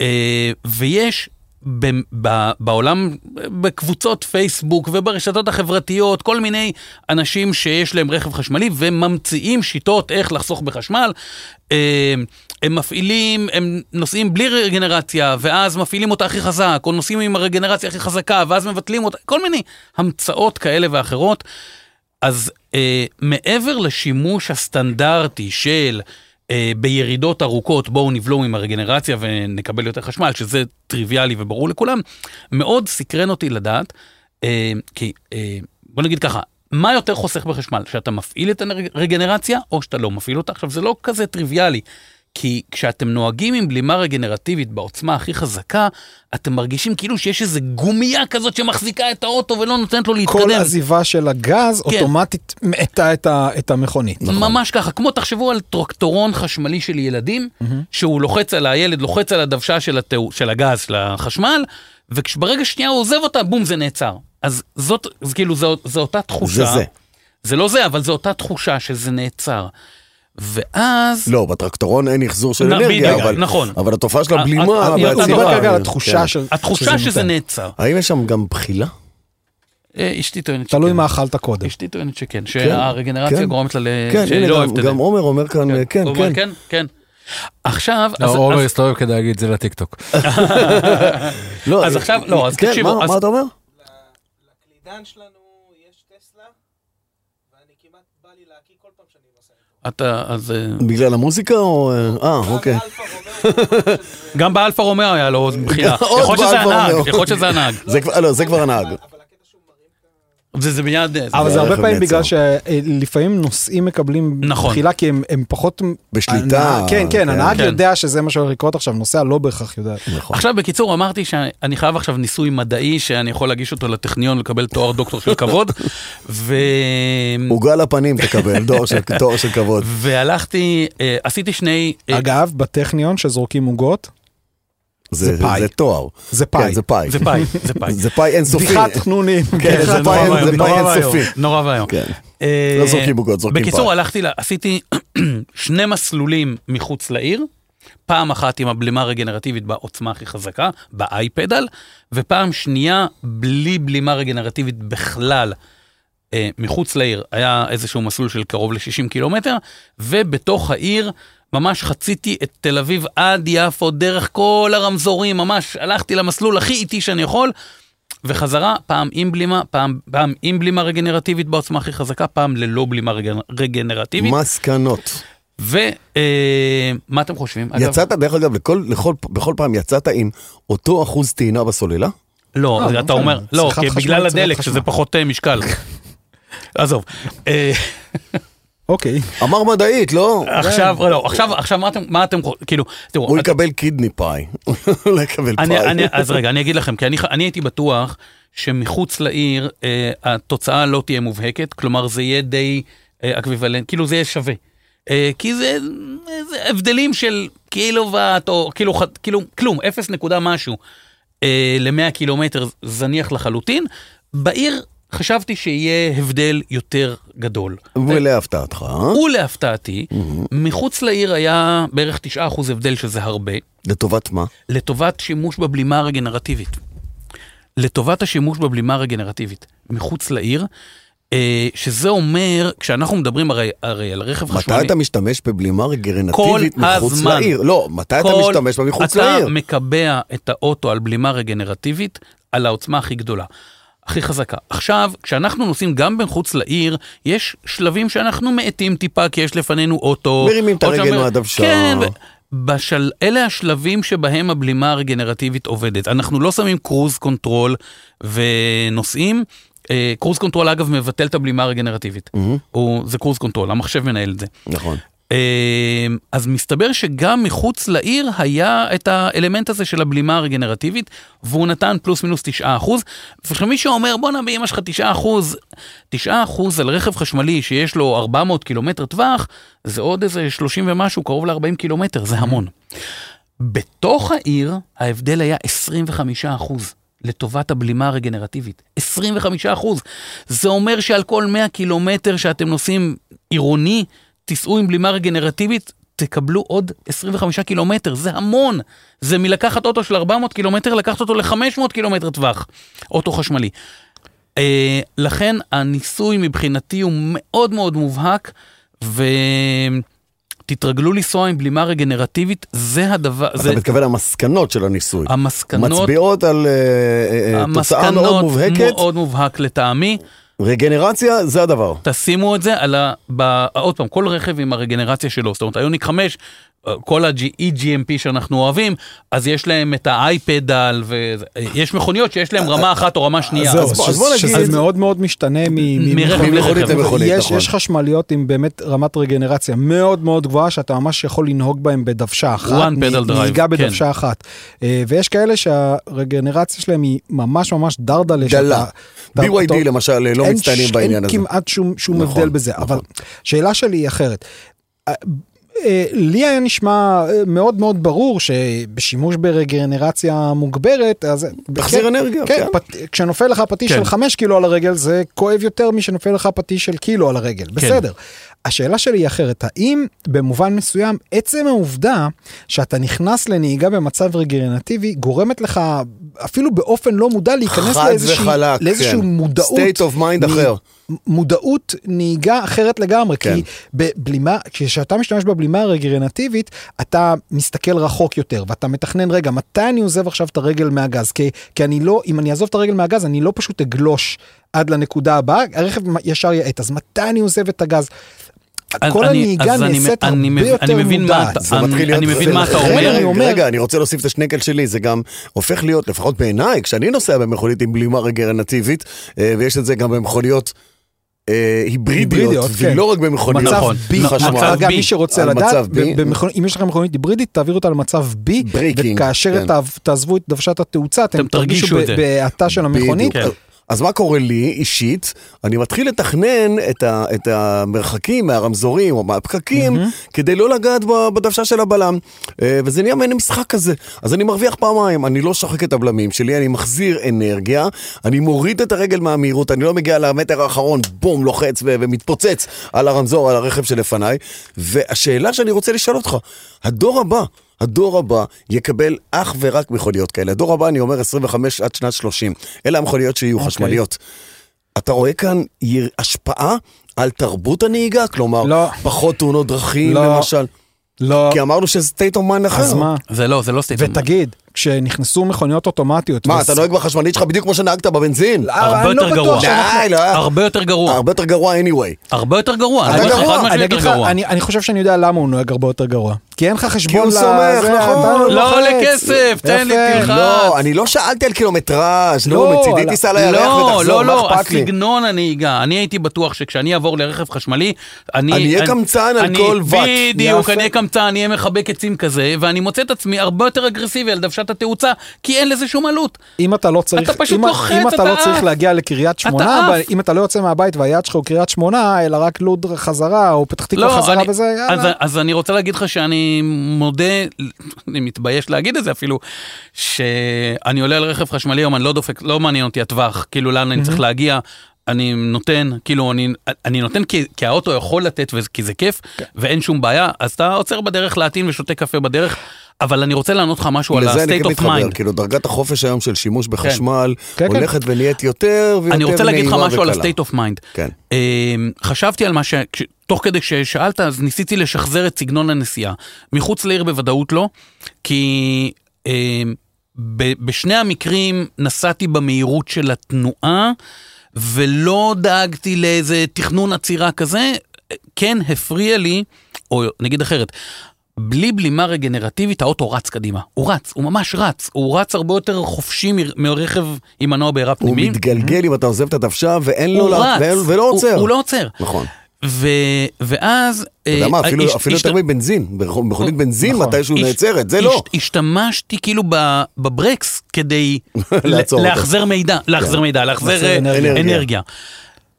[SPEAKER 2] אה, ויש ב... ב... בעולם, בקבוצות פייסבוק וברשתות החברתיות, כל מיני אנשים שיש להם רכב חשמלי וממציאים שיטות איך לחסוך בחשמל. אה, הם מפעילים, הם נוסעים בלי רגנרציה, ואז מפעילים אותה הכי חזק, או נוסעים עם הרגנרציה הכי חזקה, ואז מבטלים אותה, כל מיני המצאות כאלה ואחרות. אז אה, מעבר לשימוש הסטנדרטי של אה, בירידות ארוכות, בואו נבלום עם הרגנרציה ונקבל יותר חשמל, שזה טריוויאלי וברור לכולם, מאוד סקרן אותי לדעת, אה, כי אה, בוא נגיד ככה, מה יותר חוסך בחשמל, שאתה מפעיל את הרגנרציה או שאתה לא מפעיל אותה? עכשיו, זה לא כזה טריוויאלי. כי כשאתם נוהגים עם בלימה רגנרטיבית בעוצמה הכי חזקה, אתם מרגישים כאילו שיש איזה גומייה כזאת שמחזיקה את האוטו ולא נותנת לו להתקדם.
[SPEAKER 3] כל עזיבה של הגז
[SPEAKER 2] כן.
[SPEAKER 3] אוטומטית מאטה את ה- את המכונית.
[SPEAKER 1] נכון.
[SPEAKER 2] ממש ככה, כמו תחשבו על טרקטורון חשמלי של ילדים, שהוא לוחץ על הילד, לוחץ על הדוושה של, התאו, של הגז, של החשמל, וברגע שנייה הוא עוזב אותה, בום, זה נעצר. אז זאת, אז כאילו, זו, זו אותה תחושה.
[SPEAKER 1] זה זה.
[SPEAKER 2] זה לא זה, אבל זו אותה תחושה שזה נעצר. ואז...
[SPEAKER 1] לא, בטרקטורון אין אחזור של
[SPEAKER 2] נ-
[SPEAKER 1] אנרגיה,
[SPEAKER 2] בדיוק,
[SPEAKER 1] אבל...
[SPEAKER 2] נכון. אה,
[SPEAKER 1] אבל התופעה של
[SPEAKER 2] ה- ה-
[SPEAKER 1] הבלימה...
[SPEAKER 2] ה-
[SPEAKER 3] אני מדבר
[SPEAKER 1] והעצירה-
[SPEAKER 3] כרגע על
[SPEAKER 1] כן.
[SPEAKER 3] התחושה של...
[SPEAKER 2] התחושה כן, שזה
[SPEAKER 3] נותן.
[SPEAKER 2] נעצר.
[SPEAKER 1] האם יש שם גם בחילה?
[SPEAKER 2] אה, אשתי טוענת שכן.
[SPEAKER 3] תלוי מה אכלת קודם.
[SPEAKER 2] אשתי טוענת שכן, שהרגנרציה
[SPEAKER 1] כן.
[SPEAKER 2] גורמת לה ל...
[SPEAKER 1] כן,
[SPEAKER 2] שהיא
[SPEAKER 1] הנה,
[SPEAKER 2] לא
[SPEAKER 1] גם-
[SPEAKER 2] אוהבת את זה.
[SPEAKER 1] גם עומר אומר כאן, אה, כן,
[SPEAKER 2] הוא אומר,
[SPEAKER 1] כן.
[SPEAKER 2] כן, כן. עכשיו...
[SPEAKER 4] לא,
[SPEAKER 2] אז-
[SPEAKER 4] עומר
[SPEAKER 2] אז-
[SPEAKER 4] הסתובב כדי להגיד את זה לטיקטוק.
[SPEAKER 1] לא,
[SPEAKER 2] אז
[SPEAKER 1] אה,
[SPEAKER 2] עכשיו- לא, אז
[SPEAKER 1] כן,
[SPEAKER 2] תקשיבו,
[SPEAKER 1] מה-
[SPEAKER 2] אז-
[SPEAKER 1] מה אתה אומר?
[SPEAKER 6] לקלידן שלנו יש טסלה, ואני כמעט בא לי להקיא כל פעם שאני נוסע איתו.
[SPEAKER 2] אתה, אז... אה,
[SPEAKER 1] בגלל המוזיקה או... אה, אה, אוקיי.
[SPEAKER 6] אלפא רומאו,
[SPEAKER 2] גם באלפה רומאו היה לו בחירה.
[SPEAKER 1] עוד
[SPEAKER 2] יכול להיות שזה
[SPEAKER 1] באלפה
[SPEAKER 2] הנהג,
[SPEAKER 1] רומאו.
[SPEAKER 2] יכול להיות שזה הנהג.
[SPEAKER 1] זה כבר- לא, זה כבר הנהג.
[SPEAKER 6] אבל הקטע שהוא מרים את ה...
[SPEAKER 2] זה זה מיד... זה-
[SPEAKER 3] אבל
[SPEAKER 1] זה
[SPEAKER 3] זה הרבה
[SPEAKER 1] הרכב
[SPEAKER 3] פעמים
[SPEAKER 1] נעצר.
[SPEAKER 3] בגלל שלפעמים נוסעים מקבלים
[SPEAKER 2] נכון.
[SPEAKER 3] בחילה כי הם הם פחות...
[SPEAKER 1] בשליטה.
[SPEAKER 3] הנהג- כן,
[SPEAKER 1] כן.
[SPEAKER 3] כן, הנהג
[SPEAKER 2] כן. נכון.
[SPEAKER 3] יודע שזה מה שהולך לקרות עכשיו, נוסע לא בהכרח יודע.
[SPEAKER 2] עכשיו בקיצור אמרתי שאני חייב עכשיו ניסוי מדעי שאני יכול להגיש אותו לטכניון לקבל תואר דוקטור של כבוד ו...
[SPEAKER 1] עוגה לפנים תקבל, דואר של- דואר של כבוד.
[SPEAKER 2] והלכתי אה, עשיתי שני אה,
[SPEAKER 3] אגב, בטכניון שזורקים עוגות,
[SPEAKER 1] זה
[SPEAKER 3] פאי.
[SPEAKER 1] זה תואר.
[SPEAKER 3] זה
[SPEAKER 1] כן,
[SPEAKER 3] פאי.
[SPEAKER 1] זה פאי.
[SPEAKER 2] זה פאי זה פאי
[SPEAKER 1] זה פאי אינסופי.
[SPEAKER 3] בדיחת חנונים.
[SPEAKER 1] כן, זה
[SPEAKER 2] נורא
[SPEAKER 1] פאי אין-
[SPEAKER 2] ואיום,
[SPEAKER 1] זה
[SPEAKER 2] נורא
[SPEAKER 1] פאי
[SPEAKER 2] ואיום,
[SPEAKER 1] אינסופי.
[SPEAKER 2] נורא ואיום
[SPEAKER 1] כן.
[SPEAKER 2] אה,
[SPEAKER 1] לא זורקים עוגות, זורקים
[SPEAKER 2] בקיצור,
[SPEAKER 1] פח.
[SPEAKER 2] הלכתי, ל- עשיתי שני מסלולים מחוץ לעיר, פעם אחת עם הבלימה רגנרטיבית בעוצמה הכי חזקה, באייפדל, ופעם שנייה בלי בלימה רגנרטיבית בכלל. אה, מחוץ לעיר היה איזשהו מסלול של קרוב ל-60 קילומטר, ובתוך העיר ממש חציתי את תל אביב עד יפו, דרך כל הרמזורים, ממש הלכתי למסלול הכי איטי שאני יכול, וחזרה, פעם עם בלימה, פעם, פעם עם בלימה רגנרטיבית בעוצמה הכי חזקה, פעם ללא בלימה רגנ... רגנרטיבית.
[SPEAKER 1] מסקנות.
[SPEAKER 2] ומה אה, מה אתם חושבים?
[SPEAKER 1] יצאת, דרך אגב, לכל- לכל- בכל פעם יצאת עם אותו אחוז טעינה בסוללה?
[SPEAKER 2] לא,
[SPEAKER 3] אה, לא
[SPEAKER 2] אתה
[SPEAKER 3] משנה.
[SPEAKER 2] אומר, לא,
[SPEAKER 3] צריכת
[SPEAKER 2] כי
[SPEAKER 3] חשמל,
[SPEAKER 2] בגלל
[SPEAKER 3] צריכת
[SPEAKER 2] הדלק,
[SPEAKER 3] חשמל.
[SPEAKER 2] שזה פחות אה, משקל. עזוב. אה,
[SPEAKER 3] אוקיי.
[SPEAKER 1] אמר מדעית, לא?
[SPEAKER 2] עכשיו, לא, עכשיו, עכשיו מה אתם, מה אתם, חו- כאילו, תראו,
[SPEAKER 1] הוא
[SPEAKER 2] את-
[SPEAKER 1] יקבל קידני פאי. הוא לא יקבל
[SPEAKER 2] אני,
[SPEAKER 1] פאי.
[SPEAKER 2] אני, אז רגע, אני אגיד לכם, כי אני, ח- אני הייתי בטוח שמחוץ לעיר אה, התוצאה לא תהיה מובהקת, כלומר זה יהיה די אה, אקוויוולנט, כאילו זה יהיה שווה. אה, כי זה, זה הבדלים של קילו ואט או כאילו, ח- כאילו כלום, אפס נקודה משהו אה, ל-100 קילומטר זניח לחלוטין. בעיר חשבתי שיהיה הבדל יותר גדול.
[SPEAKER 1] Mm-hmm. ולהפתעתך, אה?
[SPEAKER 2] ולהפתעתי, מחוץ לעיר היה בערך 9% הבדל שזה הרבה.
[SPEAKER 1] לטובת מה?
[SPEAKER 2] לטובת שימוש בבלימה הרגנרטיבית. לטובת השימוש בבלימה הרגנרטיבית מחוץ לעיר, אה, שזה אומר, כשאנחנו מדברים הרי, הרי על רכב חשמלי,
[SPEAKER 1] מתי אתה משתמש בבלימה
[SPEAKER 2] כל
[SPEAKER 1] רגנרטיבית מחוץ
[SPEAKER 2] הזמן.
[SPEAKER 1] לעיר? לא, מתי אתה
[SPEAKER 2] כל-
[SPEAKER 1] משתמש בה מחוץ
[SPEAKER 2] אתה
[SPEAKER 1] לעיר?
[SPEAKER 2] מקבע את האוטו על בלימה רגנרטיבית, על העוצמה הכי גדולה. הכי חזקה. עכשיו, כשאנחנו נוסעים גם מחוץ לעיר, יש שלבים שאנחנו מאטים טיפה, כי יש לפנינו אוטו.
[SPEAKER 1] מרימים את
[SPEAKER 2] עוד
[SPEAKER 1] הרגל
[SPEAKER 2] שם-
[SPEAKER 1] מהדוושה.
[SPEAKER 2] כן, ו... בשל... אלה השלבים שבהם הבלימה הרגנרטיבית עובדת. אנחנו לא שמים קרוז קונטרול ונוסעים. אה, קרוז קונטרול, אגב, מבטל את הבלימה הרגנרטיבית. הוא... זה קרוז קונטרול, המחשב מנהל את זה.
[SPEAKER 1] נכון.
[SPEAKER 2] אמ, אז מסתבר שגם מחוץ לעיר היה את האלמנט הזה של הבלימה הרגנרטיבית, והוא נתן פלוס מינוס 9 אחוז. וכשמי שאומר בואנה באמא שלך 9 אחוז, 9 אחוז על רכב חשמלי שיש לו 400 קילומטר טווח, זה עוד איזה 30 ומשהו, קרוב ל-40 קילומטר, זה המון. בתוך העיר ההבדל היה 25 אחוז. לטובת הבלימה הרגנרטיבית, 25 אחוז. זה אומר שעל כל 100 קילומטר שאתם נוסעים עירוני, תיסעו עם בלימה רגנרטיבית, תקבלו עוד 25 קילומטר, זה המון. זה מלקחת אוטו של 400 קילומטר, לקחת אותו ל-500 קילומטר טווח, אוטו חשמלי. אה, לכן הניסוי מבחינתי הוא מאוד מאוד מובהק, ותתרגלו לנסוע עם בלימה רגנרטיבית, זה הדבר, זה
[SPEAKER 1] אתה מתכוון למסקנות של הניסוי.
[SPEAKER 2] המסקנות,
[SPEAKER 1] מצביעות על אה, אה, תוצאה מאוד מובהקת.
[SPEAKER 2] מאוד מובהק לטעמי.
[SPEAKER 1] רגנרציה זה הדבר.
[SPEAKER 2] תשימו את זה על ה... ב... עוד פעם, כל רכב עם הרגנרציה שלו, זאת אומרת, היוניק 5, אה, כל ה-EGMP שאנחנו אוהבים, אז יש להם את האייפדל, ויש מכוניות שיש להם רמה אחת או רמה שנייה.
[SPEAKER 3] זהו,
[SPEAKER 1] אז בוא-
[SPEAKER 3] ש-
[SPEAKER 1] אז בוא נגיד-
[SPEAKER 3] שזה מאוד מאוד משתנה מ- מ-
[SPEAKER 2] מרכב
[SPEAKER 3] ממכונית
[SPEAKER 2] למכונית
[SPEAKER 3] למכונית.
[SPEAKER 1] למכונית,
[SPEAKER 3] יש-
[SPEAKER 1] נכון.
[SPEAKER 3] יש חשמליות עם באמת רמת רגנרציה מאוד מאוד גבוהה, שאתה ממש יכול לנהוג בהם בדוושה אחת.
[SPEAKER 2] One
[SPEAKER 3] נ-
[SPEAKER 2] pedal drive,
[SPEAKER 3] נהיגה
[SPEAKER 2] כן.
[SPEAKER 3] בדוושה אחת. אה, ויש כאלה שהרגנרציה שלהם היא ממש ממש דרדלה.
[SPEAKER 1] דלה.
[SPEAKER 3] שאתה- אתה-
[SPEAKER 1] BYD
[SPEAKER 3] אתה-
[SPEAKER 1] למשל אה, לא
[SPEAKER 3] אין
[SPEAKER 1] מצטיינים
[SPEAKER 3] ש-
[SPEAKER 1] בעניין הזה.
[SPEAKER 3] אין כמעט שום, שום
[SPEAKER 1] נכון,
[SPEAKER 3] הבדל בזה,
[SPEAKER 1] נכון.
[SPEAKER 3] אבל שאלה שלי היא אחרת. אה, אה, לי היה נשמע אה, מאוד מאוד ברור שבשימוש ברגנרציה מוגברת, אז...
[SPEAKER 1] תחזיר
[SPEAKER 3] כן,
[SPEAKER 1] אנרגיה,
[SPEAKER 3] כן.
[SPEAKER 1] כן.
[SPEAKER 3] פט- כשנופל לך פטיש
[SPEAKER 2] כן.
[SPEAKER 3] של 5 קילו על הרגל, זה כואב יותר משנופל לך פטיש של קילו על הרגל, בסדר. השאלה שלי היא אחרת, האם במובן מסוים עצם העובדה שאתה נכנס לנהיגה במצב רגנרטיבי גורמת לך אפילו באופן לא מודע להיכנס
[SPEAKER 1] חד
[SPEAKER 3] לאיזושהי,
[SPEAKER 1] וחלק,
[SPEAKER 3] לאיזושהי
[SPEAKER 1] כן.
[SPEAKER 3] מודעות,
[SPEAKER 1] State of mind אחר.
[SPEAKER 3] מודעות נהיגה אחרת לגמרי,
[SPEAKER 1] כן.
[SPEAKER 3] כן. כי בבלימה, כשאתה משתמש בבלימה הרגרנטיבית, אתה מסתכל רחוק יותר, ואתה מתכנן, רגע, מתי אני עוזב עכשיו את הרגל מהגז? כי, כי אני לא, אם אני אעזוב את הרגל מהגז, אני לא פשוט אגלוש עד לנקודה הבאה, הרכב ישר יעט, אז מתי אני עוזב את הגז?
[SPEAKER 2] אז
[SPEAKER 3] כל
[SPEAKER 2] אני-
[SPEAKER 3] הנהיגה
[SPEAKER 2] אז אני-
[SPEAKER 3] נעשית
[SPEAKER 2] אני
[SPEAKER 3] הרבה
[SPEAKER 2] מב-
[SPEAKER 3] יותר
[SPEAKER 2] אני מבין מה
[SPEAKER 3] מודעת.
[SPEAKER 2] אתה-
[SPEAKER 1] זה
[SPEAKER 2] אני-
[SPEAKER 1] מתחיל להיות...
[SPEAKER 2] אני מבין מה אתה
[SPEAKER 1] ולכן
[SPEAKER 3] אומר.
[SPEAKER 1] אני
[SPEAKER 3] אומר-
[SPEAKER 1] רגע, אני רוצה להוסיף את השנקל שלי, זה גם הופך להיות, לפחות בעיניי, כשאני נוסע במכונית עם בלימה רגרנטיבית, אה, ויש את זה גם במכוניות אה, היברידיות,
[SPEAKER 3] היברידיות, כן.
[SPEAKER 1] ולא רק במכוניות
[SPEAKER 3] מצב
[SPEAKER 2] נכון,
[SPEAKER 3] B,
[SPEAKER 1] חשמל.
[SPEAKER 2] מצב
[SPEAKER 3] אגב,
[SPEAKER 2] B.
[SPEAKER 3] מי שרוצה
[SPEAKER 1] על
[SPEAKER 3] לדעת,
[SPEAKER 1] מצב B.
[SPEAKER 3] ב- במכונ- אם יש לכם מכונית היברידית, תעבירו אותה למצב B,
[SPEAKER 1] Braking,
[SPEAKER 3] וכאשר
[SPEAKER 1] כן.
[SPEAKER 3] תעב- תעזבו את דוושת התאוצה, אתם
[SPEAKER 2] אתם תרגישו
[SPEAKER 3] תרגישו ב-
[SPEAKER 2] את זה. כן.
[SPEAKER 3] בהאטה של המכונית,
[SPEAKER 1] בדיוק. אז מה קורה לי אישית? אני מתחיל לתכנן את, ה, את המרחקים מהרמזורים או מהפקקים mm-hmm. כדי לא לגעת ב- בדוושה של הבלם. אה, וזה נהיה מעין משחק כזה. אז אני מרוויח פעמיים, אני לא שוחק את הבלמים שלי, אני מחזיר אנרגיה, אני מוריד את הרגל מהמהירות, אני לא מגיע למטר האחרון, בום, לוחץ ו- ומתפוצץ על הרמזור, על הרכב שלפניי. והשאלה שאני רוצה לשאול אותך, הדור הבא, הדור הבא יקבל אך ורק מכוניות כאלה. הדור הבא, אני אומר 25 עד שנת 30. אלה המכוניות שיהיו
[SPEAKER 3] אוקיי.
[SPEAKER 1] okay. חשמליות. אתה רואה כאן יר- השפעה על תרבות הנהיגה? כלומר,
[SPEAKER 3] לא.
[SPEAKER 1] פחות תאונות דרכים
[SPEAKER 3] לא.
[SPEAKER 1] למשל?
[SPEAKER 3] לא,
[SPEAKER 1] כי אמרנו שזה state of mind אחר.
[SPEAKER 3] אז מה?
[SPEAKER 2] זה לא, זה לא סטייטמנט.
[SPEAKER 3] ותגיד, כשנכנסו מכוניות אוטומטיות...
[SPEAKER 1] מה,
[SPEAKER 3] וס-
[SPEAKER 1] אתה לא- נוהג בחשמלית שלך בדיוק כמו שנהגת בבנזין?
[SPEAKER 3] אה,
[SPEAKER 2] הרבה
[SPEAKER 3] אני לא
[SPEAKER 2] יותר
[SPEAKER 3] בטוח
[SPEAKER 2] גרוע.
[SPEAKER 3] שאנחנו-
[SPEAKER 1] די, לא.
[SPEAKER 2] הרבה יותר גרוע.
[SPEAKER 1] הרבה יותר גרוע anyway.
[SPEAKER 2] הרבה יותר גרוע.
[SPEAKER 1] אתה
[SPEAKER 2] אני אומר לך,
[SPEAKER 1] גרוע,
[SPEAKER 2] חד משמעית
[SPEAKER 3] אני אגיד לך,
[SPEAKER 2] יותר גרוע.
[SPEAKER 3] אני אני חושב שאני יודע למה הוא נוהג הרבה יותר גרוע. כי אין לך חשבון...
[SPEAKER 1] הוא
[SPEAKER 3] ל-
[SPEAKER 1] סומך,
[SPEAKER 3] זה,
[SPEAKER 1] נכון.
[SPEAKER 3] אתה
[SPEAKER 2] לא
[SPEAKER 3] לוחץ.
[SPEAKER 2] עולה כסף, תן לי
[SPEAKER 3] יפה.
[SPEAKER 2] תלחץ.
[SPEAKER 1] לא, אני לא שאלתי על קילומטראז', נו,
[SPEAKER 3] לא,
[SPEAKER 1] מצידי
[SPEAKER 3] על-
[SPEAKER 1] תיסע לירח
[SPEAKER 2] לא,
[SPEAKER 1] ותחזור,
[SPEAKER 2] לא, לא,
[SPEAKER 1] מה אכפת לי?
[SPEAKER 2] הסגנון הנהיגה. אני הייתי בטוח שכשאני אעבור לרכב חשמלי, אני...
[SPEAKER 1] אני אהיה קמצן על
[SPEAKER 2] אני-
[SPEAKER 1] כל ואט.
[SPEAKER 2] בדיוק,
[SPEAKER 3] יפה.
[SPEAKER 2] אני אהיה קמצן, אני אהיה מחבק עצים כזה, ואני מוצא את עצמי הרבה יותר אגרסיבי על דוושת התאוצה, כי אין לזה שום עלות.
[SPEAKER 3] אם אתה לא צריך,
[SPEAKER 2] אתה פשוט
[SPEAKER 3] אם,
[SPEAKER 2] לוחץ,
[SPEAKER 3] אם אתה,
[SPEAKER 2] אתה
[SPEAKER 3] לא
[SPEAKER 2] עף.
[SPEAKER 3] צריך להגיע לקריית שמונה,
[SPEAKER 2] עף.
[SPEAKER 3] אבל אם אתה לא יוצא מהבית והיעד שלך הוא קריית שמונה, אלא רק לוד חזרה או פתח תקווה חזרה
[SPEAKER 2] לא, אני,
[SPEAKER 3] וזה,
[SPEAKER 2] אז,
[SPEAKER 3] יאללה.
[SPEAKER 2] אז אני רוצה להגיד לך שאני מודה, אני מתבייש להגיד את זה אפילו, שאני עולה על רכב חשמלי היום, אני לא דופק, לא מעניין אותי הטווח, כאילו לאן אני צריך להגיע. אני נותן, כאילו, אני, אני נותן כי, כי האוטו יכול לתת וכי זה כיף, ואין שום בעיה, אז אתה עוצר בדרך להטעין ושותה קפה בדרך, אבל אני רוצה לענות לך משהו על
[SPEAKER 1] לזה אני
[SPEAKER 2] ה-state
[SPEAKER 1] כן
[SPEAKER 2] of
[SPEAKER 1] מתחבר,
[SPEAKER 2] mind.
[SPEAKER 1] כאילו דרגת החופש היום של שימוש בחשמל
[SPEAKER 3] כן, כן.
[SPEAKER 1] הולכת ונהיית יותר ויותר נעימה
[SPEAKER 2] אני רוצה להגיד לך משהו על
[SPEAKER 1] וקלה.
[SPEAKER 2] ה-state of mind.
[SPEAKER 1] כן.
[SPEAKER 2] אמ, חשבתי על מה ש... כש- תוך כדי ששאלת, אז ניסיתי לשחזר את סגנון הנסיעה. מחוץ לעיר בוודאות לא, כי אמ, ב- בשני המקרים נסעתי במהירות של התנועה, ולא דאגתי לאיזה תכנון עצירה כזה, כן הפריע לי, או נגיד אחרת, בלי בלימה רגנרטיבית האוטו רץ קדימה. הוא רץ, הוא ממש רץ, הוא רץ הרבה יותר חופשי מ- מרכב עם מנוע בעירה
[SPEAKER 1] הוא
[SPEAKER 2] פנימית.
[SPEAKER 1] מתגלגל אם אתה עוזב את הדוושה, ואין לו...
[SPEAKER 2] הוא
[SPEAKER 1] לה-
[SPEAKER 2] רץ,
[SPEAKER 1] ואין- ולא עוצר.
[SPEAKER 2] הוא, הוא לא עוצר.
[SPEAKER 1] נכון.
[SPEAKER 2] ו, ואז...
[SPEAKER 1] אתה יודע מה, אפילו-
[SPEAKER 2] אה,
[SPEAKER 1] אפילו
[SPEAKER 2] השת-
[SPEAKER 1] יותר מבנזין, ברחוב- מכונית בנזין
[SPEAKER 3] נכון.
[SPEAKER 1] מתישהו
[SPEAKER 2] הש-
[SPEAKER 1] נעצרת, זה
[SPEAKER 2] הש-
[SPEAKER 1] לא.
[SPEAKER 2] השתמשתי כאילו ב- בברקס כדי
[SPEAKER 1] לעצור
[SPEAKER 2] ל-
[SPEAKER 1] אותו. כן.
[SPEAKER 2] להחזר מידע, להחזר מידע, להחזר אה,
[SPEAKER 1] אנרגיה.
[SPEAKER 2] אנרגיה.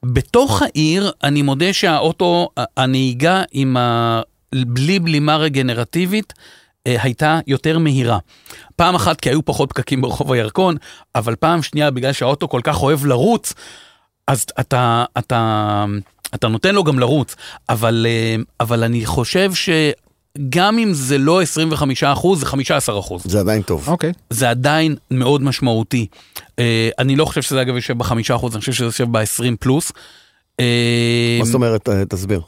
[SPEAKER 2] בתוך העיר, אני מודה שהאוטו, ה- הנהיגה עם ה... בלי בלימה רגנרטיבית, אה, הייתה יותר מהירה. פעם אחת כי היו פחות פקקים ברחוב הירקון, אבל פעם שנייה בגלל שהאוטו כל כך אוהב לרוץ, אז אתה, אתה, אתה נותן לו גם לרוץ, אבל, אה, אבל אני חושב שגם אם זה לא 25 אחוז, זה 15 אחוז.
[SPEAKER 1] זה עדיין טוב.
[SPEAKER 3] אוקיי.
[SPEAKER 2] זה עדיין מאוד משמעותי. אה, אני לא חושב שזה אגב יושב בחמישה אחוז, אני חושב שזה יושב ב-20 פלוס. אה,
[SPEAKER 1] מה זאת אומרת? אה, תסביר.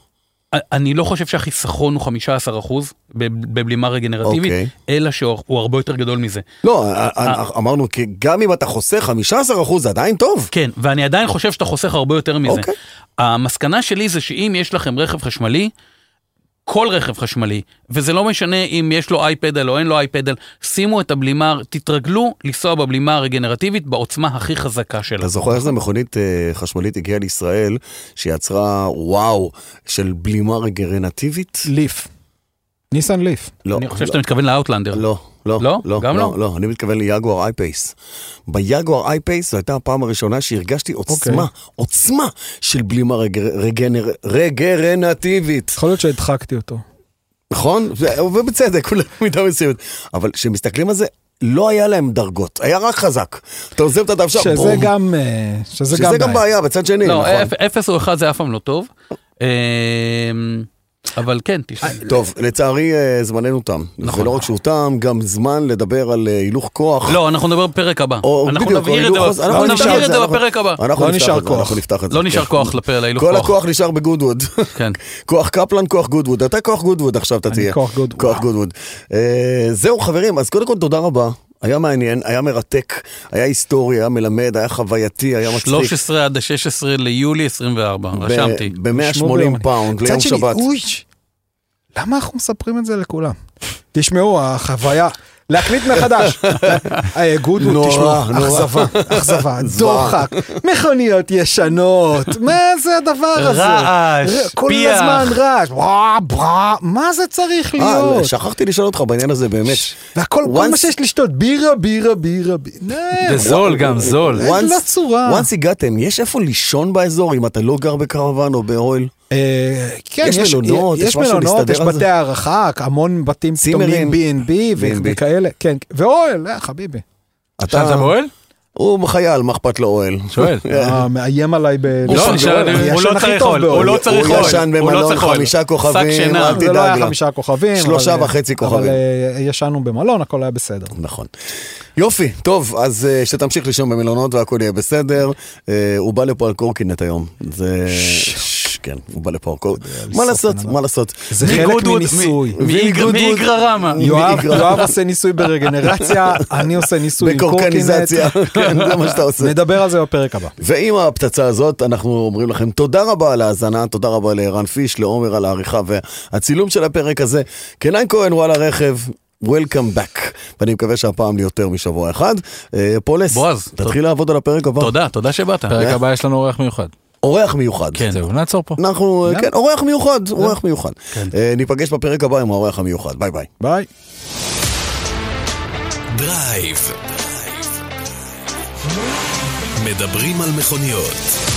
[SPEAKER 2] אני לא חושב שהחיסכון הוא 15 אחוז בבלימה רגנרטיבית,
[SPEAKER 1] אוקיי.
[SPEAKER 2] אלא שהוא הרבה יותר גדול מזה.
[SPEAKER 1] לא, אה, אה, אמרנו, כי גם אם אתה חוסך 15% זה עדיין טוב.
[SPEAKER 2] כן, ואני עדיין חושב שאתה חוסך הרבה יותר מזה.
[SPEAKER 1] אוקיי.
[SPEAKER 2] המסקנה שלי זה שאם יש לכם רכב חשמלי, כל רכב חשמלי, וזה לא משנה אם יש לו אייפדל או אין לו אייפדל, שימו את הבלימה, תתרגלו לנסוע בבלימה הרגנרטיבית בעוצמה הכי חזקה שלה.
[SPEAKER 1] אתה זוכר איך זה מכונית אה, חשמלית הגיעה לישראל, שיצרה וואו של בלימה רגרנטיבית?
[SPEAKER 3] ליף. ניסן ליף.
[SPEAKER 1] לא.
[SPEAKER 2] אני חושב שאתה מתכוון לאוטלנדר.
[SPEAKER 1] לא, לא,
[SPEAKER 2] לא?
[SPEAKER 1] לא,
[SPEAKER 2] גם
[SPEAKER 1] לא,
[SPEAKER 2] לא?
[SPEAKER 1] לא, אני מתכוון ליגואר אייפייס. ביגואר אייפייס זו הייתה הפעם הראשונה שהרגשתי
[SPEAKER 2] אוקיי.
[SPEAKER 1] עוצמה, עוצמה של בלימה רגר- רגנר- רגרנטיבית.
[SPEAKER 3] יכול להיות שהדחקתי אותו.
[SPEAKER 1] נכון? זה- ובצדק, כולם מידה מסוימת. אבל כשמסתכלים על זה, לא היה להם דרגות, היה רק חזק. אתה עוזב את הדוושה,
[SPEAKER 3] שזה
[SPEAKER 1] בום.
[SPEAKER 3] גם אה, שזה
[SPEAKER 1] שזה גם
[SPEAKER 3] בעיה.
[SPEAKER 1] בעיה, בצד שני,
[SPEAKER 2] לא,
[SPEAKER 1] נכון.
[SPEAKER 2] אפ- אפס או אחד זה אף פעם לא טוב. אמ, אבל כן, תשמע.
[SPEAKER 1] טוב, לצערי אה, זמננו תם.
[SPEAKER 2] נכון.
[SPEAKER 1] ולא רק שהוא תם, גם זמן לדבר על אה, הילוך כוח.
[SPEAKER 2] לא, אנחנו נדבר בפרק הבא.
[SPEAKER 1] או-
[SPEAKER 2] אנחנו
[SPEAKER 1] בדיוק,
[SPEAKER 2] נבהיר את
[SPEAKER 1] הילוך
[SPEAKER 2] זה,
[SPEAKER 1] חוז- אנחנו
[SPEAKER 2] אנחנו
[SPEAKER 1] נשאר
[SPEAKER 2] נבהיר
[SPEAKER 1] את
[SPEAKER 2] את
[SPEAKER 1] זה,
[SPEAKER 2] זה
[SPEAKER 1] אנחנו-
[SPEAKER 2] בפרח הבא.
[SPEAKER 1] אנחנו
[SPEAKER 3] לא
[SPEAKER 1] נפתח
[SPEAKER 3] נשאר
[SPEAKER 1] את זה,
[SPEAKER 3] כוח.
[SPEAKER 1] אנחנו נפתח את זה.
[SPEAKER 2] לא
[SPEAKER 1] כן.
[SPEAKER 2] נשאר כוח לפה, להילוך
[SPEAKER 1] כל
[SPEAKER 2] כוח.
[SPEAKER 1] הכוח נשאר בגודווד.
[SPEAKER 2] כן.
[SPEAKER 1] כוח קפלן, כוח גודווד. אתה כוח גודווד עכשיו אתה
[SPEAKER 3] אני
[SPEAKER 1] תהיה.
[SPEAKER 3] כוח גודווד.
[SPEAKER 1] כוח גודווד. אה, זהו חברים, אז קודם כל תודה רבה. היה מעניין, היה מרתק, היה היסטורי, היה מלמד, היה חווייתי, היה מצחיק.
[SPEAKER 2] 13 עד ה-16 ליולי 24, רשמתי.
[SPEAKER 1] ב-180
[SPEAKER 3] שמור ביומני.
[SPEAKER 1] פאונד
[SPEAKER 3] מצד
[SPEAKER 1] ליום
[SPEAKER 3] שני,
[SPEAKER 1] שבת.
[SPEAKER 3] אויש, למה אנחנו מספרים את זה לכולם? תשמעו, החוויה, להקליט מחדש. אה, גודו,
[SPEAKER 1] נורא,
[SPEAKER 3] תשמעו,
[SPEAKER 1] נורא.
[SPEAKER 3] אכזבה, אכזבה,
[SPEAKER 1] זוועה.
[SPEAKER 3] דוחק, מכוניות ישנות, מה זה הדבר הזה?
[SPEAKER 2] רעש,
[SPEAKER 3] ר- כל
[SPEAKER 2] פיח.
[SPEAKER 3] הזמן רעש, וואה, וואה, מה זה צריך
[SPEAKER 1] אה,
[SPEAKER 3] להיות?
[SPEAKER 1] שכחתי לשאול אותך בעניין הזה באמת.
[SPEAKER 3] והכל, כל מה
[SPEAKER 1] once-
[SPEAKER 3] שיש לשתות, בירה, בירה, בירה, בירה, נה,
[SPEAKER 4] זה זול גם, זול.
[SPEAKER 3] וואו. אין לה לא צורה.
[SPEAKER 1] once הגעתם, יש איפה לישון באזור אם אתה לא גר בקרוון או באוהל?
[SPEAKER 3] אה, כן,
[SPEAKER 1] יש מלונות, יש
[SPEAKER 3] יש
[SPEAKER 1] משהו
[SPEAKER 3] מלונות,
[SPEAKER 1] להסתדר
[SPEAKER 3] יש
[SPEAKER 1] על זה?
[SPEAKER 3] בתי הערכה, המון בתים
[SPEAKER 1] צימרים.
[SPEAKER 3] פתאומיים B&B ו-
[SPEAKER 1] B&B.
[SPEAKER 3] וכאלה, כן, ואוהל, אה, חביבי.
[SPEAKER 4] שאלת באוהל?
[SPEAKER 1] הוא חייל, מה אכפת לו אוהל?
[SPEAKER 4] שואל.
[SPEAKER 3] אה, מאיים עליי ב...
[SPEAKER 2] לא,
[SPEAKER 3] לישון
[SPEAKER 2] נשאר-
[SPEAKER 3] באוהל. אני
[SPEAKER 2] הוא
[SPEAKER 3] ישן
[SPEAKER 2] לא
[SPEAKER 3] הכי
[SPEAKER 2] צריך
[SPEAKER 3] טוב
[SPEAKER 2] אוהל, הוא
[SPEAKER 3] באוהל.
[SPEAKER 2] לא צריך
[SPEAKER 1] הוא
[SPEAKER 2] אוהל,
[SPEAKER 1] ישן
[SPEAKER 2] הוא לא
[SPEAKER 1] במלון
[SPEAKER 2] צריך אוהל.
[SPEAKER 1] חמישה
[SPEAKER 2] שק
[SPEAKER 1] כוכבים,
[SPEAKER 2] שינה.
[SPEAKER 1] אל
[SPEAKER 3] זה לא
[SPEAKER 1] תדאג
[SPEAKER 3] היה
[SPEAKER 1] לה.
[SPEAKER 3] חמישה כוכבים.
[SPEAKER 1] שלושה
[SPEAKER 3] אבל,
[SPEAKER 1] וחצי
[SPEAKER 3] אבל
[SPEAKER 1] כוכבים.
[SPEAKER 3] אה, ישנו במלון, הכל היה בסדר.
[SPEAKER 1] נכון. יופי, טוב, אז אה, שתמשיך לישון במלונות והכל יהיה בסדר. אה, הוא בא לפה על קורקינט היום. זה... ש- כן, הוא בא לפה על קורקינט. מה לעשות, מה לעשות.
[SPEAKER 3] זה חלק
[SPEAKER 2] מגודווד,
[SPEAKER 3] מניסוי.
[SPEAKER 2] מ- מאיגרא-
[SPEAKER 1] ואיגוד-
[SPEAKER 2] מאיגרא רמא.
[SPEAKER 3] יואב
[SPEAKER 1] מאיגרא-
[SPEAKER 3] יואב עושה ניסוי ברגנרציה, אני עושה ניסוי עם קורקינט.
[SPEAKER 1] בקורקניזציה, כן, זה מה שאתה עושה.
[SPEAKER 3] נדבר על זה בפרק הבא.
[SPEAKER 1] ועם הפצצה הזאת אנחנו אומרים לכם תודה רבה על ההאזנה, תודה רבה לערן פיש, לעומר על העריכה והצילום של הפרק הזה. קנן כהן וואלה רכב. Welcome back, ואני מקווה שהפעם לי יותר משבוע אחד. אה, פולס,
[SPEAKER 2] בועז,
[SPEAKER 1] תתחיל לעבוד על הפרק הבא.
[SPEAKER 2] תודה, תודה שבאת.
[SPEAKER 4] פרק הבא יש לנו אורח מיוחד.
[SPEAKER 1] אורח מיוחד.
[SPEAKER 2] כן.
[SPEAKER 4] זהו, נעצור פה.
[SPEAKER 1] אנחנו, כן, אורח מיוחד, אורח מיוחד.
[SPEAKER 2] כן.
[SPEAKER 1] אה, ניפגש בפרק הבא עם האורח המיוחד, ביי ביי.
[SPEAKER 3] ביי.
[SPEAKER 5] דרייב. מדברים על מכוניות.